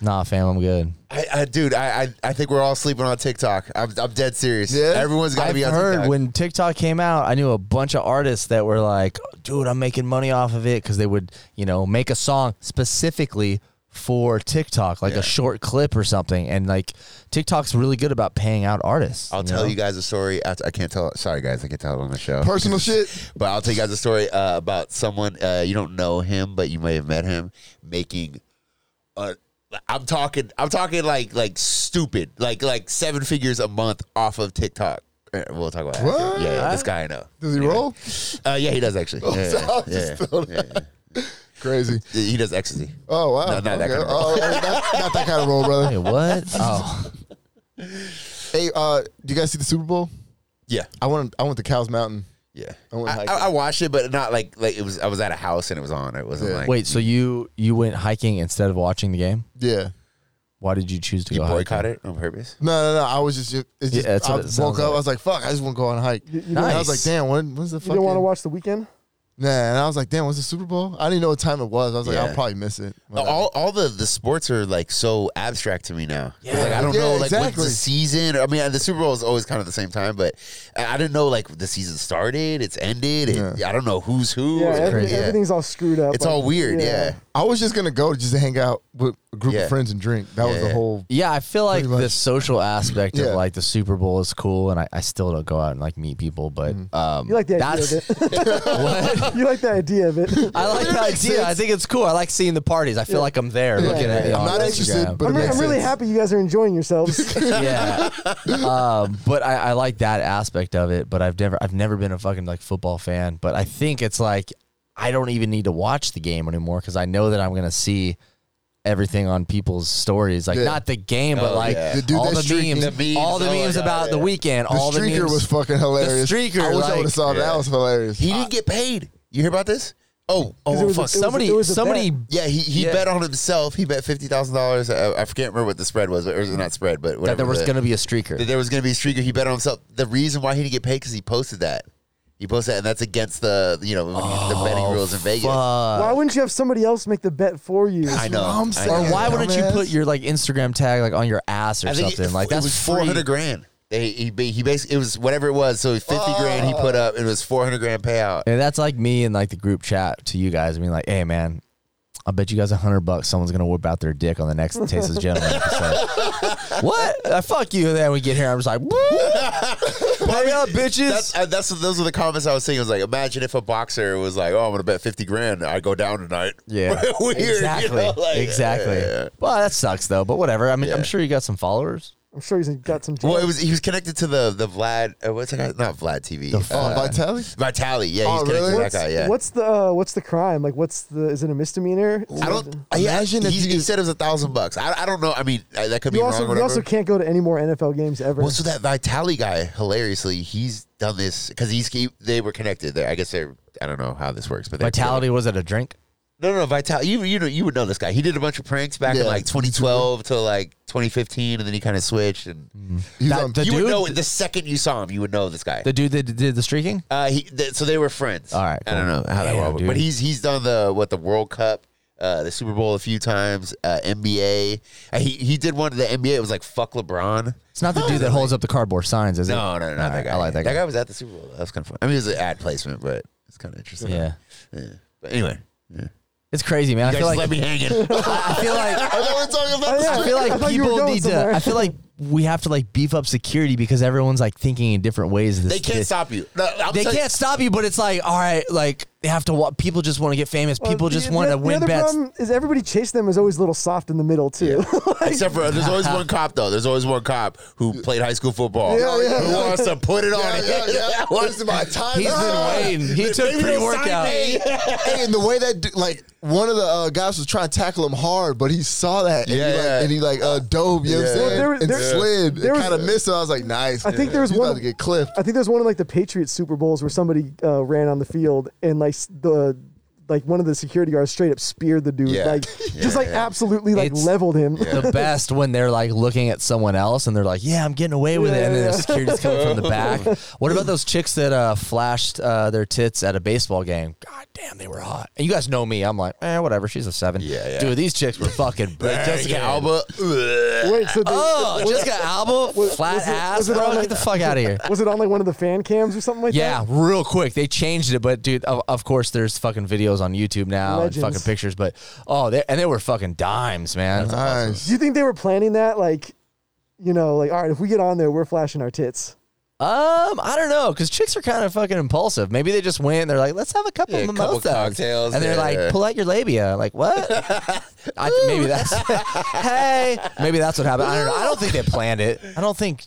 Speaker 1: nah, fam, I'm good.
Speaker 4: I, I dude, I, I I think we're all sleeping on TikTok. I'm, I'm dead serious.
Speaker 2: Yeah?
Speaker 4: Everyone's got to
Speaker 1: I've
Speaker 4: be on
Speaker 1: heard
Speaker 4: TikTok.
Speaker 1: when TikTok came out, I knew a bunch of artists that were like, dude, I'm making money off of it because they would, you know, make a song specifically for TikTok, like
Speaker 4: Yeah.
Speaker 1: a short clip or something. And like TikTok's really good about paying out artists.
Speaker 4: I'll tell you guys a story. after- I can't tell. Sorry, guys, I can't tell it on the show. (laughs)
Speaker 2: personal shit.
Speaker 4: But I'll tell you guys a story uh, about someone uh, you don't know him, but you may have met him making. Uh, I'm talking. I'm talking like like stupid, like like seven figures a month off of TikTok. Uh, We'll talk about that. after.
Speaker 2: What?
Speaker 4: Yeah, yeah, this guy I know.
Speaker 2: Does he roll?
Speaker 4: Uh, yeah, he does actually. Yeah,
Speaker 2: so (laughs) I was
Speaker 4: yeah,
Speaker 2: just
Speaker 4: yeah,
Speaker 2: throwing it
Speaker 4: yeah.
Speaker 2: Crazy.
Speaker 4: He does ecstasy.
Speaker 2: Oh wow.
Speaker 4: No, not that kind of roll.
Speaker 2: Oh, not, not that kind of roll, brother.
Speaker 1: Hey, (laughs) what? Oh,
Speaker 2: Hey, uh, do you guys see the Super Bowl?
Speaker 4: Yeah,
Speaker 2: I went. I went to Cow's Mountain.
Speaker 4: yeah.
Speaker 2: I
Speaker 4: I,
Speaker 2: went
Speaker 4: I,
Speaker 2: hiking.
Speaker 4: I watched it, but not like like it was. I was at a house and it was on. It wasn't
Speaker 2: Yeah.
Speaker 4: like
Speaker 1: wait. So you you went hiking instead of watching the game?
Speaker 2: Yeah.
Speaker 1: Why did you choose to
Speaker 4: you
Speaker 1: go
Speaker 4: boycott
Speaker 1: hiking?
Speaker 4: it on purpose.
Speaker 2: No, no, no. I was just. It's just
Speaker 1: Yeah, that's
Speaker 2: I
Speaker 1: what it
Speaker 2: woke up.
Speaker 1: sounds
Speaker 2: I
Speaker 1: like.
Speaker 2: was like, fuck. I just want to go on a hike.
Speaker 3: You, you
Speaker 1: Nice.
Speaker 2: And I was like, damn. When, when's the
Speaker 3: didn't, you didn't want to
Speaker 2: fucking-
Speaker 3: watch the weekend?
Speaker 2: Nah, and I was like, damn, was the Super Bowl? I didn't know what time it was. I was like, I'll
Speaker 4: Yeah.
Speaker 2: probably miss it. Whatever.
Speaker 4: All, all the, the sports are like so abstract to me now. 'Cause, Like I don't
Speaker 2: Yeah,
Speaker 4: know like when's
Speaker 2: exactly.
Speaker 4: the season. I mean, the Super Bowl is always kind of the same time, but I I didn't know like the season started, it's ended. It, I don't know who's who.
Speaker 3: Yeah,
Speaker 4: or
Speaker 3: every-
Speaker 4: whatever.
Speaker 1: crazy.
Speaker 4: yeah.
Speaker 3: everything's all screwed up.
Speaker 4: It's
Speaker 3: like,
Speaker 4: all weird. Yeah.
Speaker 2: I was just gonna go just to hang out with a group
Speaker 4: Yeah.
Speaker 2: of friends and drink. That was
Speaker 4: Yeah,
Speaker 2: the
Speaker 4: yeah.
Speaker 2: whole.
Speaker 1: Yeah, I feel like
Speaker 2: Pretty much.
Speaker 1: the social aspect
Speaker 2: Yeah.
Speaker 1: of like the Super Bowl is cool, and I, I still don't go out and like meet people, but
Speaker 2: Mm-hmm.
Speaker 1: um,
Speaker 3: You like the idea
Speaker 1: that's
Speaker 3: of it. You like the idea
Speaker 4: (laughs)
Speaker 3: of it.
Speaker 1: (laughs) I like
Speaker 3: (laughs)
Speaker 1: the idea. I think it's cool. I like seeing the parties. I feel like I'm there looking at. You
Speaker 2: I'm
Speaker 1: on
Speaker 2: not interested,
Speaker 1: Instagram.
Speaker 2: but it
Speaker 3: I'm, re-
Speaker 2: makes
Speaker 3: I'm really
Speaker 2: sense.
Speaker 3: happy you guys are
Speaker 4: (laughs)
Speaker 3: enjoying yourselves.
Speaker 1: yeah, um, but I, I like that aspect of it. But I've never I've never been a fucking like football fan. But I think it's like I don't even need to watch the game anymore because I know that I'm gonna see everything on people's stories. Like
Speaker 2: Yeah.
Speaker 1: not the game, but
Speaker 4: Oh,
Speaker 1: like
Speaker 4: yeah.
Speaker 2: The dude
Speaker 1: all
Speaker 2: that
Speaker 1: the
Speaker 2: streaked-
Speaker 1: memes,
Speaker 4: The memes,
Speaker 1: all the
Speaker 4: oh my
Speaker 1: memes
Speaker 4: God,
Speaker 1: about the
Speaker 4: yeah.
Speaker 1: weekend.
Speaker 2: The
Speaker 1: all the
Speaker 2: streaker
Speaker 1: memes.
Speaker 2: was fucking hilarious.
Speaker 1: streaker,
Speaker 2: I wish I
Speaker 1: like-
Speaker 2: would have saw that. That was hilarious.
Speaker 4: He didn't get paid. You hear about this? Oh,
Speaker 3: it
Speaker 4: oh
Speaker 3: was
Speaker 4: fuck!
Speaker 3: a- it was a-
Speaker 1: somebody
Speaker 3: it was a
Speaker 1: somebody
Speaker 3: bet.
Speaker 4: yeah, he, he
Speaker 1: Yeah.
Speaker 4: bet on himself. He bet fifty thousand dollars. I can't remember what the spread was, or not spread, but whatever.
Speaker 1: that there was
Speaker 4: the-
Speaker 1: gonna be a streaker.
Speaker 4: that there was going to be a streaker. He bet on himself. The reason why he didn't get paid because he posted that. He posted that, and that's against the you know the
Speaker 1: Oh,
Speaker 4: betting rules in Vegas.
Speaker 3: Why wouldn't you have somebody else make the bet for you?
Speaker 4: Uh, I know.
Speaker 2: I'm
Speaker 4: I
Speaker 2: saying.
Speaker 4: know.
Speaker 1: or why
Speaker 2: Yeah,
Speaker 1: wouldn't you
Speaker 2: dumbass.
Speaker 1: put your like Instagram tag like on your ass or
Speaker 4: I think it-
Speaker 1: something? like
Speaker 4: it
Speaker 1: that's
Speaker 4: was four hundred grand. They, he ba- he basically it was whatever it was. So fifty grand he put up. It was four hundred grand payout.
Speaker 1: And that's like me in like the group chat to you guys. I mean, like, hey man, I bet you guys a hundred bucks someone's gonna whip out their dick on the next Taste of Gentlemen episode.
Speaker 4: (laughs)
Speaker 1: what? Uh, fuck you. And then we get here. I'm just like, woo! Pay up, bitches.
Speaker 4: That's uh, that's those are the comments I was seeing. It was like, imagine if a boxer was like, "Oh, I'm gonna bet fifty grand. I go down tonight." (laughs)
Speaker 1: yeah.
Speaker 4: Weird, you
Speaker 1: exactly.
Speaker 4: know, like-
Speaker 1: exactly.
Speaker 4: Yeah, yeah.
Speaker 1: Well, that sucks though. But whatever. I mean, I'm
Speaker 4: Yeah.
Speaker 1: sure you got some followers.
Speaker 3: I'm sure he's got some.
Speaker 4: Well, it was he was connected to the the Vlad. Uh, what's that guy? Not Vlad TV.
Speaker 1: The fuck?
Speaker 2: Oh, Vitaly?
Speaker 4: Vitali. Yeah, he's
Speaker 2: Oh,
Speaker 4: connected
Speaker 2: really?
Speaker 4: to that guy. Yeah.
Speaker 3: What's the uh, what's the crime? Like, what's the is it a misdemeanor? Is
Speaker 4: I
Speaker 3: it-
Speaker 4: don't imagine
Speaker 2: if
Speaker 4: he,
Speaker 2: you-
Speaker 4: he said it was a thousand bucks. I, I don't know. I mean, I, that could be
Speaker 3: You
Speaker 4: wrong.
Speaker 3: also
Speaker 4: or
Speaker 3: you
Speaker 4: whatever.
Speaker 3: also can't go to any more NFL games ever.
Speaker 4: well, so that Vitali guy, hilariously, he's done this because he's he, they were connected there. I guess they. are I don't know how this works, but they're
Speaker 1: Vitality was at a drink.
Speaker 4: No, no, no, Vitality. You, you know, you would know this guy. He did a bunch of pranks back in
Speaker 2: Yeah.
Speaker 4: like 2012 to like 2015, and then he kind of switched. And
Speaker 2: He's
Speaker 1: That-
Speaker 2: on
Speaker 1: the
Speaker 4: you
Speaker 1: dude-
Speaker 4: would know it the second you saw him, you would know this guy.
Speaker 1: The dude that did the streaking.
Speaker 4: Uh, he, th- so they were friends.
Speaker 1: All right,
Speaker 4: I don't
Speaker 1: cool.
Speaker 4: know how that
Speaker 1: Damn,
Speaker 4: all worked, but
Speaker 1: dude.
Speaker 4: he's he's done the what the World Cup, uh, the Super Bowl a few times, uh, NBA. Uh, he he did one to the NBA. It was like fuck LeBron.
Speaker 1: It's not the dude that holds up the cardboard signs, is it?
Speaker 4: No, no, no.
Speaker 1: Not
Speaker 4: that guy.
Speaker 1: I like that guy.
Speaker 4: was at the Super Bowl. That was kind of fun. I mean, it was an ad placement, but it's kind of interesting.
Speaker 1: Yeah.
Speaker 4: yeah. But anyway, yeah. you
Speaker 1: It's crazy, man. I
Speaker 4: guys
Speaker 1: feel
Speaker 4: just
Speaker 1: like
Speaker 4: let me
Speaker 1: (laughs)
Speaker 4: hang it.
Speaker 1: I feel like
Speaker 2: I know we're talking about
Speaker 3: Oh, yeah.
Speaker 1: I feel like
Speaker 3: I thought you were
Speaker 1: people
Speaker 3: going
Speaker 1: need
Speaker 3: somewhere.
Speaker 1: to. I feel like we have to like beef up security because everyone's like thinking in different ways. This
Speaker 4: they can't
Speaker 1: this-
Speaker 4: stop you. No, I'm
Speaker 1: They
Speaker 4: telling-
Speaker 1: can't stop you, but it's like, all right, like they have to. Wa- people just want to get famous.
Speaker 3: Uh,
Speaker 1: People just
Speaker 3: the-
Speaker 1: want
Speaker 3: the-
Speaker 1: to
Speaker 3: the
Speaker 1: win
Speaker 3: other
Speaker 1: bets.
Speaker 3: problem is everybody chasing them is always a little soft in the middle too. (laughs)
Speaker 4: Except for there's always one cop though. There's always one cop who played high school football.
Speaker 2: Yeah, yeah.
Speaker 4: Who wants to put it on?
Speaker 2: Yeah, yeah, yeah.
Speaker 4: (laughs)
Speaker 2: Where's my time?
Speaker 1: He's
Speaker 2: Ah!
Speaker 1: been waiting. He took
Speaker 4: Maybe they
Speaker 1: pre-workout.
Speaker 4: signed me.
Speaker 2: hey, and the way that dude, like one of the uh, guys was trying to tackle him hard, but he saw that and
Speaker 4: Yeah,
Speaker 2: he like,
Speaker 4: yeah.
Speaker 2: and he like uh, dove, you know what I'm
Speaker 4: Yeah.
Speaker 2: saying,
Speaker 4: Well,
Speaker 3: there-
Speaker 2: and
Speaker 3: there-
Speaker 2: slid.
Speaker 3: there
Speaker 2: It
Speaker 3: was-
Speaker 2: kind of missed. Him. I was like, nice.
Speaker 3: I think there was
Speaker 2: He's
Speaker 3: one-
Speaker 2: about to get clipped.
Speaker 3: I think there's one of like the Patriots Super Bowls where somebody uh, ran on the field and like s- the like one of the security guards straight up speared the dude
Speaker 4: Yeah.
Speaker 3: like
Speaker 4: (laughs) Yeah,
Speaker 3: just like
Speaker 4: yeah.
Speaker 3: absolutely like
Speaker 1: It's-
Speaker 3: leveled him.
Speaker 1: The best when they're like looking at someone else and they're like, "Yeah, I'm getting away with it," and then the security's coming from the
Speaker 3: (laughs)
Speaker 1: back. What about those chicks that uh, flashed uh, their tits at a baseball game? God damn, they were hot. And you guys know me. I'm like, eh, whatever. She's a seven.
Speaker 4: Yeah, yeah.
Speaker 1: Dude, these chicks were fucking.
Speaker 4: But Jessica
Speaker 1: banging.
Speaker 4: Alba. ugh.
Speaker 3: (laughs) Wait,
Speaker 4: (laughs)
Speaker 3: so they-
Speaker 1: Oh,
Speaker 3: was,
Speaker 1: Jessica Alba, flat
Speaker 3: was it-
Speaker 1: ass.
Speaker 3: was it
Speaker 1: bro,
Speaker 3: on
Speaker 1: get
Speaker 3: the-
Speaker 1: the fuck out of here.
Speaker 3: was it on like one of the fan cams or something like
Speaker 1: Yeah,
Speaker 3: that?
Speaker 1: real quick. They changed it, but dude, of, of course, there's fucking videos on YouTube now
Speaker 3: Legends.
Speaker 1: and fucking pictures. But oh, they, and they were fucking dimes, man.
Speaker 2: Nice.
Speaker 3: Do you think they were planning that like you know like all right if we get on there we're flashing our tits.
Speaker 1: Um, I don't know, because chicks are kind of fucking impulsive. Maybe they just went. and They're like, let's have a couple
Speaker 4: Yeah, a couple
Speaker 1: mimosas,
Speaker 4: cocktails,
Speaker 1: and they're
Speaker 4: yeah,
Speaker 1: like,
Speaker 4: yeah.
Speaker 1: pull out your labia. Like
Speaker 4: (laughs)
Speaker 1: what? I, maybe that's (laughs) hey. Maybe that's what happened. I don't know. I don't think they planned it. I don't think.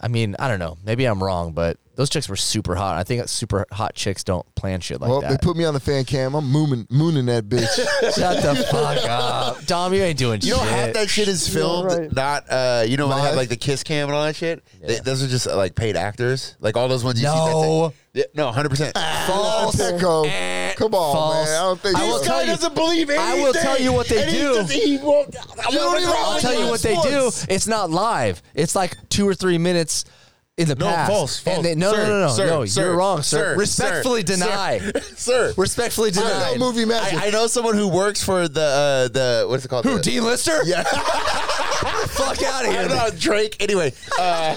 Speaker 1: I mean, I don't know. Maybe I'm wrong, but those chicks were super hot. I think super hot chicks don't plan shit like
Speaker 2: Well,
Speaker 1: that.
Speaker 2: they put me on the fan cam. I'm mooning, mooning
Speaker 1: (laughs)
Speaker 2: that bitch.
Speaker 1: Shut the fuck up, Dom. You ain't doing
Speaker 4: You know,
Speaker 1: shit.
Speaker 4: half that shit is filmed.
Speaker 3: right.
Speaker 4: Not, uh, you know, when they have
Speaker 2: Live?
Speaker 4: like the kiss cam and all that shit. They, those are just uh, like paid actors. Like all those ones you
Speaker 1: No.
Speaker 4: see. That's it. Yeah, no, hundred percent.
Speaker 2: Ah.
Speaker 1: False.
Speaker 2: Echo. Come on,
Speaker 1: False.
Speaker 2: man. I don't think
Speaker 1: I will
Speaker 2: so.
Speaker 1: tell you-
Speaker 4: believe
Speaker 1: I will tell you what they
Speaker 4: And he
Speaker 1: do.
Speaker 4: just- he won't- I
Speaker 2: don't
Speaker 4: won't
Speaker 2: even-
Speaker 4: draw
Speaker 1: I'll
Speaker 4: it.
Speaker 1: tell you what they do. It's not live. It's like two or three minutes in the
Speaker 4: No,
Speaker 1: past.
Speaker 4: false, false.
Speaker 1: And they, no,
Speaker 4: Sir,
Speaker 1: no, no, no,
Speaker 4: sir,
Speaker 1: no.
Speaker 4: sir,
Speaker 1: you're wrong, sir.
Speaker 4: sir,
Speaker 1: Respectfully
Speaker 4: sir,
Speaker 1: deny.
Speaker 4: (laughs) sir.
Speaker 1: Respectfully deny. (laughs)
Speaker 2: know movie magic.
Speaker 4: I, I know someone who works for the uh, the what's it called?
Speaker 1: Who,
Speaker 4: The-
Speaker 1: Dean Lister? (laughs)
Speaker 4: Yeah.
Speaker 1: Fuck out of
Speaker 4: I
Speaker 1: here.
Speaker 4: don't know, Drake. Anyway, uh,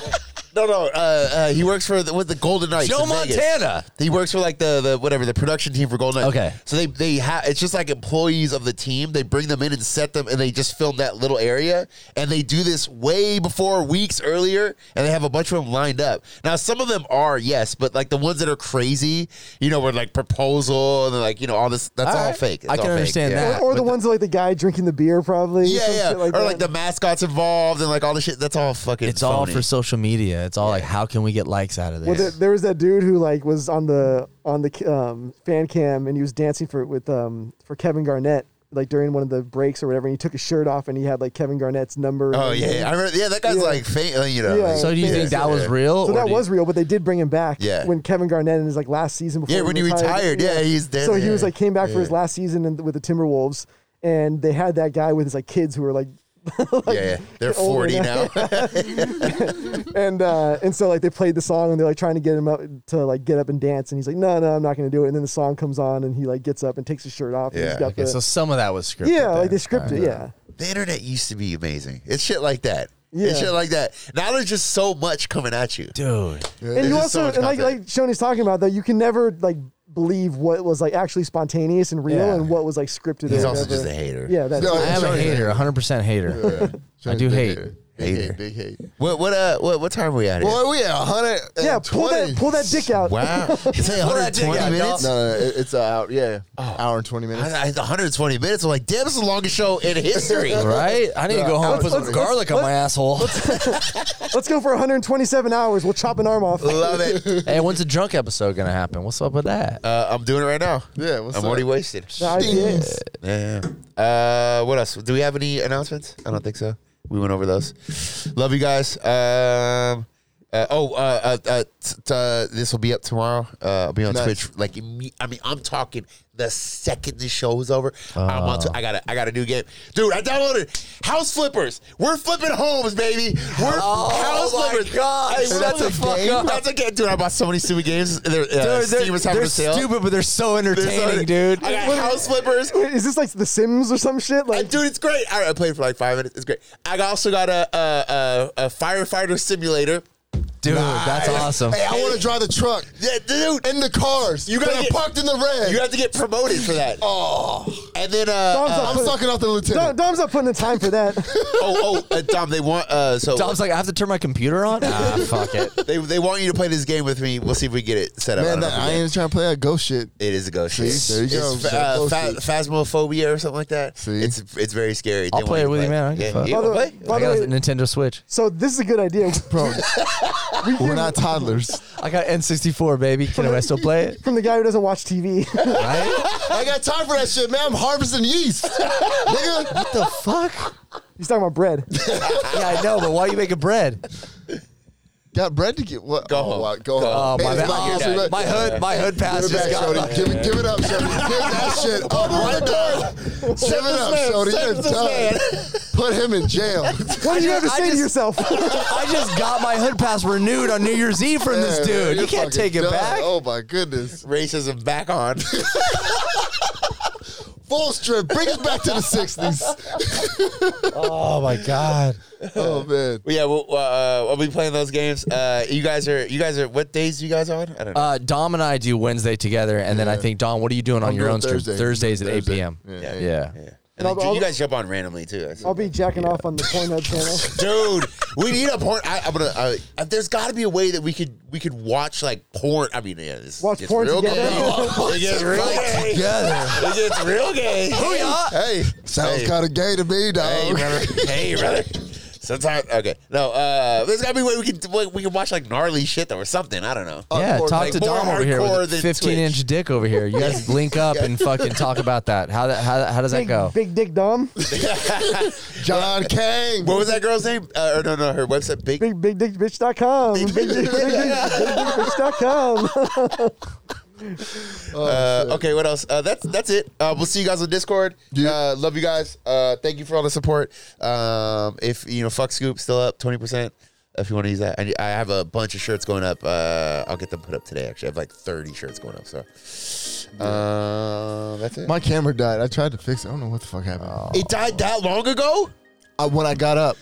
Speaker 4: no, no. Uh, uh, he works for the, with the Golden Knights.
Speaker 1: Joe
Speaker 4: in Vegas.
Speaker 1: Montana.
Speaker 4: He works for like the, the whatever the production team for Golden Knights.
Speaker 1: Okay.
Speaker 4: So they they have it's just like employees of the team. They bring them in and set them, and they just film that little area. And they do this way before weeks earlier, and they have a bunch of them lined up. Now some of them are yes, but like the ones that are crazy, you know, were like proposal and like you know all this. That's
Speaker 1: All
Speaker 4: all
Speaker 1: right.
Speaker 4: fake. It's
Speaker 1: I can
Speaker 4: all fake.
Speaker 1: understand
Speaker 4: Yeah.
Speaker 1: that.
Speaker 3: Or the
Speaker 4: But-
Speaker 3: ones like the guy drinking the beer probably.
Speaker 4: yeah,
Speaker 3: some
Speaker 4: yeah,
Speaker 3: shit Like
Speaker 4: or
Speaker 3: that.
Speaker 4: like the mascots involved and like all the shit. That's all fucking.
Speaker 1: It's all
Speaker 4: phony.
Speaker 1: for social media. and it's all like, how can we get likes out of this?
Speaker 3: Well, there, there was that dude who like was on the on the um, fan cam and he was dancing for with um for Kevin Garnett like during one of the breaks or whatever. And he took his shirt off and he had like Kevin Garnett's number.
Speaker 4: Oh
Speaker 3: and-
Speaker 4: yeah, yeah. I remember. Yeah, that guy's
Speaker 3: Yeah.
Speaker 4: like faint. like, You know,
Speaker 3: Yeah.
Speaker 4: like-
Speaker 1: so do you
Speaker 3: Yeah.
Speaker 1: think that was
Speaker 4: Yeah.
Speaker 1: real?
Speaker 3: So
Speaker 1: or
Speaker 3: that
Speaker 1: do you-
Speaker 3: was real, but they did bring him back.
Speaker 4: Yeah.
Speaker 3: When Kevin Garnett in his like last season before.
Speaker 4: Yeah, when he retired. Yeah, he's dead.
Speaker 3: So he
Speaker 4: Yeah.
Speaker 3: was like came back for his last season in, with the Timberwolves, and they had that guy with his like kids who were like. like (laughs)
Speaker 4: yeah, yeah. They're
Speaker 3: older
Speaker 4: forty now.
Speaker 3: and uh, and so like they played the song and they're like trying to get him up to like get up and dance and he's like no no I'm not gonna do it and then the song comes on and he like gets up and takes his shirt off and he's
Speaker 4: Yeah.
Speaker 3: got
Speaker 1: Okay,
Speaker 3: the,
Speaker 1: so some of that was scripted.
Speaker 3: yeah like they
Speaker 1: then.
Speaker 3: scripted it, yeah
Speaker 4: (laughs) the internet used to be amazing. It's shit like that.
Speaker 3: Yeah.
Speaker 4: It's shit like that. Now there's just so much coming at you.
Speaker 1: Dude,
Speaker 3: and you
Speaker 4: There's just so
Speaker 3: also
Speaker 4: much
Speaker 3: and like
Speaker 4: content.
Speaker 3: like Shoney's talking about though you can never like believe what was like actually spontaneous and real
Speaker 1: Yeah.
Speaker 3: and what was like scripted
Speaker 4: He's
Speaker 3: or
Speaker 4: also
Speaker 3: whatever.
Speaker 4: just a hater.
Speaker 3: yeah that's
Speaker 2: No,
Speaker 1: I am a
Speaker 2: Sorry.
Speaker 1: hater, 100 percent hater. I do hate.
Speaker 2: Big
Speaker 4: Hater.
Speaker 2: hate. Big hate.
Speaker 4: What what uh what what time are we at? here?
Speaker 2: Boy, we at 100.
Speaker 3: yeah pull that pull that dick out
Speaker 4: Wow. It's like
Speaker 1: What I did
Speaker 4: 120
Speaker 1: got,
Speaker 2: No,
Speaker 4: minutes.
Speaker 2: no, no, it- it's an hour. Yeah,
Speaker 1: Oh.
Speaker 2: hour and 20 minutes.
Speaker 4: I, I, 120 minutes. I'm like, damn, this is the longest show in history.
Speaker 1: Right? I need to go home and put
Speaker 3: let's-
Speaker 1: some
Speaker 3: let's-
Speaker 1: garlic on my asshole.
Speaker 3: (laughs) let's go for 127 hours we'll chop an arm off
Speaker 4: Love it.
Speaker 1: (laughs) hey, when's the drunk episode gonna happen? What's up with that?
Speaker 4: Uh, I'm doing it right now.
Speaker 2: yeah, what's
Speaker 4: I'm
Speaker 2: up?
Speaker 4: already wasted.
Speaker 3: The IPAs.
Speaker 4: Yeah. Uh, what else? Do we have any announcements? I don't think so. We went over those. Love you guys. Um, uh, oh, uh, uh, uh, t- t- uh, this will be up tomorrow. Uh, I'll be on
Speaker 2: Nice.
Speaker 4: Twitch. Like, imme- I mean, I'm talking the second this show is over. I'm
Speaker 1: Ah.
Speaker 4: on. Tw- I got a, I got a new game, dude. I downloaded House Flippers. We're flipping homes, baby. We're
Speaker 1: Oh
Speaker 4: House
Speaker 1: my
Speaker 4: Flippers.
Speaker 1: gosh,
Speaker 4: Hey, we're
Speaker 1: that's a
Speaker 4: flipping
Speaker 1: fuck
Speaker 4: games.
Speaker 1: up.
Speaker 4: That's a game, dude. I bought so many stupid games. They're, uh, Steam was having a sale.
Speaker 1: stupid, but they're so
Speaker 4: They're so-
Speaker 1: entertaining, dude.
Speaker 4: I got
Speaker 3: What-
Speaker 4: House Flippers.
Speaker 3: Wait, is this like The Sims or some shit?
Speaker 4: Uh,
Speaker 3: Like,
Speaker 4: dude, it's great. I, I played for like five minutes. It's great. I also got a a, a, a firefighter simulator.
Speaker 1: Dude, that's awesome.
Speaker 2: Hey, I want to drive the truck
Speaker 4: Yeah, dude,
Speaker 2: in the cars.
Speaker 4: You gotta
Speaker 2: that are
Speaker 4: get-
Speaker 2: parked in the red.
Speaker 4: you have to get promoted for that.
Speaker 2: oh,
Speaker 4: And then, uh,
Speaker 3: Dom's
Speaker 4: uh,
Speaker 3: not
Speaker 2: I'm
Speaker 3: putting-
Speaker 2: sucking off the
Speaker 3: Dom,
Speaker 2: lieutenant.
Speaker 3: Dom's not putting the time for that.
Speaker 4: (laughs) oh, oh, uh, Dom, they want uh, so
Speaker 1: Dom's like, I have to turn my computer on. ah, (laughs) fuck it.
Speaker 4: they they want you to play this game with me. We'll see if we get it set up.
Speaker 2: Man,
Speaker 4: I don't know
Speaker 2: that,
Speaker 4: if we
Speaker 2: I
Speaker 4: get it.
Speaker 2: ain't trying to play that ghost shit.
Speaker 4: It is a ghost.
Speaker 2: See,
Speaker 4: shit.
Speaker 2: there you go.
Speaker 4: It's,
Speaker 2: It's a
Speaker 4: uh,
Speaker 2: ghost
Speaker 4: pha-
Speaker 2: shit.
Speaker 4: phasmophobia or something like that.
Speaker 2: See?
Speaker 4: it's it's very scary.
Speaker 1: I'll
Speaker 4: They
Speaker 1: play it
Speaker 4: want
Speaker 1: with
Speaker 4: you
Speaker 1: you,
Speaker 4: to
Speaker 1: man. I don't
Speaker 4: play.
Speaker 1: give a fuck.
Speaker 4: Yeah,
Speaker 3: By the-
Speaker 4: you play?
Speaker 3: by
Speaker 1: I
Speaker 3: the
Speaker 1: got
Speaker 3: way,
Speaker 1: a Nintendo Switch.
Speaker 3: so this is a good idea.
Speaker 1: (laughs)
Speaker 2: Bro, we're not toddlers.
Speaker 1: I got N64, baby. Can I still play it?
Speaker 3: From the guy who doesn't watch TV.
Speaker 1: (laughs) Right?
Speaker 2: I got time for that shit, man. I'm harvesting yeast. (laughs) Nigga,
Speaker 1: what the fuck?
Speaker 3: He's talking
Speaker 1: (laughs)
Speaker 3: about bread.
Speaker 1: Yeah, I know, but why are you making bread?
Speaker 2: got bread to get. What?
Speaker 4: Go
Speaker 2: oh,
Speaker 4: home.
Speaker 2: wow, Go,
Speaker 4: Go
Speaker 1: Oh,
Speaker 2: home.
Speaker 1: my,
Speaker 2: Hey,
Speaker 1: bad.
Speaker 2: it's Black History
Speaker 1: Oh,
Speaker 2: Month.
Speaker 1: my hood, my hood pass
Speaker 2: Give it
Speaker 1: just
Speaker 2: back,
Speaker 1: got.
Speaker 2: Shody. Give, it- give it up, Shody. Give that shit up right now. Give it up, Shody. You're done. Put him in jail.
Speaker 3: What do you have to
Speaker 1: I
Speaker 3: say to
Speaker 1: just- (laughs)
Speaker 3: yourself?
Speaker 1: (laughs) I just got my hood pass renewed on New Year's Eve from this
Speaker 2: Yeah,
Speaker 1: dude.
Speaker 2: you're
Speaker 1: You can't
Speaker 2: fucking
Speaker 1: take it
Speaker 2: done.
Speaker 1: back.
Speaker 2: Oh my goodness.
Speaker 4: Racism back on. (laughs)
Speaker 2: Full strip. Bring us back to the 60s.
Speaker 1: Oh my god.
Speaker 2: Oh man.
Speaker 4: Well, yeah, we'll, uh, I'll be playing those games. Uh, you guys are, you guys are, what days you guys on? I don't know.
Speaker 1: Uh, Dom and I do Wednesday together, and then I think Dom, what are you doing on
Speaker 2: I'm
Speaker 1: your
Speaker 2: doing
Speaker 1: own stream?
Speaker 2: Thursday.
Speaker 1: Thursdays at
Speaker 2: Doing
Speaker 1: 8
Speaker 2: Thursday.
Speaker 1: p.m.
Speaker 2: Yeah,
Speaker 1: Yeah.
Speaker 2: yeah.
Speaker 4: and then
Speaker 3: I'll- I'll-
Speaker 4: you guys jump on randomly too. That's-
Speaker 3: I'll be jacking off on the
Speaker 1: (laughs)
Speaker 3: Pornhub channel.
Speaker 4: dude. We need a porn. I, I'm gonna. I, uh, there's got to be a way that we could we could watch like porn. I mean, yeah, this
Speaker 3: Watch
Speaker 4: gets
Speaker 3: porn
Speaker 4: real
Speaker 3: together. (laughs)
Speaker 4: Gay. it gets Oh, real gay.
Speaker 1: Together.
Speaker 4: It gets real (laughs) gay.
Speaker 1: Booyah!
Speaker 2: Hey, sounds
Speaker 4: Hey.
Speaker 2: kind of gay to me, dog.
Speaker 4: Hey, brother. Hey, brother. Sometimes, okay, no. Uh, there's got to be a way we can way we can watch like gnarly shit though, or something. I don't know.
Speaker 1: Yeah,
Speaker 2: Hardcore,
Speaker 1: talk
Speaker 4: like,
Speaker 1: to
Speaker 4: more
Speaker 1: Dom over here
Speaker 4: hardcore
Speaker 1: with
Speaker 4: than
Speaker 1: 15 inch dick over here. You
Speaker 2: (laughs)
Speaker 1: guys link up and fucking talk about that. How that how, how does that
Speaker 3: Big,
Speaker 1: go?
Speaker 3: big dick Dom.
Speaker 2: John Kang.
Speaker 4: What was that girl's name? Uh, or no, no, her website. Big.
Speaker 3: Big, big dick bitch.com. Big, big, big, big,
Speaker 1: (laughs)
Speaker 3: bitch.com.
Speaker 4: Uh, okay, what else? Uh, that's that's it. Uh, we'll see you guys on Discord. Uh, love you guys. Uh, thank you for all the support. Um, if you know, fuck Scoop still up twenty percent. If you want to use that, I, I have a bunch of shirts going up. Uh, I'll get them put up today. Actually, I have like thirty shirts going up. So uh, that's it.
Speaker 2: My camera died. I tried to fix it. I don't know what the fuck happened.
Speaker 1: Oh.
Speaker 4: it died that long ago.
Speaker 2: I, when I got up.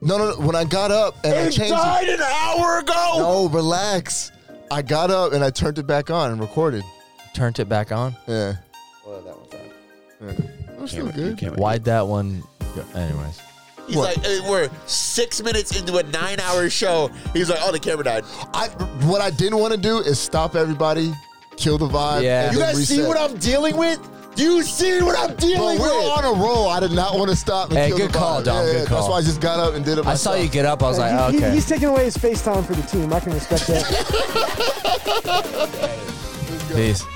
Speaker 2: No, no, no. When I got up and I
Speaker 4: It
Speaker 2: changed it.
Speaker 4: died an hour ago.
Speaker 2: No, relax. I got up and I turned it back on and recorded.
Speaker 1: Turned it back on.
Speaker 2: Yeah.
Speaker 4: Well, that one's out.
Speaker 2: yeah. I'm still
Speaker 4: Camera- you
Speaker 2: good.
Speaker 4: can't-
Speaker 1: Why'd that one? Anyways,
Speaker 4: He's like, uh, we're six minutes into a nine-hour show. He's like, oh, the camera died.
Speaker 2: I, what I didn't want to do is stop everybody, kill the vibe.
Speaker 1: Yeah.
Speaker 2: and
Speaker 4: You
Speaker 2: then
Speaker 4: guys see
Speaker 2: reset.
Speaker 4: what I'm dealing with? You see what I'm
Speaker 2: Bro,
Speaker 4: dealing
Speaker 2: we're
Speaker 4: with?
Speaker 2: on a roll. I did not want to stop. And
Speaker 1: Hey,
Speaker 2: kill the
Speaker 1: good call,
Speaker 2: vibe.
Speaker 1: Dom,
Speaker 2: Yeah,
Speaker 1: good
Speaker 2: yeah, That's
Speaker 1: call.
Speaker 2: why I just got up and did
Speaker 1: I
Speaker 2: it. Myself.
Speaker 1: saw you get up. I was like, "Oh,
Speaker 3: He- he-
Speaker 1: okay.
Speaker 3: (laughs) he's taking away his face time for the team. I can respect that.
Speaker 1: Peace.